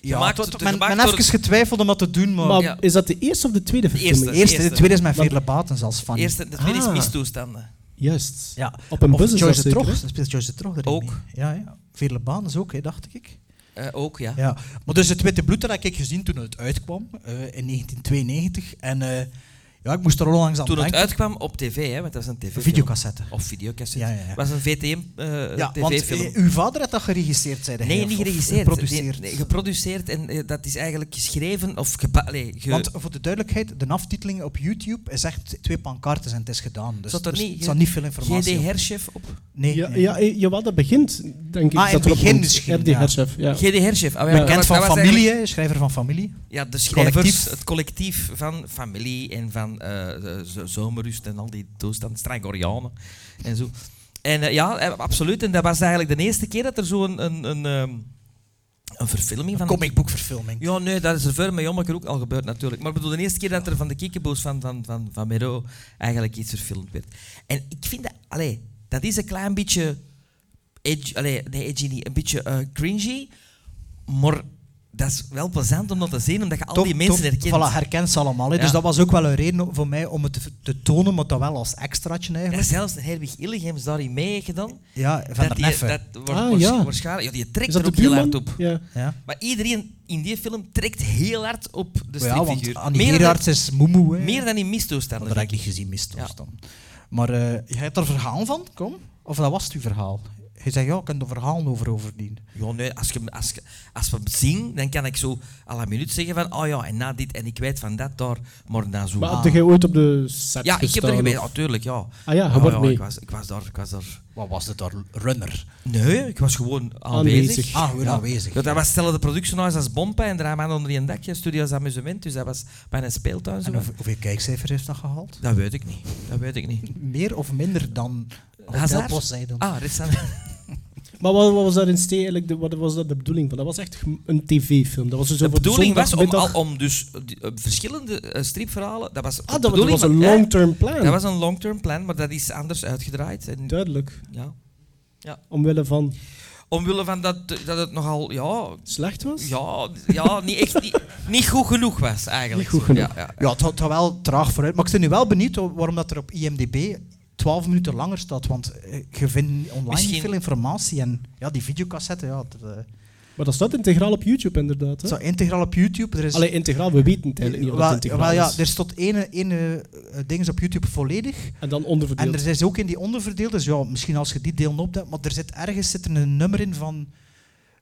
Speaker 4: ja,
Speaker 5: Gemaakt-
Speaker 4: tot, men,
Speaker 5: gemaakt
Speaker 4: men
Speaker 5: door-
Speaker 4: heeft even getwijfeld om dat te doen, maar...
Speaker 6: Maar
Speaker 5: Ja.
Speaker 6: is dat de eerste of de tweede verfilming?
Speaker 5: eerste.
Speaker 4: Eerst, de
Speaker 5: Eerste.
Speaker 4: tweede is met Veerle Batens als van.
Speaker 5: Eerste, de tweede is
Speaker 6: Ah.
Speaker 5: mistoestanden.
Speaker 6: Juist.
Speaker 4: Ja.
Speaker 6: Op een
Speaker 4: Of
Speaker 6: bus is dat
Speaker 4: Joyce de
Speaker 6: zeker,
Speaker 4: Trog,
Speaker 6: hè?
Speaker 4: dan speelt Joyce de Trog erin
Speaker 5: Ook.
Speaker 4: mee. Ja, ja. Veerle Baan is ook, hè, dacht ik.
Speaker 5: Eh, ook, ja.
Speaker 4: Ja. Maar dus het Witte Bloed dat heb ik gezien toen het uitkwam, eh, in 1992. En eh, ja, ik moest er al langs aan
Speaker 5: Toen het
Speaker 4: denken.
Speaker 5: uitkwam op tv, hè, want dat was een tv
Speaker 4: Videocassette.
Speaker 5: Of videocassette.
Speaker 4: Ja, ja, ja.
Speaker 5: was een VTM-tv-film.
Speaker 4: Ja, want eh, uw vader had dat geregisseerd, zei hij.
Speaker 5: nee,
Speaker 4: of-
Speaker 5: niet
Speaker 4: of
Speaker 5: geregisseerd.
Speaker 4: Geproduceerd.
Speaker 5: Nee, geproduceerd en eh, dat is eigenlijk geschreven of geba- allee, ge-
Speaker 4: want voor de duidelijkheid, de aftiteling op YouTube is echt twee pancartes en het is gedaan. Dus,
Speaker 5: Zat er
Speaker 4: dus
Speaker 5: niet-
Speaker 4: er zat niet veel informatie
Speaker 5: GD
Speaker 4: op.
Speaker 5: Herchef op.
Speaker 4: Nee,
Speaker 6: Ja,
Speaker 4: nee.
Speaker 6: ja, eh, jawel, dat begint, denk ik.
Speaker 4: Ah, in
Speaker 6: dat
Speaker 4: het
Speaker 6: erop
Speaker 4: begin
Speaker 6: komt.
Speaker 4: misschien,
Speaker 6: RD
Speaker 4: ja.
Speaker 6: Herchef, ja.
Speaker 5: GD Herchef. Ah, ja, dat
Speaker 4: Bekend
Speaker 5: was-
Speaker 4: van
Speaker 5: dat was
Speaker 4: familie, hè, schrijver van familie.
Speaker 5: Ja, de schrijvers,
Speaker 4: Collectief.
Speaker 5: het collectief van familie en van eh, de z- zomerrust en al die toestanden, Strangorianen en zo. En eh, ja, eh, absoluut. En dat was eigenlijk de eerste keer dat er zo'n een, een, ehm, een verfilming van...
Speaker 4: Comicboekverfilming.
Speaker 5: Ja, nee, dat is er verder met Jommeke ook al gebeurd natuurlijk. Maar ik bedoel, de eerste keer dat er van de kikkenboos van, van, van, van Mero eigenlijk iets verfilmd werd. En ik vind dat... Allee, dat is een klein beetje... Edgy, allee, nee, edgy niet. Een beetje eh, cringy. Maar dat is wel plezant om dat te zien, omdat je al
Speaker 4: Tof,
Speaker 5: die mensen
Speaker 4: tof.
Speaker 5: herkent.
Speaker 4: Voilà, herkent ze allemaal. hè. Dus
Speaker 5: Ja.
Speaker 4: dat was ook wel een reden voor mij om het te, te tonen, maar dat wel als extraatje
Speaker 5: Er
Speaker 4: eigenlijk.
Speaker 5: is zelfs een Herwig Illegem daarin meegedaan.
Speaker 4: Ja, van
Speaker 5: dat
Speaker 4: de
Speaker 5: die-
Speaker 4: neffen.
Speaker 5: dat wordt
Speaker 6: Ah,
Speaker 5: waarsch-
Speaker 6: ja.
Speaker 5: waarschijnlijk... Ja, die
Speaker 6: Is
Speaker 5: trekt
Speaker 6: dat
Speaker 5: er
Speaker 6: de
Speaker 5: ook heel hard
Speaker 6: buurman?
Speaker 5: op.
Speaker 6: Ja.
Speaker 4: ja.
Speaker 5: Maar iedereen in die film trekt heel hard op
Speaker 4: Maar
Speaker 5: de
Speaker 4: Oh ja, want
Speaker 5: stripfiguur.
Speaker 4: Annie
Speaker 5: meer,
Speaker 4: Gerards
Speaker 5: dan,
Speaker 4: is moemoe. hè.
Speaker 5: meer dan in
Speaker 4: Dat
Speaker 5: mistoestanden.
Speaker 4: heb
Speaker 5: vind
Speaker 4: ik niet gezien, mistoestand. Maar eh, jij hebt er een verhaal van, kom? Of dat was het uw verhaal? Je zei, ja, ik kan er verhaal over overdienen.
Speaker 5: Ja, nee, als, je, als, je, als we hem zien, dan kan ik zo à la minuut zeggen van, oh ja, en na dit, en ik weet van dat daar, maar dan zo.
Speaker 6: Maar
Speaker 5: Ah.
Speaker 6: heb jij ooit op de set
Speaker 5: ja, ik heb er
Speaker 6: gestaan,
Speaker 5: geweest,
Speaker 6: of-
Speaker 5: natuurlijk, ja.
Speaker 6: Ah ja, je
Speaker 5: Ja,
Speaker 6: wordt
Speaker 5: ja,
Speaker 6: mee.
Speaker 5: Ik was, ik was daar, ik was daar.
Speaker 4: Wat was het daar? Runner.
Speaker 5: Nee, ik was gewoon aanwezig.
Speaker 6: Aanwezig.
Speaker 4: Ah, gewoon aanwezig.
Speaker 5: Ja, dat was stellen de productiehuis als Bompa en Draaman onder een dakje, Studio's Amusement, dus dat was bijna een speeltuin. Zo.
Speaker 4: En hoeveel, hoeveel kijkcijfer heeft dat gehaald?
Speaker 5: Dat weet ik niet, dat weet ik niet.
Speaker 4: Meer of minder dan Hotel
Speaker 5: Hazard?
Speaker 4: Poseidon?
Speaker 5: Ah, dit zijn...
Speaker 6: Maar wat, wat was daar in steen eigenlijk, de, wat was dat de bedoeling van? Dat was echt gem- een tv-film. Dat was dus
Speaker 5: De
Speaker 6: over
Speaker 5: bedoeling was om,
Speaker 6: zondagmiddag-
Speaker 5: al, om dus eh, die, eh, verschillende eh, stripverhalen, dat was de
Speaker 6: Ah, dat, dat
Speaker 5: bedoeling
Speaker 6: was een
Speaker 5: van- Eh, ja,
Speaker 6: long-term plan.
Speaker 5: Dat was een long-term plan, maar dat is anders uitgedraaid. En,
Speaker 6: Duidelijk.
Speaker 5: ja.
Speaker 6: Omwille van
Speaker 5: Omwille van dat, dat het nogal, ja,
Speaker 6: slecht was?
Speaker 5: ja, ja niet, echt, niet, niet goed genoeg was eigenlijk.
Speaker 6: Niet goed
Speaker 5: Ja, ja.
Speaker 4: Ja, het had had wel traag vooruit. Maar ik ben nu wel benieuwd wa- waarom dat er op IMDb 12 minuten langer staat. Want eh, je vindt online
Speaker 5: Misschien-
Speaker 4: niet veel informatie. En ja, die videocassette, ja, dat, eh,
Speaker 6: Maar dat staat integraal op YouTube inderdaad. Hè?
Speaker 4: zo integraal op YouTube.
Speaker 5: dus-
Speaker 4: Er is,
Speaker 6: Allee, integraal, we weten het eigenlijk niet wat
Speaker 4: Wel-
Speaker 6: integraal
Speaker 4: wel ja,
Speaker 6: is.
Speaker 4: er stond ene, ene eh, ding is op YouTube volledig.
Speaker 6: En dan onderverdeeld.
Speaker 4: En er is ook in die onderverdeeld. Dus ja, misschien als je die deel opdeelt. Maar er zit ergens zit er een nummer in van.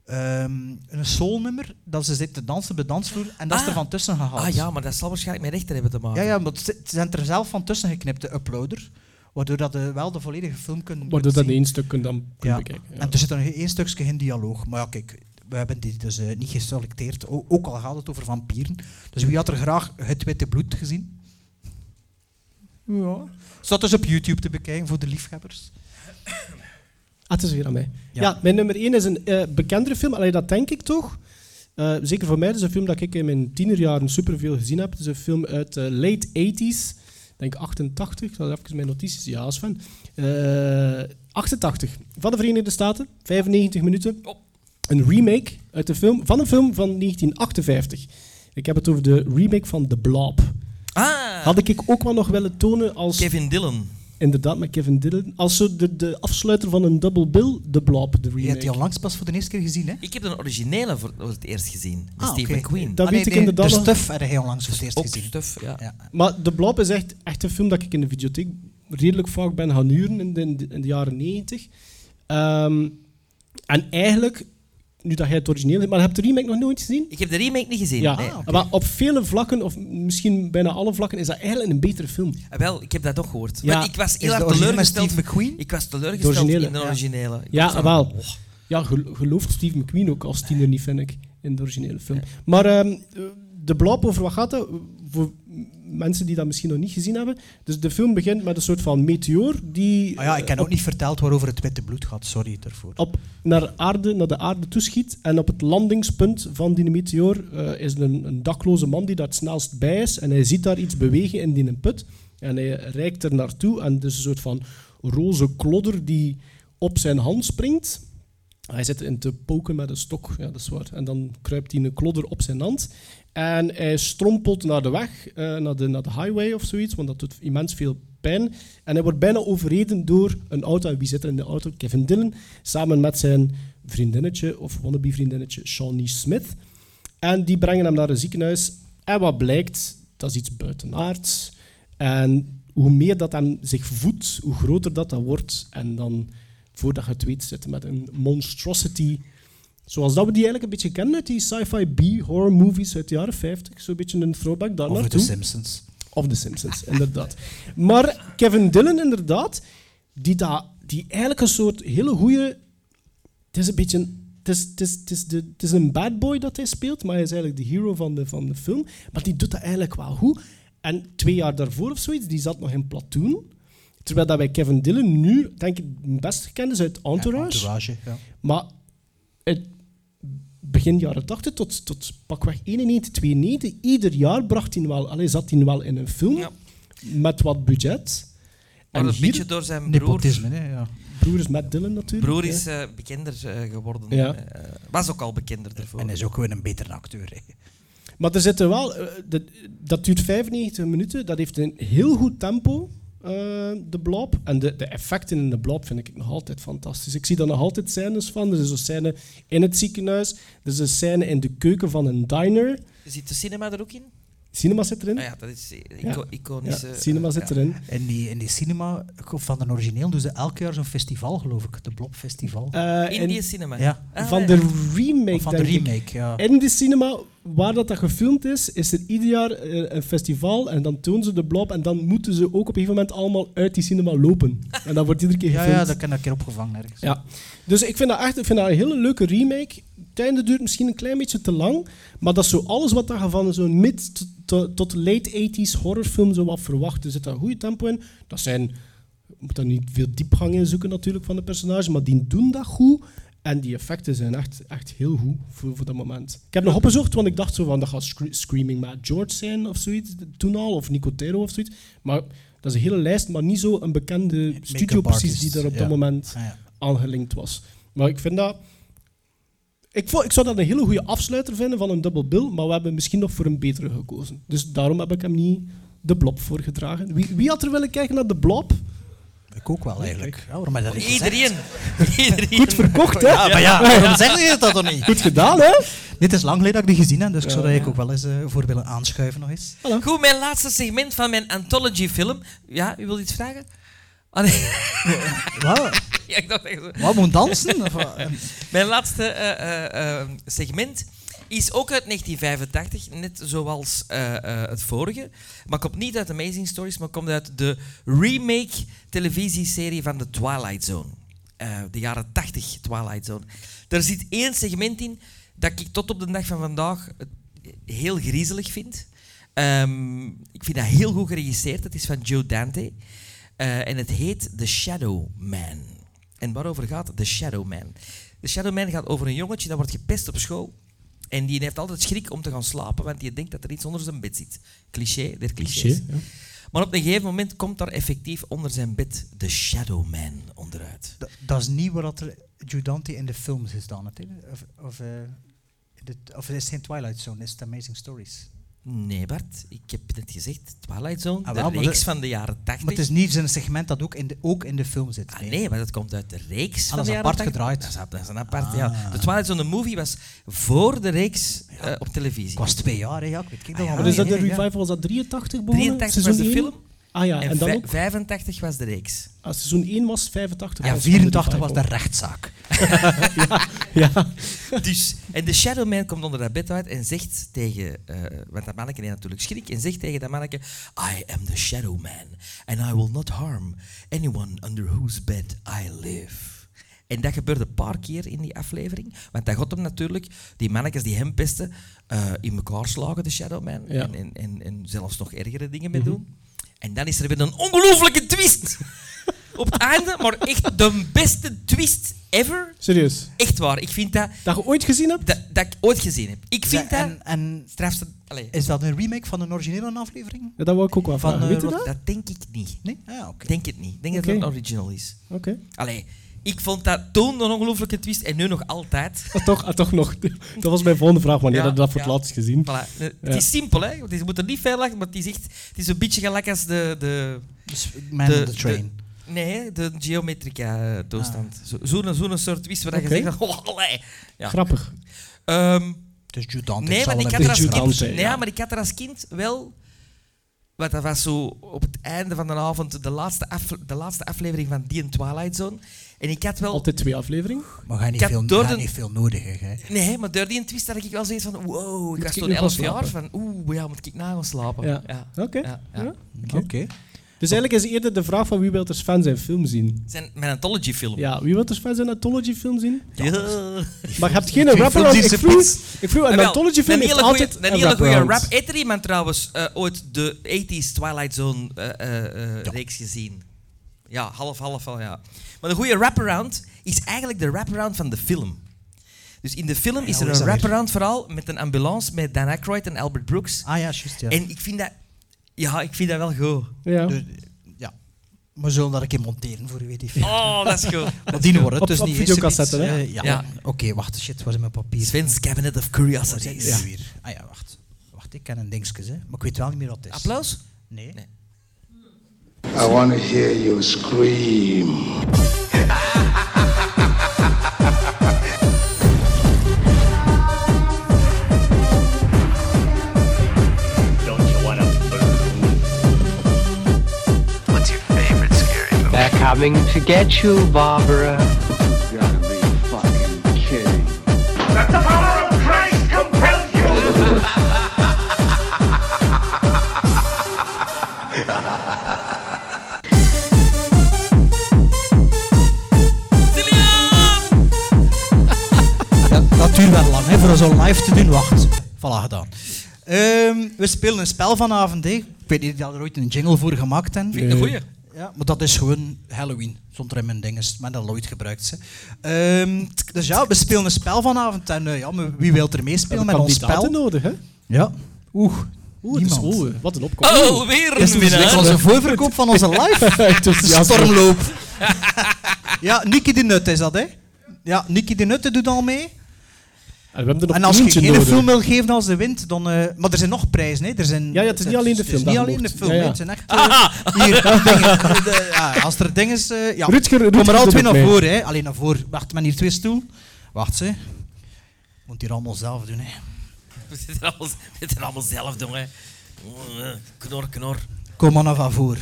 Speaker 4: ehm, een soulnummer, dat ze zitten dansen op de dansvloer en dat is
Speaker 5: Ah.
Speaker 4: er van tussen gehaald.
Speaker 5: Ah ja, maar dat zal waarschijnlijk met rechter hebben te
Speaker 6: Oh,
Speaker 5: maken.
Speaker 4: Ja, ja, maar het zi- het zijn er zelf van tussen geknipt, de uploader. Waardoor dat je wel de volledige film kunnen
Speaker 6: Waardoor dat
Speaker 4: zien.
Speaker 6: in één stuk kunt dan kunt
Speaker 4: Ja.
Speaker 6: bekijken. Ja.
Speaker 4: En er zit dan één stukje in dialoog. Maar ja, kijk, we hebben die dus eh, niet geselecteerd. O- ook al gaat het over vampieren. Dus wie had er graag het witte bloed gezien? Ja. Staat dus op YouTube te bekijken voor de liefhebbers.
Speaker 6: Ah, het is weer aan mij.
Speaker 4: Ja.
Speaker 6: Ja, mijn nummer één is een eh, bekendere film. Allee, dat denk ik toch. Eh, zeker voor mij. Het is een film dat ik in mijn tienerjaren superveel gezien heb. Het is een film uit de late 80s. Ik denk 88. Ik zal even mijn notities. Ja, als fan. 88. Eh, Van de Verenigde Staten. 95 minuten.
Speaker 5: Oh.
Speaker 6: Een remake uit de film, van een film van 1958. Ik heb het over de remake van The Blob.
Speaker 5: Ah,
Speaker 6: Had ik ook wel nog willen tonen als...
Speaker 5: Kevin Dillon.
Speaker 6: Inderdaad, met Kevin Dillon. Als zo de, de afsluiter van een double bill, The Blob, de
Speaker 4: Je hebt die
Speaker 6: remake.
Speaker 4: al langs pas voor de eerste keer gezien, hè?
Speaker 5: Ik heb de originele voor, voor het eerst gezien. De
Speaker 4: Ah,
Speaker 5: Steve
Speaker 4: oké.
Speaker 5: McQueen.
Speaker 6: Dat
Speaker 4: Ah,
Speaker 6: weet ik inderdaad
Speaker 4: De
Speaker 6: nog.
Speaker 4: stuff heb je al langs voor het eerst
Speaker 5: Ook
Speaker 4: gezien.
Speaker 5: stuf, ja.
Speaker 4: Ja.
Speaker 6: Maar The Blob is echt, echt een film dat ik in de videotheek redelijk vaak ben gaan huren in de, in de- in de jaren 90. Ehm, en eigenlijk, nu dat jij het origineel hebt, maar heb je de remake nog nooit gezien?
Speaker 5: Ik heb de remake niet gezien.
Speaker 6: Ja,
Speaker 5: nee.
Speaker 6: maar op vele vlakken, of misschien bijna alle vlakken, is dat eigenlijk een betere film.
Speaker 5: Ah, Wel, ik heb dat toch gehoord.
Speaker 6: Ja.
Speaker 5: Want ik was
Speaker 4: Is
Speaker 5: heel
Speaker 4: de
Speaker 5: erg
Speaker 4: originele met
Speaker 5: teleurgesteld.
Speaker 4: Steve McQueen?
Speaker 5: Ik was teleurgesteld
Speaker 6: De originele,
Speaker 5: in de
Speaker 6: ja.
Speaker 5: originele. Ik
Speaker 6: Ja,
Speaker 5: was zo-
Speaker 6: wel.
Speaker 5: Oh.
Speaker 6: Ja, gel- gelooft Steve McQueen ook als tiener niet, vind ik, in de originele film. Maar ehm, de Blob, over wat gaat dat? Voor mensen die dat misschien nog niet gezien hebben. Dus de film begint met een soort van meteoor die
Speaker 4: Ah ja, ik
Speaker 6: eh,
Speaker 4: heb
Speaker 6: op,
Speaker 4: ook niet verteld waarover het witte bloed gaat. Sorry daarvoor.
Speaker 6: op- naar, aarde, naar de aarde toeschiet. En op het landingspunt van die meteoor eh, is er een, een dakloze man die daar het snelst bij is. En hij ziet daar iets bewegen in die put. En hij reikt er naartoe. En het is een soort van roze klodder die op zijn hand springt. Hij zit in te poken met een stok, ja, dat is waar. En dan kruipt hij een klodder op zijn hand. En hij strompelt naar de weg, eh, naar, de, naar de highway of zoiets, want dat doet immens veel pijn. En hij wordt bijna overreden door een auto. En wie zit er in de auto? Kevin Dillon, samen met zijn vriendinnetje, of wannabe-vriendinnetje, Shawnee Smith. En die brengen hem naar een ziekenhuis. En wat blijkt, dat is iets buitenaards. En hoe meer dat hem zich voedt, hoe groter dat, dat wordt. En dan, voordat je het weet, zitten met een monstrosity. Zoals dat we die eigenlijk een beetje kennen uit die sci-fi B-horror movies uit de jaren 50. Zo'n beetje een throwback daar
Speaker 4: Over de
Speaker 6: naartoe.
Speaker 4: Simpsons.
Speaker 6: Of The Simpsons, inderdaad. Maar Kevin Dillon, inderdaad, die, da, die eigenlijk een soort hele goede. Het is een beetje. een- Het is, het, is, het, is de, het is een bad boy dat hij speelt, maar hij is eigenlijk de hero van de, van de film. Maar die doet dat eigenlijk wel goed. En twee jaar daarvoor of zoiets, die zat nog in Platoon. Terwijl dat wij Kevin Dillon nu, denk ik, het best gekend is uit Entourage.
Speaker 4: Entourage, ja.
Speaker 6: Maar het begin jaren 80 tot, tot pakweg 91, 92, ieder jaar bracht hij wel, allee, zat hij wel in een film
Speaker 5: Ja.
Speaker 6: met wat budget.
Speaker 5: Maar
Speaker 6: en
Speaker 5: een
Speaker 6: hier,
Speaker 5: beetje door zijn broer.
Speaker 4: Nepotisme, hè. Ja.
Speaker 6: broer is Matt Dillon natuurlijk.
Speaker 5: Broer is
Speaker 6: hè.
Speaker 5: eh, bekender eh, geworden.
Speaker 6: Ja.
Speaker 5: Eh, was ook al bekender daarvoor.
Speaker 4: En hij is ook gewoon een betere acteur. Hè.
Speaker 6: Maar er zitten wel, eh, dat, dat duurt 95 minuten, dat heeft een heel goed tempo, eh, de blob. En de, de effecten in de blob vind ik nog altijd fantastisch. Ik zie daar nog altijd scènes van. Er is een scène in het ziekenhuis, er is een scène in de keuken van een diner.
Speaker 5: Zit de cinema er ook in?
Speaker 6: Cinema zit erin.
Speaker 5: Ah ja, dat is eh,
Speaker 6: Ja.
Speaker 5: ico- iconische...
Speaker 6: Ja, cinema
Speaker 5: eh,
Speaker 6: zit
Speaker 5: ja.
Speaker 6: erin.
Speaker 4: In die, in die cinema van de origineel doen ze elk jaar zo'n festival, geloof ik. De Blob Festival.
Speaker 6: Eh, en
Speaker 5: Indië cinema.
Speaker 4: Ja.
Speaker 5: Ah,
Speaker 6: van
Speaker 5: ja.
Speaker 6: de remake,
Speaker 4: Of van de
Speaker 6: denk ik.
Speaker 4: remake, ja.
Speaker 6: In de cinema, waar dat, dat gefilmd is, is er ieder jaar eh, een festival en dan tonen ze de blob en dan moeten ze ook op een gegeven moment allemaal uit die cinema lopen. En dan wordt iedere keer
Speaker 4: Ja,
Speaker 6: gefilmd.
Speaker 4: ja, dat kan ik een keer opgevangen ergens.
Speaker 6: Ja. Dus ik vind dat echt ik vind dat een hele leuke remake. Het einde duurt misschien een klein beetje te lang, maar dat is zo alles wat daar van zo'n mid t- t- tot late 80s horrorfilm zo wat verwacht. Er zit daar een goede tempo in. Dat zijn, je moet daar niet veel diepgang in zoeken natuurlijk van de personages, maar die doen dat goed. En die effecten zijn echt, echt heel goed voor, voor dat moment. Ik heb nog opgezocht, want ik dacht zo van, dat gaat Scre- Screaming Mad George zijn of zoiets, toen al, of Nicotero of zoiets. Maar dat is een hele lijst, maar niet zo een bekende studio precies die
Speaker 4: artist,
Speaker 6: daar op
Speaker 4: ja.
Speaker 6: dat moment
Speaker 4: Ah, ja.
Speaker 6: aangelinkt was. Maar ik vind dat. Ik, vo- ik zou dat een hele goede afsluiter vinden van een double bill, maar we hebben misschien nog voor een betere gekozen. Dus daarom heb ik hem niet de blob voorgedragen. Wie, wie had er willen kijken naar de blob?
Speaker 4: Ik ook wel, eigenlijk. Ja, waarom heb je dat niet gezegd?
Speaker 5: Iedereen. Iedereen.
Speaker 6: Goed verkocht, hè?
Speaker 4: Ja, maar ja, waarom zeg je dat dan niet?
Speaker 6: Goed gedaan, hè?
Speaker 4: Dit is lang geleden dat ik die gezien heb, dus ik zou daar eigenlijk ook wel eens eh, voor willen aanschuiven nog eens.
Speaker 5: Goed, mijn laatste segment van mijn anthology-film. Ja, u wilt iets vragen? Ah, nee.
Speaker 4: Wat?
Speaker 5: Ja, ik dacht echt zo.
Speaker 4: Wat, moet dansen? Of wat?
Speaker 5: Mijn laatste eh, eh, eh, segment is ook uit 1985, net zoals eh, eh, het vorige. Maar komt niet uit Amazing Stories, maar komt uit de remake televisieserie van The Twilight Zone. Eh, de jaren 80 Twilight Zone. Daar zit één segment in dat ik tot op de dag van vandaag eh, heel griezelig vind. Ehm, ik vind dat heel goed geregisseerd. Het is van Joe Dante. Eh, en het heet The Shadow Man. En waarover gaat The Shadow Man? The Shadow Man gaat over een jongetje dat wordt gepest op school. En die heeft altijd schrik om te gaan slapen, want die denkt dat er iets onder zijn bed zit. Cliché der clichés.
Speaker 6: Cliché, ja.
Speaker 5: Maar op een gegeven moment komt daar effectief onder zijn bed The Shadow Man onderuit.
Speaker 4: Da- dat is niet wat er Judante in de films is dan. hè? Of, of, eh, de, of het is geen Twilight Zone, is het Amazing Stories.
Speaker 5: Nee, Bart, ik heb net gezegd, Twilight Zone,
Speaker 4: Ah, wel,
Speaker 5: de
Speaker 4: maar
Speaker 5: reeks
Speaker 4: de-
Speaker 5: van de jaren 80.
Speaker 4: Maar het is niet een segment dat ook in de, ook in de film zit.
Speaker 5: Ah, nee, maar dat komt uit de reeks. van
Speaker 4: Ah, dat
Speaker 5: de
Speaker 4: is
Speaker 5: jaren
Speaker 4: apart
Speaker 5: 80.
Speaker 4: gedraaid. Ah.
Speaker 5: Dat is, dat is een apart, ja. De Twilight Zone de Movie was voor de reeks eh, op televisie.
Speaker 4: Ik was twee jaar, hè, ja, ik weet ik dat
Speaker 5: Ah, ja.
Speaker 4: allemaal
Speaker 6: Maar is dat de
Speaker 4: niet, hè, ja.
Speaker 6: revival, was dat 83 begonnen?
Speaker 5: 83 was de
Speaker 6: Seizoen één?
Speaker 5: film
Speaker 6: Ah ja,
Speaker 5: en,
Speaker 6: en, dan
Speaker 5: vij-
Speaker 6: ook.
Speaker 5: 85 was de reeks.
Speaker 6: Ah, seizoen 1 was 85.
Speaker 4: Ja,
Speaker 6: was van de
Speaker 4: 84 was de
Speaker 6: revival.
Speaker 4: rechtszaak.
Speaker 6: Ja,
Speaker 5: Dus, en de Shadow Man komt onder dat bed uit en zegt tegen, eh, want dat manneke heeft natuurlijk schrik, en zegt tegen dat manneke, I am the Shadow Man and I will not harm anyone under whose bed I live. En dat gebeurde een paar keer in die aflevering, want dat got hem natuurlijk, die mannetjes die hem pesten, eh, in elkaar slagen, de Shadow Man,
Speaker 6: Ja.
Speaker 5: en, en, en, en zelfs nog ergere dingen mee doen. En dan is er weer een ongelooflijke twist op het einde, maar echt de beste twist ever.
Speaker 6: serieus.
Speaker 5: Echt waar, ik vind dat
Speaker 6: Dat je ooit gezien hebt?
Speaker 5: dat, dat ik ooit gezien heb. Ik vind
Speaker 4: Ja,
Speaker 5: dat...
Speaker 4: en, en
Speaker 5: strafste... Allee,
Speaker 4: is dat een remake van een originele aflevering?
Speaker 6: Ja, dat wou ik ook wel
Speaker 4: Van,
Speaker 6: vragen.
Speaker 4: eh,
Speaker 6: Weet je
Speaker 4: wat-
Speaker 6: dat?
Speaker 5: dat denk ik niet.
Speaker 4: Nee? Ah, Ja, oké.
Speaker 5: Ik denk het niet. Ik denk dat
Speaker 6: Oké.
Speaker 5: het een original is.
Speaker 6: Oké.
Speaker 5: Allee, ik vond dat toen een ongelooflijke twist en nu nog altijd.
Speaker 6: Ah, toch, ah, toch nog. Dat was mijn volgende vraag, wanneer
Speaker 5: Ja,
Speaker 6: heb je dat voor
Speaker 5: ja.
Speaker 6: het laatst gezien?
Speaker 5: Voilà. Eh, Het
Speaker 6: Ja.
Speaker 5: is simpel, hè. Want Je moet er niet veel lachen, maar het is echt... Het is een beetje gelijk als de... de
Speaker 4: Dus Man
Speaker 5: de-
Speaker 4: on the Train. Ah.
Speaker 5: nee, de geometrica-toestand. Zo'n zo zo'n soort twist waar
Speaker 6: Oké.
Speaker 5: je zegt... van, Oh, allee. Ja.
Speaker 6: Grappig.
Speaker 5: Ehm,
Speaker 4: Dus Judante
Speaker 5: Nee,
Speaker 4: zal
Speaker 5: maar ik
Speaker 4: wel
Speaker 5: had er als
Speaker 4: een
Speaker 6: Jude
Speaker 5: kind,
Speaker 6: Dante,
Speaker 5: nee,
Speaker 6: ja.
Speaker 5: maar ik had er als kind wel. Want dat was zo op het einde van de avond, de laatste, af- de laatste aflevering van die en Twilight Zone. En ik had wel.
Speaker 6: Altijd twee afleveringen.
Speaker 4: Maar ga je niet,
Speaker 5: Ik had
Speaker 4: veel,
Speaker 5: door
Speaker 4: ga
Speaker 5: de-
Speaker 4: niet veel nodig, hè. gij.
Speaker 5: Nee, maar door die twist had ik wel zoiets van: wow, ik
Speaker 6: Moet
Speaker 5: was
Speaker 6: ik
Speaker 5: toen
Speaker 6: nu gaan
Speaker 5: 11 jaar van.
Speaker 6: slapen?
Speaker 5: Oeh, ja, moet ik na gaan slapen?
Speaker 6: Ja.
Speaker 5: Ja.
Speaker 6: Oké.
Speaker 5: Ja, ja.
Speaker 6: Ja.
Speaker 4: Oké.
Speaker 6: Dus eigenlijk is eerder de vraag van wie wil er fan zijn film zien?
Speaker 5: Het zijn mijn anthology film.
Speaker 6: Ja, wie wil er fan zijn anthology film zien?
Speaker 5: Ja.
Speaker 6: Maar je hebt geen rapper
Speaker 4: films
Speaker 6: aan.
Speaker 4: die
Speaker 6: Ik
Speaker 4: ze
Speaker 6: vroeg,
Speaker 4: pits.
Speaker 6: ik vroeg, Ah, een
Speaker 5: Jawel,
Speaker 6: anthology film
Speaker 5: een
Speaker 6: heeft
Speaker 5: hele goeie-
Speaker 6: altijd
Speaker 5: Een hele goede
Speaker 6: goede
Speaker 5: rap. Heeft er iemand trouwens eh, ooit de 80s Twilight Zone eh, eh, eh, reeks gezien? Ja, half, half al, ja. Maar de goede wraparound is eigenlijk de wraparound van de film. Dus in de film is
Speaker 4: hoe
Speaker 5: er
Speaker 4: is
Speaker 5: een
Speaker 4: dat weer?
Speaker 5: wraparound vooral met een ambulance met Dan Aykroyd en Albert Brooks.
Speaker 4: Ah ja, juist, ja.
Speaker 5: En ik vind dat... Ja, ik vind dat wel goed.
Speaker 6: Ja.
Speaker 4: Dus, ja. We zullen dat een keer monteren voor u, weet ik veel.
Speaker 5: Oh, dat is goed.
Speaker 4: Maar die wordt het
Speaker 6: Op-
Speaker 4: dus
Speaker 6: op
Speaker 4: niet.
Speaker 6: videocassette, hè?
Speaker 4: Eh, ja.
Speaker 5: Ja.
Speaker 4: Oké, wacht. Shit, waar is mijn papier?
Speaker 5: Sven's Cabinet of
Speaker 4: Waar zijn
Speaker 5: Curiosities.
Speaker 4: jullie weer? Ah ja, wacht. Wacht, ik ken een dingetje, hè. Maar ik weet wel niet meer wat het is.
Speaker 5: Applaus?
Speaker 4: Nee.
Speaker 5: Nee.
Speaker 1: I want to hear you scream.
Speaker 7: Don't you wanna
Speaker 3: What's your favorite scary movie?
Speaker 2: They're coming to get you, Barbara.
Speaker 1: You gotta be fucking kidding.
Speaker 4: Dat, dat duurt wel lang, hè, voor zo'n live te doen. Wacht. Voilà, gedaan. Ehm, we spelen een spel vanavond, hè. Ik weet niet of jullie er ooit een jingle voor gemaakt hebben.
Speaker 5: Vind ik een goeie.
Speaker 4: Ja, maar dat is gewoon Halloween, zonder in mijn dinges. Maar dat nooit gebruikt ze. Ehm, dus ja, we spelen een spel vanavond. En eh, ja, maar wie wil er meespelen met ons spel?
Speaker 6: nodig, hè?
Speaker 4: Ja. Oeh,
Speaker 6: Oeh, het is
Speaker 4: niemand.
Speaker 6: oeh, wat een opkomst.
Speaker 5: Oh, weer
Speaker 4: Is
Speaker 5: een
Speaker 4: het
Speaker 5: winnaar.
Speaker 4: onze voorverkoop van onze live
Speaker 6: Enthousiasme.
Speaker 4: stormloop. ja, Nicky de Nut is dat, hè? Ja, Nicky de Nutte doet al mee.
Speaker 6: En we hebben er nog
Speaker 4: En als je
Speaker 6: eentje
Speaker 4: geen
Speaker 6: nodig.
Speaker 4: film wil geven als de wind, dan... eh, maar er zijn nog prijzen, hè? Er zijn,
Speaker 6: Ja, ja, het is niet alleen de
Speaker 4: het
Speaker 6: film
Speaker 4: niet
Speaker 6: dat
Speaker 4: alleen de
Speaker 6: mocht.
Speaker 4: film,
Speaker 6: Ja,
Speaker 4: hè.
Speaker 6: ja.
Speaker 4: Het zijn echt... eh, hier, dingen. De- ja, als er dingen is... eh, ja.
Speaker 6: Rutger-
Speaker 4: Kom
Speaker 6: Rutger
Speaker 4: er al
Speaker 6: doet
Speaker 4: twee
Speaker 6: ook
Speaker 4: naar
Speaker 6: mee.
Speaker 4: voren, hè? Alleen naar voren. Wacht, men hier twee stoel. Wacht, ze. Moet hier allemaal zelf doen, hè?
Speaker 5: We zitten allemaal, we zitten allemaal zelf, jongen. eh, Knor, knor.
Speaker 4: Kom maar naar van voor.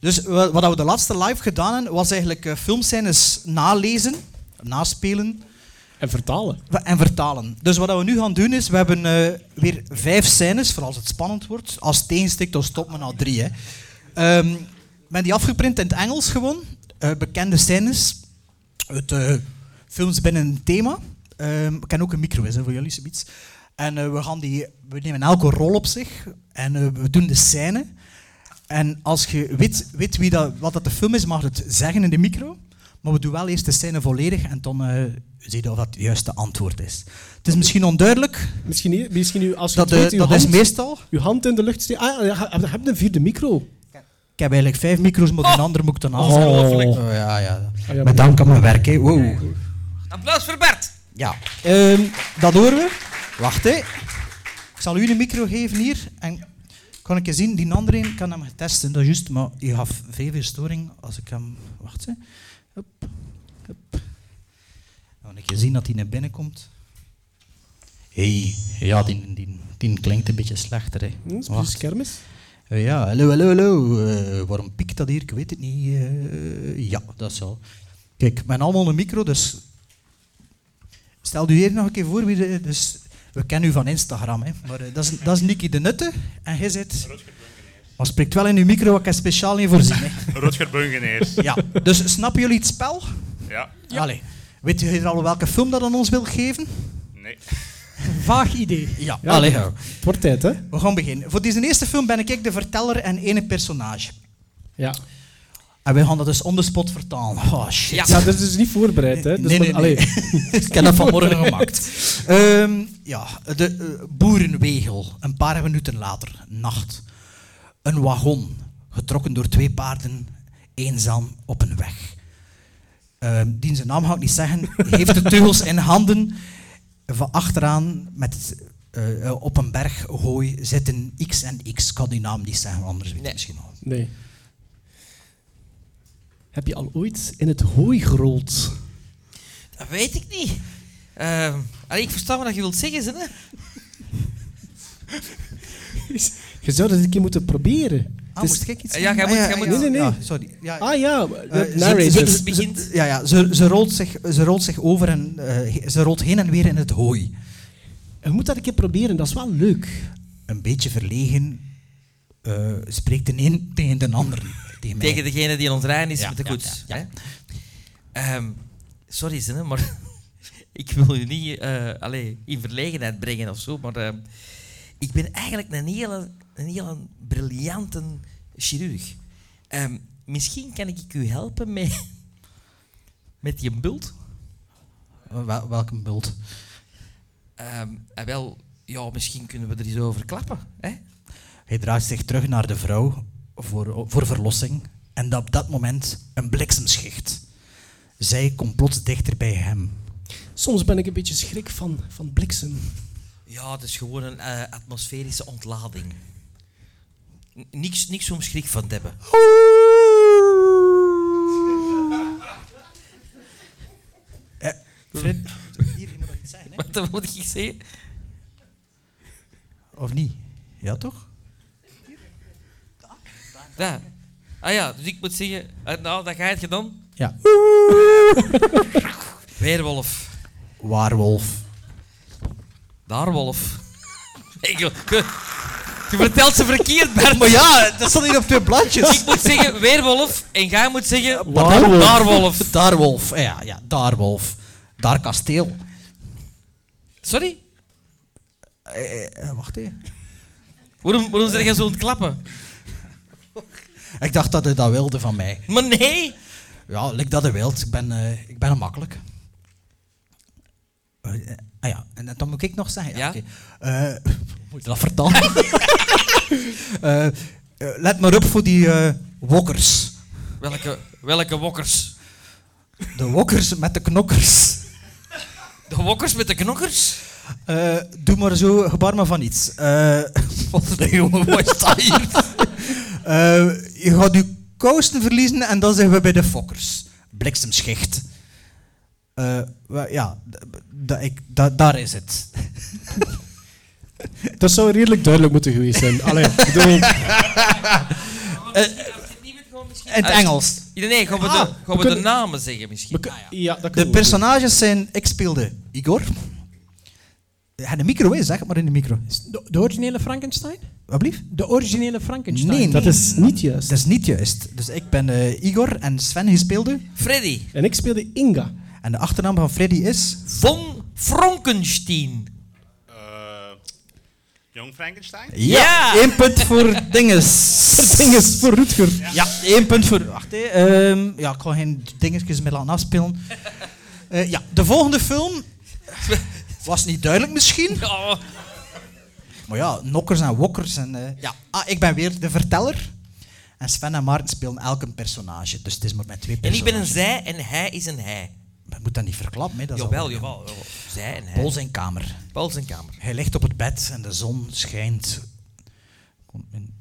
Speaker 4: Dus wa- wat we de laatste live gedaan hebben, was eigenlijk eh, filmscènes nalezen, naspelen
Speaker 6: En vertalen.
Speaker 4: wa- en vertalen. Dus wat we nu gaan doen is, we hebben eh, weer vijf scènes, voor als het spannend wordt. Als het tegenstikt, dan stopt men na drie. Hè. Ehm, men die afgeprint in het Engels gewoon, eh, bekende scènes, uit eh, films binnen een thema. Ehm ik ken ook een micro is, hè, voor jullie zoiets. En eh, we, gaan die, we nemen elke rol op zich en eh, we doen de scène. En als je weet, weet wie dat, wat dat de film is, mag je het zeggen in de micro. Maar we doen wel eerst de scène volledig en dan eh zie je of dat het juiste antwoord is. Het is misschien onduidelijk.
Speaker 6: Misschien, niet, misschien u, als je
Speaker 4: Dat,
Speaker 6: het
Speaker 4: eh,
Speaker 6: weet, uw
Speaker 4: dat
Speaker 6: hand,
Speaker 4: is meestal.
Speaker 6: uw hand in de lucht steken. Ah, je hebt- je hebt een vierde micro.
Speaker 4: Ik heb eigenlijk vijf micro's, maar een ander moet ik dan af.
Speaker 5: Ongelooflijk.
Speaker 4: Oh, ja, ja.
Speaker 6: ja,
Speaker 4: Met dank aan mijn werk, hè. Wow.
Speaker 5: Applaus voor Bert.
Speaker 4: Ja, ehm, dat horen we. Wacht, hè. Ik zal u een micro geven hier. En kan ik je zien, die andere een, ik kan hem testen, dat is juist. Maar je gaf vrij veel storing als ik hem... Wacht, hè. Hup, hup. Dan kan ik je zien dat hij naar binnen komt. hey. ja, die, die, die klinkt een beetje slechter, hè.
Speaker 6: Hm, is
Speaker 4: Wacht.
Speaker 6: precies kermis.
Speaker 4: Eh, Ja, hallo, hallo, hallo. Eh, waarom piekt dat hier? Ik weet het niet. Eh, ja, dat zal. Kijk, men allemaal een micro, dus... Stel u hier nog een keer voor. Wie de, dus... We kennen u van Instagram, hè. maar eh, dat, is, dat is Nicky de Nutte. En jij zit... Maar spreekt wel in uw micro, wat ik er speciaal in voorzien. Hè.
Speaker 7: Rutger Bungeneers.
Speaker 4: Ja, dus snappen jullie het spel?
Speaker 7: Ja.
Speaker 4: Allee. Weet jullie al welke film dat aan ons wil geven?
Speaker 7: Nee.
Speaker 4: Vaag idee. Ja, allee. ja.
Speaker 6: Het wordt tijd, hè?
Speaker 4: We gaan beginnen. Voor deze eerste film ben ik de verteller en ene personage.
Speaker 6: Ja.
Speaker 4: En wij gaan dat dus on the spot vertalen. Oh shit.
Speaker 5: Ja.
Speaker 6: ja dat is dus niet voorbereid, hè? Dus
Speaker 4: nee,
Speaker 6: maar-
Speaker 4: nee, nee.
Speaker 6: allee.
Speaker 4: ik heb dat vanmorgen gemaakt. Ehm, ja, de eh, boerenwegel. Een paar minuten later, nacht. Een wagon, getrokken door twee paarden, eenzaam op een weg. Ehm die zijn naam ga ik niet zeggen, heeft de teugels in handen. Van achteraan met, eh, eh, op een berg hooi zitten X en X. Ik kan die naam niet zeggen, anders weet ik
Speaker 5: Nee.
Speaker 4: misschien al.
Speaker 6: Nee. Heb je al ooit in het hooi gerold?
Speaker 5: Dat weet ik niet. Ehm, allee, ik versta wat je wilt zeggen, zin, hè?
Speaker 6: Je zou dat een keer moeten proberen.
Speaker 4: Ah,
Speaker 6: Het is-
Speaker 4: moest ik iets
Speaker 5: Ja, jij
Speaker 4: zeggen?
Speaker 5: moet-
Speaker 4: Ah,
Speaker 5: jij
Speaker 4: ja,
Speaker 5: moet-
Speaker 4: ja,
Speaker 6: Nee, nee,
Speaker 4: ja,
Speaker 6: nee.
Speaker 4: sorry. Ja,
Speaker 6: Ah ja,
Speaker 4: Eh,
Speaker 6: de
Speaker 4: ze-
Speaker 6: narrator.
Speaker 5: ze-
Speaker 4: ze-
Speaker 5: begint.
Speaker 4: ze- Ja, ja ze, ze, rolt zich, ze rolt zich over en eh, he- ze rolt heen en weer in het hooi.
Speaker 6: Je moet dat een keer proberen, dat is wel leuk.
Speaker 4: Een beetje verlegen eh, spreekt de een tegen de ander. Tegen, mij.
Speaker 5: Tegen degene die ons rijden is
Speaker 4: Ja,
Speaker 5: met de
Speaker 4: ja,
Speaker 5: koets.
Speaker 4: ja, ja.
Speaker 5: hè? Ehm, sorry, zin, hè, maar ik wil u niet eh, allee, in verlegenheid brengen of zo, maar ehm, ik ben eigenlijk een hele, een hele briljante chirurg. Ehm, misschien kan ik u helpen met, met die bult.
Speaker 4: Wel- welke bult?
Speaker 5: Ehm, en wel, ja, misschien kunnen we er iets over klappen. Hè?
Speaker 4: Hij draait zich terug naar de vrouw voor, voor verlossing. En dat op dat moment een bliksemschicht. Zij komt plots dichter bij hem.
Speaker 6: Soms ben ik een beetje schrik van, van bliksem.
Speaker 5: Ja, het is gewoon een eh, atmosferische ontlading. N- niks, niks om schrik van te hebben.
Speaker 4: Fred, hier moet dat zijn, hè?
Speaker 5: Wat wat moet ik zeggen?
Speaker 4: Of niet? Ja, toch?
Speaker 5: Ja. Ah ja, dus ik moet zeggen, eh, nou, dat ga je gedaan.
Speaker 4: Ja.
Speaker 5: Weerwolf.
Speaker 4: Waarwolf.
Speaker 5: Daarwolf. Ik, je, je vertelt ze verkeerd, Bert. Maar
Speaker 4: ja, dat staat hier op twee bladjes.
Speaker 5: Ik moet zeggen weerwolf en jij moet zeggen
Speaker 6: Waarwolf.
Speaker 5: daarwolf.
Speaker 4: Daarwolf, ja, ja, Daarwolf. Daar kasteel.
Speaker 5: Sorry?
Speaker 4: Eh, wacht even.
Speaker 5: Waarom, waarom zeg jij zo aan het klappen?
Speaker 4: Ik dacht dat hij dat wilde van mij.
Speaker 5: Maar nee!
Speaker 4: Ja, lik dat hij wilt. Ik ben, eh ik ben hem makkelijk. Eh, eh, ah ja, en dan moet ik nog zeggen. Ja,
Speaker 5: Ja?
Speaker 4: oké. Eh, moet je dat vertalen? Eh, eh, let maar op voor die eh, wokkers.
Speaker 5: Welke, welke wokkers?
Speaker 4: De wokkers met de knokkers.
Speaker 5: De wokkers met de knokkers?
Speaker 4: Eh, doe maar zo, gebaar maar van iets. Eh, wat een jongen, wat staat hier? Eh, je gaat je kousen verliezen en dan zijn we bij de fokkers. Bliksemschicht. Eh, wa- ja, d- d- ik, da- daar is het.
Speaker 6: Dat zou redelijk duidelijk moeten geweest zijn. Allee, ik bedoel,
Speaker 4: In het Engels.
Speaker 5: Nee, gaan we, de,
Speaker 6: Ah,
Speaker 5: gaan
Speaker 6: we
Speaker 5: we de
Speaker 6: kunnen-
Speaker 5: namen zeggen misschien.
Speaker 6: we- ja, dat
Speaker 4: De
Speaker 6: kunnen we doen.
Speaker 4: personages zijn... Ik speelde Igor. Ja, de micro is, zeg het maar in de micro.
Speaker 10: De, de originele Frankenstein?
Speaker 4: Wat blieft?
Speaker 10: De originele Frankenstein?
Speaker 4: Nee, nee.
Speaker 6: Dat is niet juist.
Speaker 4: Dat is niet juist. Dus ik ben eh, Igor en Sven die speelde.
Speaker 5: Freddy.
Speaker 6: En ik speelde Inga.
Speaker 4: En de achternaam van Freddy is...
Speaker 5: Von Frankenstein.
Speaker 7: Eh, Jong Frankenstein?
Speaker 5: Ja!
Speaker 4: Eén punt voor dinges.
Speaker 6: Dinges voor Rutger.
Speaker 4: Ja, één punt voor. Wacht, hè. Ehm, ja, ik ga geen dingetjes meer laten afspelen. Eh, ja, de volgende film was niet duidelijk misschien.
Speaker 5: Oh,
Speaker 4: Maar ja, nokkers en wokkers. En, eh,
Speaker 5: Ja.
Speaker 4: Ah, ik ben weer de verteller. En Sven en Maarten spelen elk een personage. Dus het is maar met twee
Speaker 5: En ik
Speaker 4: personages.
Speaker 5: ben een zij en hij is een hij.
Speaker 4: Je moet dat niet verklappen, hè. Dat is
Speaker 5: Jawel,
Speaker 4: al-
Speaker 5: jawel. jawel. Zij en hij.
Speaker 4: Paul zijn kamer.
Speaker 5: Paul zijn kamer.
Speaker 4: Hij ligt op het bed en de zon schijnt. Komt in-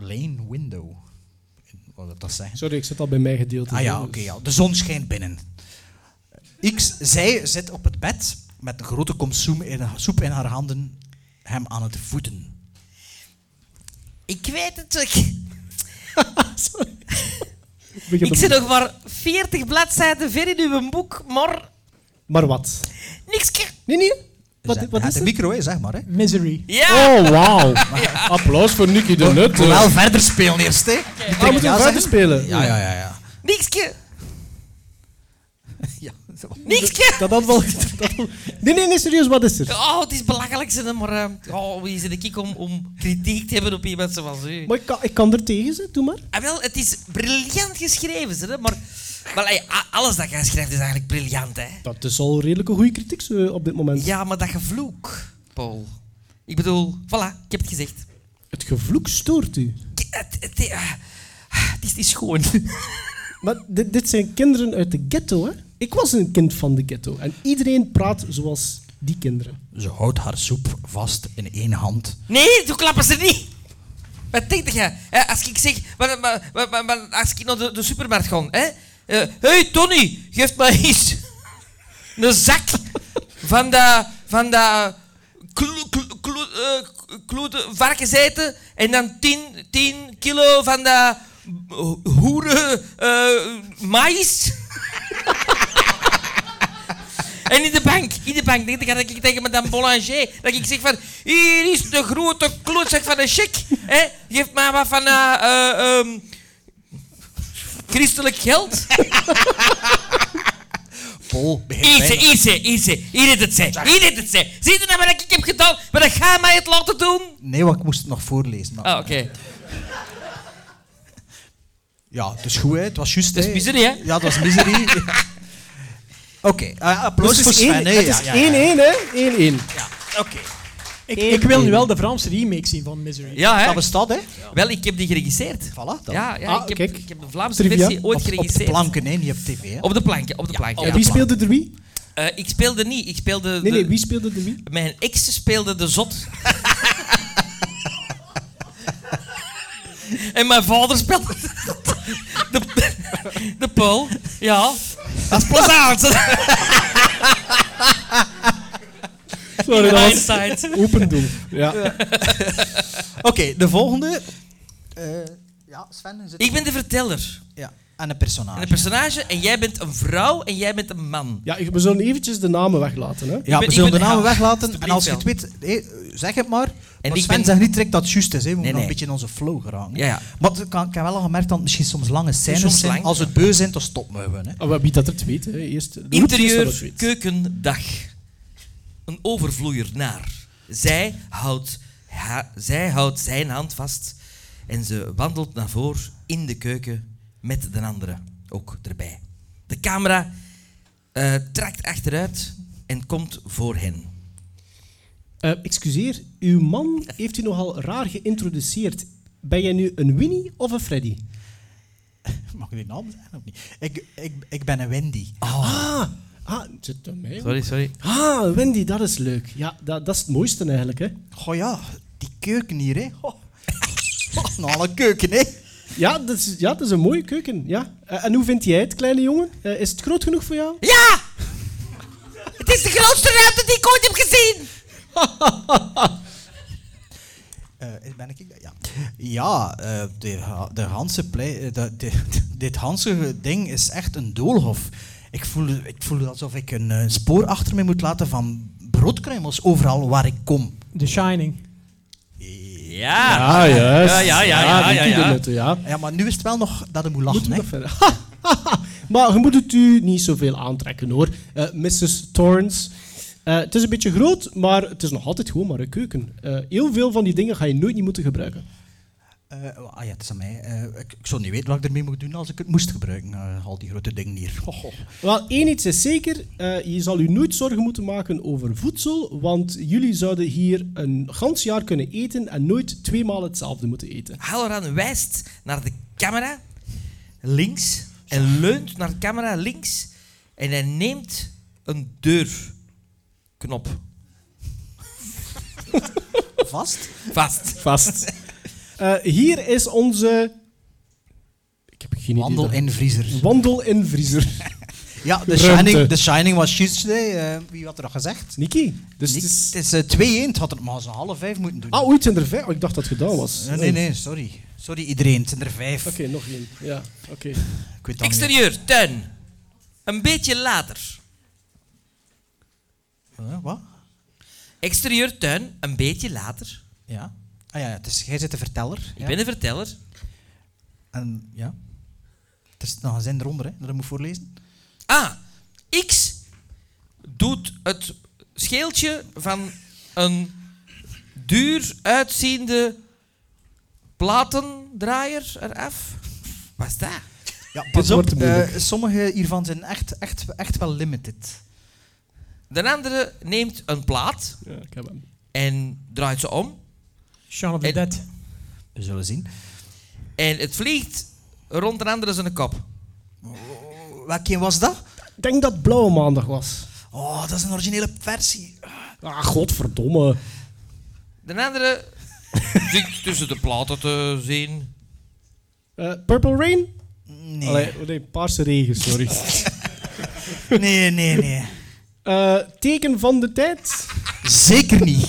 Speaker 4: Lane window. Wat wil dat zeggen?
Speaker 6: Sorry, ik zit al bij mij gedeeld.
Speaker 4: Ah ja, oké. ja. De zon schijnt binnen. X, zij zit op het bed met een grote kom soem in haar- soep in haar handen, hem aan het voeten.
Speaker 5: Ik weet het toch.
Speaker 6: Begin
Speaker 5: Ik
Speaker 6: op-
Speaker 5: zit nog maar 40 bladzijden ver in uw boek, maar
Speaker 6: Maar wat?
Speaker 5: niks.
Speaker 6: Nee, nee.
Speaker 4: Dus
Speaker 6: Wat,
Speaker 4: hij-
Speaker 6: wat
Speaker 4: hij
Speaker 6: is
Speaker 4: had
Speaker 6: het?
Speaker 4: de micro, hè, zeg maar. Hè.
Speaker 10: Misery.
Speaker 5: Ja!
Speaker 6: Oh, wauw. Applaus voor Nicky de Nut. eh.
Speaker 4: Moet wel verder spelen eerst, hè. Moet ik
Speaker 6: moeten Oh, we
Speaker 4: ja
Speaker 6: verder
Speaker 4: zeggen?
Speaker 6: spelen?
Speaker 4: Ja, ja, ja. ja.
Speaker 5: Oh. Nikske!
Speaker 4: ja.
Speaker 5: Nikske!
Speaker 6: Dat had wel... Dat had- Nee, nee, nee, serieus, wat is er?
Speaker 5: Oh, het is belachelijk, zeg maar eh, oh, wie zit ik om, om kritiek te hebben op iemand zoals u?
Speaker 6: Maar ik kan, ik kan er tegen zijn, doe maar.
Speaker 5: Ah, wel, het is briljant geschreven, zeg, hè, maar, maar ey, a- alles dat jij schrijft is eigenlijk briljant, hè?
Speaker 6: Dat is al redelijk een goede kritiek zo, op dit moment.
Speaker 5: Ja, maar dat gevloek, Paul. Ik bedoel, voilà, ik heb het gezegd.
Speaker 6: Het gevloek stoort u.
Speaker 5: Ik- Het, het, eh, het is, het is schoon.
Speaker 6: Maar dit, dit zijn kinderen uit de ghetto, hè? Ik was een kind van de ghetto. En iedereen praat zoals die kinderen.
Speaker 4: Ze houdt haar soep vast in één hand.
Speaker 5: Nee, zo klappen ze niet. Wat denk je? Hè, Als ik zeg, wa- wa- wa- wa- wa- als ik naar de, de supermarkt ga, hè? Eh, hey Tony, geef mij eens een zak van dat, van dat klo, klo- klo- eh, klote varkenseten en dan 10, 10 kilo van dat hoeren eh maïs. En in de bank, in de bank, denk ik, dat ik tegen madame Boulanger, dat ik zeg van, hier is de grote klootzak van een chic, hè? geef maar wat van eh, eh, ehm, christelijk geld.
Speaker 4: Paul begint
Speaker 5: Easy,
Speaker 4: bijna-
Speaker 5: easy, easy, hier is het ze, hier is het ze. Zie je nou wat ik heb gedaan, maar dat ga mij het laten doen.
Speaker 4: Nee, want ik moest het nog voorlezen. Nou, maar-
Speaker 5: Ah, oké.
Speaker 4: Ja, het is goed, hè. Het was juist,
Speaker 5: Dat is
Speaker 4: hè.
Speaker 5: misery, hè?
Speaker 4: Ja, dat was miserie. Oké, eh, applaus
Speaker 6: Dus
Speaker 4: voor
Speaker 6: het is
Speaker 4: Sven,
Speaker 6: één-
Speaker 4: hè.
Speaker 6: Het
Speaker 4: Ja,
Speaker 6: is 1-1,
Speaker 4: ja, ja.
Speaker 6: hè? 1-1.
Speaker 5: Oké.
Speaker 10: Ik, ik wil nu wel de Vlaamse remake zien van Misery.
Speaker 5: Ja, Ah, hè?
Speaker 4: Dat bestaat, hè.
Speaker 5: Wel, ik heb die geregisseerd.
Speaker 4: Voilà, dan.
Speaker 5: Ja, ja
Speaker 6: Ah,
Speaker 5: ik, heb,
Speaker 6: kijk.
Speaker 5: ik heb de Vlaamse
Speaker 6: Trivia.
Speaker 5: versie ooit
Speaker 4: Op- Op de
Speaker 5: geregisseerd.
Speaker 4: planken, hè. Niet op tv, hè.
Speaker 5: Op de planken, op de planken.
Speaker 6: En
Speaker 5: ja. Oh,
Speaker 6: wie speelde er wie?
Speaker 5: Eh, ik speelde niet, ik speelde...
Speaker 6: Nee,
Speaker 5: de-
Speaker 6: nee, wie speelde er wie?
Speaker 5: Mijn ex speelde de zot. en mijn vader speelde de, de Paul. Ja. Dat is plezant.
Speaker 6: Sorry,
Speaker 5: In
Speaker 6: dat was
Speaker 5: hindsight.
Speaker 6: open doel. Ja.
Speaker 4: Oké, de volgende. Eh, ja, Sven is het.
Speaker 5: Ik ben de verteller.
Speaker 4: Ja, en een
Speaker 5: En
Speaker 4: personage.
Speaker 5: een personage. En jij bent een vrouw en jij bent een man.
Speaker 6: ja, we zullen eventjes de namen weglaten, hè?
Speaker 4: ja,
Speaker 5: ben-
Speaker 4: we
Speaker 5: ik
Speaker 4: zullen de
Speaker 5: ben-
Speaker 4: namen
Speaker 5: ja,
Speaker 4: weglaten. En
Speaker 5: alstublieft
Speaker 4: als je het weet, hé, zeg het maar. En maar
Speaker 5: ik
Speaker 4: Sven
Speaker 5: ben-
Speaker 4: zegt niet direct dat het juist is. Hè. We moeten nog
Speaker 5: nee.
Speaker 4: een beetje in onze flow geraken.
Speaker 5: Ja, ja.
Speaker 4: Maar ik kan- ik heb wel al gemerkt dat het misschien soms lange scènes
Speaker 5: Soms
Speaker 4: zijn.
Speaker 5: lang,
Speaker 4: Als het beu zijn, dan stoppen we. Hè.
Speaker 6: Ah, maar wie dat het weet, hè? Eerst, de roep eerst dat het
Speaker 5: Interieur,
Speaker 6: weet.
Speaker 5: keukendag. Een overvloeier naar. Zij houdt, ha- zij houdt zijn hand vast en ze wandelt naar voren in de keuken met de andere ook erbij. De camera eh, trekt achteruit en komt voor hen.
Speaker 6: Eh, excuseer, uw man heeft u nogal raar geïntroduceerd. Ben jij nu een Winnie of een Freddy?
Speaker 4: Mag ik die naam zeggen of niet? Ik, ik, ik ben een Wendy.
Speaker 6: Ah, ah zit er mij.
Speaker 5: Sorry, sorry.
Speaker 6: Ah, Wendy, dat is leuk. Ja, dat, dat is het mooiste eigenlijk, hè?
Speaker 4: Goh ja, die keuken hier. Hè. Oh. Nou, alle keuken, hè.
Speaker 6: Ja, dat is, ja, dat is een mooie keuken. Ja. Eh, en hoe vind jij het, kleine jongen? Eh, is het groot genoeg voor jou?
Speaker 5: Ja! Het is de grootste ruimte die ik ooit heb gezien!
Speaker 4: Eh, ben ik ik? Ja, ja eh, de, ha- de Hanse plei- eh, de, de- dit Hanse ding is echt een doolhof. Ik voel, ik voel alsof ik een eh, spoor achter me moet laten van broodkruimels overal waar ik kom. Eh,
Speaker 10: The Shining.
Speaker 5: Ja!
Speaker 6: Ah, juist.
Speaker 5: Ja, ja, ja, ja,
Speaker 6: die
Speaker 5: ja,
Speaker 6: doet
Speaker 5: ja.
Speaker 6: het, ja.
Speaker 4: Ja, maar nu is het wel nog dat ik moet lachen.
Speaker 6: Moeten we
Speaker 4: hè.
Speaker 6: nog verder? maar je moet het u niet zoveel aantrekken, hoor. Eh, Mrs. Torrance Eh, het is een beetje groot, maar het is nog altijd gewoon maar een keuken. Eh, heel veel van die dingen ga je nooit niet moeten gebruiken.
Speaker 4: Eh, ah ja, het is aan mij. Eh, ik, ik zou niet weten wat ik ermee moet doen als ik het moest gebruiken. eh, al die grote dingen hier. Ho, ho.
Speaker 6: Wel, één iets is zeker, eh, je zal u nooit zorgen moeten maken over voedsel, want jullie zouden hier een gans jaar kunnen eten en nooit twee maal hetzelfde moeten eten.
Speaker 5: Halloran wijst naar de camera links en leunt naar de camera links en hij neemt een deurknop
Speaker 4: Vast?
Speaker 5: vast.
Speaker 6: Vast. Eh, hier is onze... Ik heb geen
Speaker 4: Wandel
Speaker 6: idee.
Speaker 4: in vriezer.
Speaker 6: Wandel in vriezer.
Speaker 4: Ja, The
Speaker 6: Ruimte.
Speaker 4: Shining, The Shining was yesterday. eh, wie had er nog gezegd?
Speaker 6: Niki. Dus
Speaker 4: Niet-
Speaker 6: het is...
Speaker 4: het is eh, 2-1. Het had het maar zo'n half vijf moeten doen.
Speaker 6: Ah, ooit zijn er vijf. Oh, ik dacht dat het gedaan was. Oh,
Speaker 4: nee, nee, nee, sorry. Sorry iedereen, het zijn er vijf.
Speaker 6: Oké, nog één. Ja, oké.
Speaker 4: Ik weet dat niet.
Speaker 5: Exterieur, tuin. Een beetje later.
Speaker 4: Eh, wat?
Speaker 5: Exterieur, tuin, een beetje later.
Speaker 4: Ja. Ah ja, het is, jij zit de verteller.
Speaker 5: Ik ben de verteller.
Speaker 4: En, ja. Er is nog een zin eronder, hè, dat ik moet voorlezen.
Speaker 5: Ah, X doet het scheeltje van een duur uitziende platendraaier eraf. Wat is dat?
Speaker 4: Ja,
Speaker 6: Dit wordt moeilijk.
Speaker 4: eh, sommige hiervan zijn echt, echt, echt wel limited.
Speaker 5: De andere neemt een plaat
Speaker 6: Ja, ik heb hem.
Speaker 5: en draait ze om.
Speaker 10: Shaun of the
Speaker 5: En-
Speaker 10: Dead.
Speaker 4: We zullen zien.
Speaker 5: En het vliegt rond de andere zijn kop.
Speaker 4: Welke was dat?
Speaker 6: Ik denk dat het blauwe maandag was.
Speaker 4: Oh, dat is een originele versie.
Speaker 6: Ah, godverdomme.
Speaker 5: De andere zit tussen de platen te zien.
Speaker 6: Eh, Purple Rain?
Speaker 4: Nee,
Speaker 6: Allee, oh nee, paarse regen, sorry.
Speaker 4: nee, nee, nee.
Speaker 6: Eh, teken van de tijd?
Speaker 4: Zeker niet.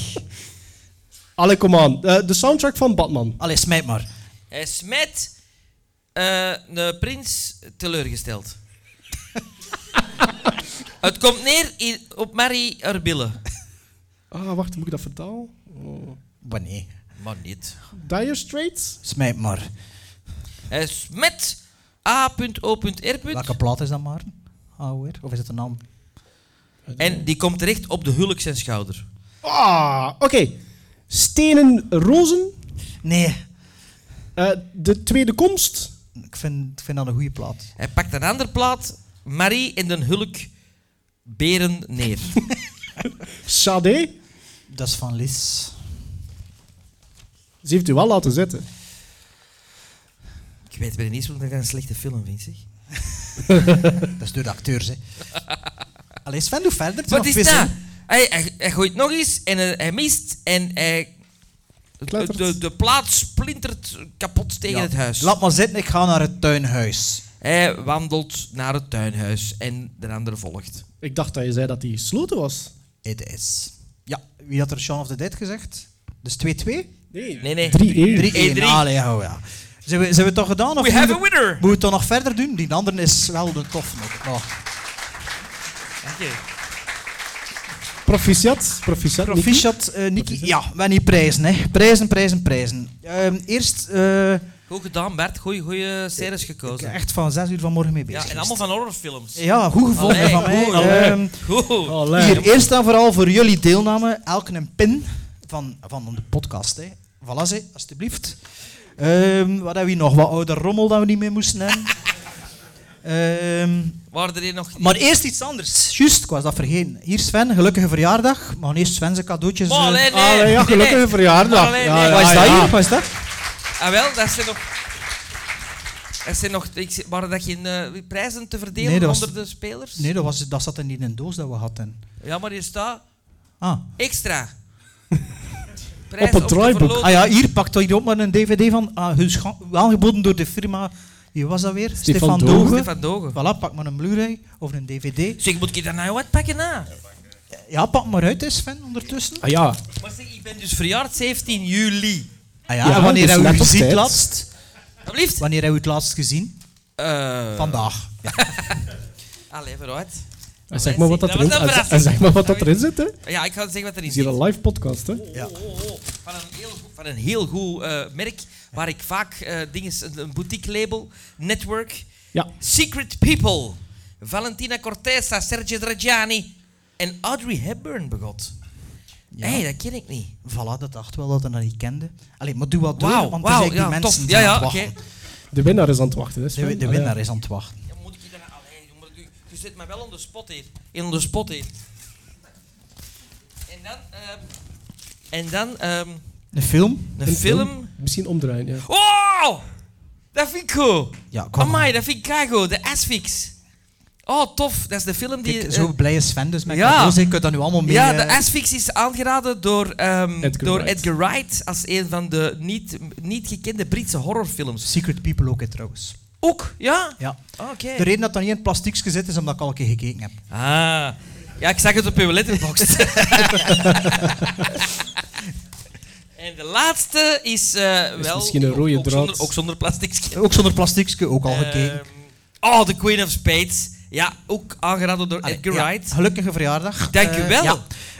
Speaker 6: Allee, kom aan. Eh, de soundtrack van Batman.
Speaker 4: Allee, smijt maar.
Speaker 5: Hij smet eh, de prins teleurgesteld. Het komt neer in- op Marie Arbille.
Speaker 6: Ah, wacht, moet ik dat vertalen? Oh.
Speaker 4: Wanneer?
Speaker 5: Maar niet.
Speaker 6: Dire Straits?
Speaker 4: Smijt maar.
Speaker 5: Hij smet A.O.R.
Speaker 4: Welke plaat is dat, maar? Alweer? Of is het een naam?
Speaker 5: En die komt terecht op de huwelijk zijn schouder.
Speaker 6: Ah, oké. Stenen rozen?
Speaker 4: Nee,
Speaker 6: Eh, de tweede komst?
Speaker 4: ik vind, ik vind dat een goede plaat.
Speaker 5: Hij pakt een ander plaat, Marie en den hulk beren neer.
Speaker 6: Sade?
Speaker 4: Dat is van Lis.
Speaker 6: Ze heeft u wel laten zitten.
Speaker 5: Ik weet bij niet eens dat ik dat een slechte film vind, zeg.
Speaker 4: Dat is door de acteurs, hè. Allee, Sven, doe verder. Het zijn nog
Speaker 5: Wat is
Speaker 4: twee
Speaker 5: dat?
Speaker 4: zinnen.
Speaker 5: Hij, hij, hij gooit nog eens en eh, hij, hij mist en hij...
Speaker 6: Klettert.
Speaker 5: De, de plaat splintert kapot tegen
Speaker 4: Ja.
Speaker 5: het huis.
Speaker 4: Laat maar zitten, ik ga naar het tuinhuis.
Speaker 5: Hij wandelt naar het tuinhuis en de andere volgt.
Speaker 6: Ik dacht dat je zei dat hij gesloten was.
Speaker 4: Het is. Ja, wie had er Shaun of the Dead gezegd? Dus 2-2? 3-1.
Speaker 5: Nee, nee.
Speaker 6: 3-1.
Speaker 5: drie.
Speaker 4: Allee, hou ja. Zijn we, zijn we het toch gedaan? Of
Speaker 5: We have
Speaker 4: moeten-
Speaker 5: a winner.
Speaker 4: Moeten we het dan nog verder doen? Die andere is wel de tof nog. Nou,
Speaker 6: Proficiat. Proficiat. Nicky.
Speaker 4: Proficiat, eh Nicky. Ja, wij niet prijzen, hè. Prijzen, prijzen, prijzen. Ehm, eerst... eh,
Speaker 5: Goed gedaan, Bert. Goeie, goeie series gekozen.
Speaker 4: echt van 6 uur vanmorgen mee bezig.
Speaker 5: Ja, en
Speaker 4: geweest.
Speaker 5: allemaal van horrorfilms.
Speaker 4: Ja, goed gevonden
Speaker 5: Allee,
Speaker 4: van mij.
Speaker 5: goed, allee.
Speaker 4: Ehm,
Speaker 5: Goed.
Speaker 6: Allee.
Speaker 4: hier, eerst en vooral voor jullie deelname. Elk een pin van, van de podcast. Hè. Voilà, ze, alstublieft. Ehm, wat hebben we hier nog? Wat oude rommel dat we niet mee moesten hebben. Ehm,
Speaker 5: Waren er hier nog...
Speaker 4: maar eerst iets anders. Juist, ik was dat vergeten. Hier Sven, gelukkige verjaardag. Maar eerst Sven zijn cadeautjes.
Speaker 5: Oh,
Speaker 4: eh.
Speaker 5: allee, nee.
Speaker 6: Allee, ja,
Speaker 5: nee,
Speaker 6: gelukkige
Speaker 5: nee.
Speaker 6: verjaardag.
Speaker 5: Allee,
Speaker 6: Ja,
Speaker 5: nee.
Speaker 6: ja,
Speaker 4: Wat is
Speaker 6: ja.
Speaker 4: dat hier? Wat is dat?
Speaker 5: Ah, wel, dat zijn nog... Er zijn nog... Ik, zie- waren dat geen eh, prijzen te verdelen
Speaker 4: Nee, dat was-
Speaker 5: onder de spelers?
Speaker 4: Nee, dat, was, dat zat in die doos dat we hadden.
Speaker 5: Ja, maar hier staat
Speaker 4: Ah,
Speaker 5: extra.
Speaker 6: Op het
Speaker 5: om te
Speaker 6: draaiboek.
Speaker 5: verloten.
Speaker 4: ah ja, hier pakt hij ook maar een dvd van. Ah, gescha- aangeboden door de firma... Wie was dat weer?
Speaker 6: Stefan Doge.
Speaker 4: Doge.
Speaker 5: Stefan Dogen.
Speaker 4: Voilà, pak maar een Blu-ray of een DVD.
Speaker 5: Zeg, moet ik daar nou wat pakken na?
Speaker 4: Ja, pak maar uit, hè, Sven, ondertussen.
Speaker 6: Ah ja.
Speaker 5: Maar zeg, ik ben dus verjaard 17 juli.
Speaker 4: Ah
Speaker 6: Ja,
Speaker 4: en wanneer
Speaker 6: dus
Speaker 4: hebben we
Speaker 6: net
Speaker 4: u
Speaker 6: op
Speaker 4: gezien
Speaker 6: tijd.
Speaker 4: het laatst?
Speaker 5: Alsjeblieft.
Speaker 4: Wanneer hebben we het laatst gezien?
Speaker 5: Eh,
Speaker 4: Vandaag. Ja.
Speaker 5: Allee, vooruit.
Speaker 6: En zeg maar wat dat
Speaker 5: Dat
Speaker 6: erin,
Speaker 5: was een
Speaker 6: en zeg- en
Speaker 5: verrassing.
Speaker 6: zeg maar wat dat erin zit. Hè. Het
Speaker 5: Ja, ik ga zeggen wat er
Speaker 6: is
Speaker 5: is.
Speaker 6: hier een live podcast. Hè.
Speaker 4: Ja.
Speaker 5: Oh, oh, oh. Van een heel, goed- van een heel goed eh, merk, waar ik vaak eh dingen, een, een boutique label, network,
Speaker 6: Ja.
Speaker 5: Secret People, Valentina Cortesa, Sergio Draggiani, En Audrey Hepburn begot.
Speaker 4: Ja.
Speaker 5: hey, dat ken ik niet.
Speaker 4: Voilà, dat dacht wel dat hij dat niet kende. Allee, maar doe wat door,
Speaker 5: Wauw,
Speaker 4: want
Speaker 5: wauw,
Speaker 4: er zijn
Speaker 5: ja,
Speaker 4: die mensen
Speaker 5: tof.
Speaker 4: die
Speaker 5: Ja, ja,
Speaker 4: aan het wachten.
Speaker 5: oké.
Speaker 6: De winnaar is aan het wachten. hè, Sven.
Speaker 4: De, de
Speaker 6: Allee,
Speaker 4: winnaar is aan het wachten.
Speaker 5: Ja, moet ik je dan... Allee, je, moet- je- je zet me wel onder spot hier. In onder spot hier. En dan... ehm, en dan... ehm,
Speaker 4: De film?
Speaker 5: een film...
Speaker 6: Misschien omdraaien, ja.
Speaker 5: Wow! Dat vind ik goed.
Speaker 4: Ja, kom.
Speaker 5: Amai, dat vind ik keigoed. De Asfix. Oh, tof. Dat is de film die...
Speaker 4: Kijk,
Speaker 5: eh,
Speaker 4: zo blij is Sven dus met
Speaker 5: ja.
Speaker 4: cadeaus. Ik kan dat nu allemaal mee...
Speaker 5: ja,
Speaker 4: eh,
Speaker 5: de Asfix is aangeraden door, ehm,
Speaker 6: Edgar
Speaker 5: door
Speaker 6: Wright.
Speaker 5: Edgar Wright als een van de niet, niet gekende Britse horrorfilms.
Speaker 4: Secret People ook, hè, trouwens.
Speaker 5: Ook, ja?
Speaker 4: Ja.
Speaker 5: Oké.
Speaker 4: De reden dat dat niet in het plastiek gezet is, omdat ik al een keer gekeken heb.
Speaker 5: Ah. Ja, ik zag het op uw letterbox. en de laatste is eh,
Speaker 6: Is
Speaker 5: wel...
Speaker 6: misschien een rode
Speaker 5: ook
Speaker 6: draad.
Speaker 5: Zonder, ook zonder plastic.
Speaker 4: Ook zonder plastiekske, ook al gekeken.
Speaker 5: Ehm, oh, The Queen of Spades. Ja, ook aangeraden door
Speaker 4: Allee,
Speaker 5: Edgar
Speaker 4: Eh, ja,
Speaker 5: Wright.
Speaker 4: gelukkige verjaardag.
Speaker 5: Dank u
Speaker 4: Eh,
Speaker 5: wel.
Speaker 4: ja.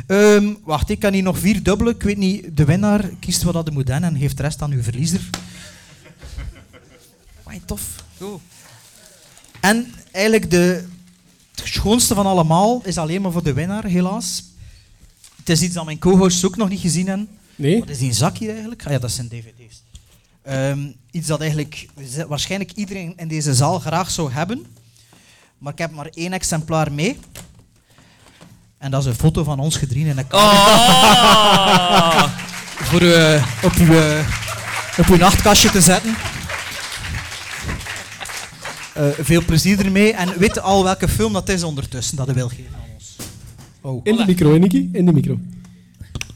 Speaker 4: Ehm, wacht, ik kan hier nog vier dubbelen. Ik weet niet, de winnaar kiest wat dat er moet zijn en geeft de rest aan uw verliezer.
Speaker 5: Amai, tof. Goed.
Speaker 4: En eigenlijk de het schoonste van allemaal is alleen maar voor de winnaar, helaas. Het is iets dat mijn co-hosts ook nog niet gezien hebben.
Speaker 6: Nee?
Speaker 4: Wat is die zak hier eigenlijk? Ah ja, dat zijn dvd's. Ehm, iets dat eigenlijk z- waarschijnlijk iedereen in deze zaal graag zou hebben. Maar ik heb maar één exemplaar mee. En dat is een foto van ons gedrien in de kamer.
Speaker 5: Oh!
Speaker 4: Voor u eh, op, uw, eh, op uw nachtkastje te zetten. Eh, veel plezier ermee. En weet al welke film dat is ondertussen dat je wil geven aan ons. Oh.
Speaker 6: In de micro, hè, Nicky? In de micro.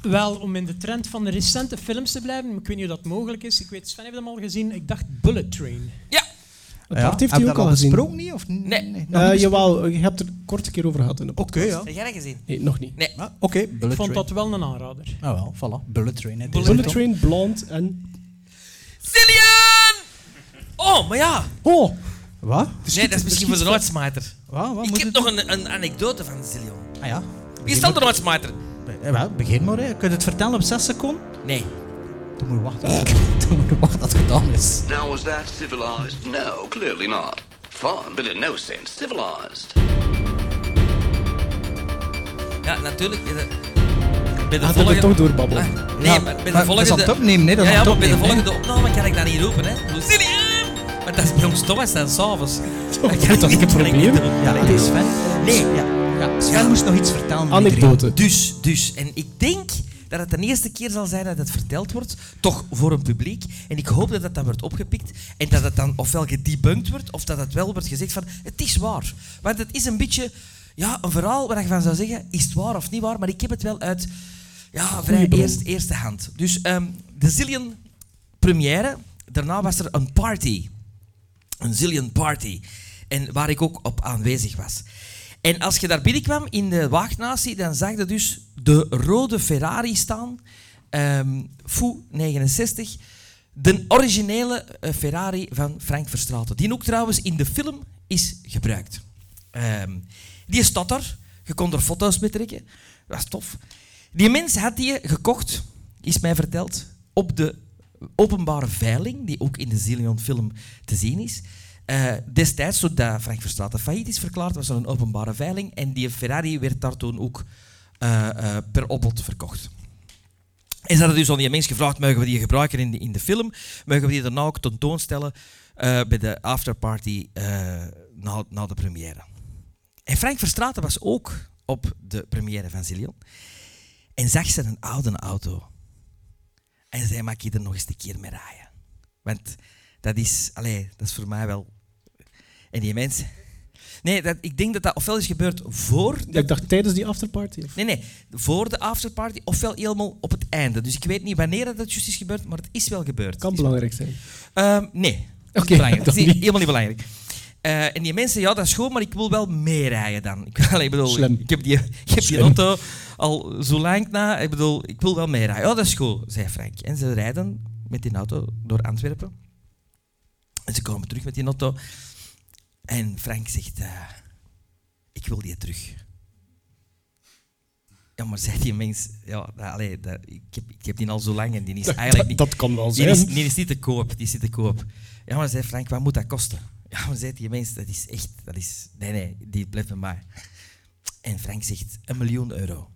Speaker 10: Wel, om in de trend van de recente films te blijven, ik weet niet of dat mogelijk is. Ik weet, Sven heeft hem al gezien. Ik dacht Bullet Train.
Speaker 5: Ja,
Speaker 6: Het hart
Speaker 4: heb
Speaker 6: heeft hij
Speaker 4: je
Speaker 6: ook
Speaker 4: dat
Speaker 6: al gezien.
Speaker 4: besproken niet? Of n-
Speaker 5: Nee.
Speaker 4: nog
Speaker 6: Eh,
Speaker 4: niet
Speaker 6: jawel, je hebt er kort een keer over gehad in de
Speaker 4: Oké,
Speaker 6: podcast.
Speaker 4: Oh. ja.
Speaker 5: heb jij dat gezien?
Speaker 6: Nee, nog niet.
Speaker 5: Oh. Nee.
Speaker 4: Ah, Oké, Bullet
Speaker 10: Ik vond
Speaker 4: Train.
Speaker 10: dat wel een aanrader.
Speaker 4: Ah wel, voilà. Bullet Train. hè, deze
Speaker 6: Bullet
Speaker 4: toch?
Speaker 6: Train, Blond en...
Speaker 5: Cillian! Oh, maar ja.
Speaker 6: Oh!
Speaker 4: Wat?
Speaker 5: Nee, dat is misschien voor de Noodsmijter.
Speaker 4: Wat? Wat
Speaker 5: Ik
Speaker 4: Oh, moet
Speaker 5: heb
Speaker 4: het-
Speaker 5: nog een, een anekdote van Cillian.
Speaker 4: Ah ja.
Speaker 5: Wie is dan de Noodsmijter?
Speaker 4: Eh, wel, begin maar. Hè. Kun je het vertellen op 6 seconden?
Speaker 5: Nee.
Speaker 4: Toen moet je wachten. Toen moet je wachten dat het gedaan is.
Speaker 3: Now, was that civilized? No, clearly not. Fun, but in no sense civilized.
Speaker 5: Ja, natuurlijk. Bij de, bij de
Speaker 6: Had
Speaker 5: volgende...
Speaker 6: er toch doorbabbelen.
Speaker 5: Ah, nee,
Speaker 4: Ja,
Speaker 5: maar bij de
Speaker 4: maar dat is
Speaker 5: volgende...
Speaker 4: aan het opnemen, hè, dat
Speaker 5: ja,
Speaker 4: is
Speaker 5: ja,
Speaker 4: aan het
Speaker 5: maar bij de
Speaker 4: opnemen,
Speaker 5: volgende opname kan ik dat niet roepen, hè. Ik bedoel, Cillian! Maar dat is bij ons Thomas, dat is s'avonds. Dat kan ik
Speaker 6: dat
Speaker 5: niet, dat kan ik niet
Speaker 6: proberen?
Speaker 5: doen.
Speaker 4: Ja, het is Sven. Nee. Ja. Ja, Sven moest nog iets vertellen. aan iedereen.
Speaker 6: Anekdote.
Speaker 5: Dus, dus. En ik denk dat het de eerste keer zal zijn dat het verteld wordt, toch voor een publiek. En ik hoop dat dat dan wordt opgepikt en dat het dan ofwel gedebunked wordt, of dat het wel wordt gezegd van het is waar. Want het is een beetje ja, een verhaal waar je van zou zeggen, is het waar of niet waar, maar ik heb het wel uit ja, vrij
Speaker 6: bron.
Speaker 5: eerst, eerste hand. Dus ehm, de Zillion première, daarna was er een party een zillion party. En waar ik ook op aanwezig was. En als je daar binnenkwam in de waagnatie, dan zag je dus de rode Ferrari staan. ehm Fou 69. De originele eh, Ferrari van Frank Verstraeten. Die ook trouwens in de film is gebruikt. Ehm, die staat er. Je kon er foto's mee trekken. Dat was tof. Die mens had die gekocht, is mij verteld, op de openbare veiling, die ook in de Zillion-film te zien is. Eh, destijds, zodat Frank Verstraeten failliet is verklaard, was er een openbare veiling en die Ferrari werd daar toen ook eh, eh, per opbod verkocht. En ze hadden dus aan die mensen gevraagd, mogen we die gebruiken in de, in de film? Mogen we die daarna ook tentoonstellen eh, bij de afterparty eh, na, na de première? En Frank Verstraeten was ook op de première van Zillion en zag ze een oude auto. En zei, mag je er nog eens een keer mee rijden? Want dat is, allee, dat is voor mij wel... En die mensen... Nee, dat, ik denk dat dat ofwel is gebeurd voor
Speaker 6: Ja, ik dacht tijdens die afterparty. of-
Speaker 5: Nee, nee. Voor de afterparty, ofwel helemaal op het einde. Dus ik weet niet wanneer dat juist is gebeurd, maar het is wel gebeurd.
Speaker 6: Kan belangrijk zijn.
Speaker 5: Ehm, nee. Dat is
Speaker 6: Oké,
Speaker 5: niet belangrijk.
Speaker 6: dan
Speaker 5: Dat is
Speaker 6: niet.
Speaker 5: niet- helemaal niet belangrijk. Eh, en die mensen, ja, dat is goed, maar ik wil wel meerijden dan. Ik, wil- allee, ik bedoel,
Speaker 6: Slim.
Speaker 5: ik heb die, ik heb die
Speaker 6: Slim.
Speaker 5: auto al zo lang na. Ik bedoel, ik wil wel meerijden. Ja, dat is goed, zei Frank. En ze rijden met die auto door Antwerpen. En ze komen terug met die auto. En Frank zegt, eh, ik wil die terug. Ja, maar zei die mens, ja, dat- allee, dat, ik, heb, ik heb die al zo lang en die is eigenlijk
Speaker 6: Dat,
Speaker 5: niet...
Speaker 6: dat kan wel
Speaker 5: Die is,
Speaker 6: zijn.
Speaker 5: die is niet te koop, die is niet te koop. Ja, maar zei Frank, wat moet dat kosten? Ja, maar zei die mens, dat is echt, dat is, nee, nee, die blijft bij mij. En Frank zegt een miljoen euro.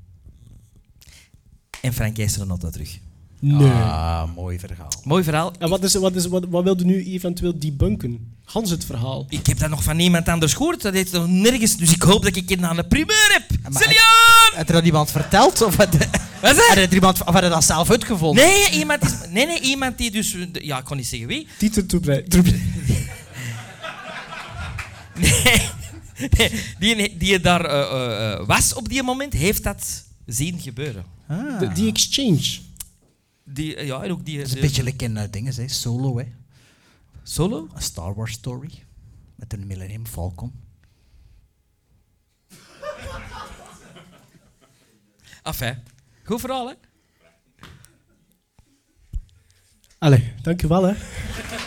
Speaker 5: En Frank eist er een nota terug.
Speaker 6: Nee.
Speaker 4: Ah, mooi verhaal.
Speaker 5: Mooi verhaal.
Speaker 6: En wat, is, wat, is, wat, wat wilde nu eventueel debunken? Hans het verhaal.
Speaker 5: Ik heb dat nog van niemand anders gehoord. Dat heeft nog nergens. Dus ik hoop dat ik hier aan de primeur heb.
Speaker 4: Maar-
Speaker 5: Celine!
Speaker 4: Had er dat iemand verteld? Of had,
Speaker 5: Wat
Speaker 4: had
Speaker 5: zeg?
Speaker 4: er iemand, of had er dat zelf uitgevonden?
Speaker 5: Nee, iemand is, nee, nee, iemand die dus... Ja, ik kon niet zeggen wie.
Speaker 6: Titel Toebrei.
Speaker 5: Nee, nee, die, die daar eh, eh, eh, was op die moment, heeft dat zien gebeuren.
Speaker 6: De- Die exchange.
Speaker 5: Die, eh, ja, en ook die...
Speaker 4: Dat is een
Speaker 5: de-
Speaker 4: beetje like in eh, dingen, hè. Solo, hè.
Speaker 5: Solo?
Speaker 4: Een Star Wars story. Met een Millennium Falcon.
Speaker 5: Enfin, goed verhaal, hè?
Speaker 6: Allee, dankjewel hè.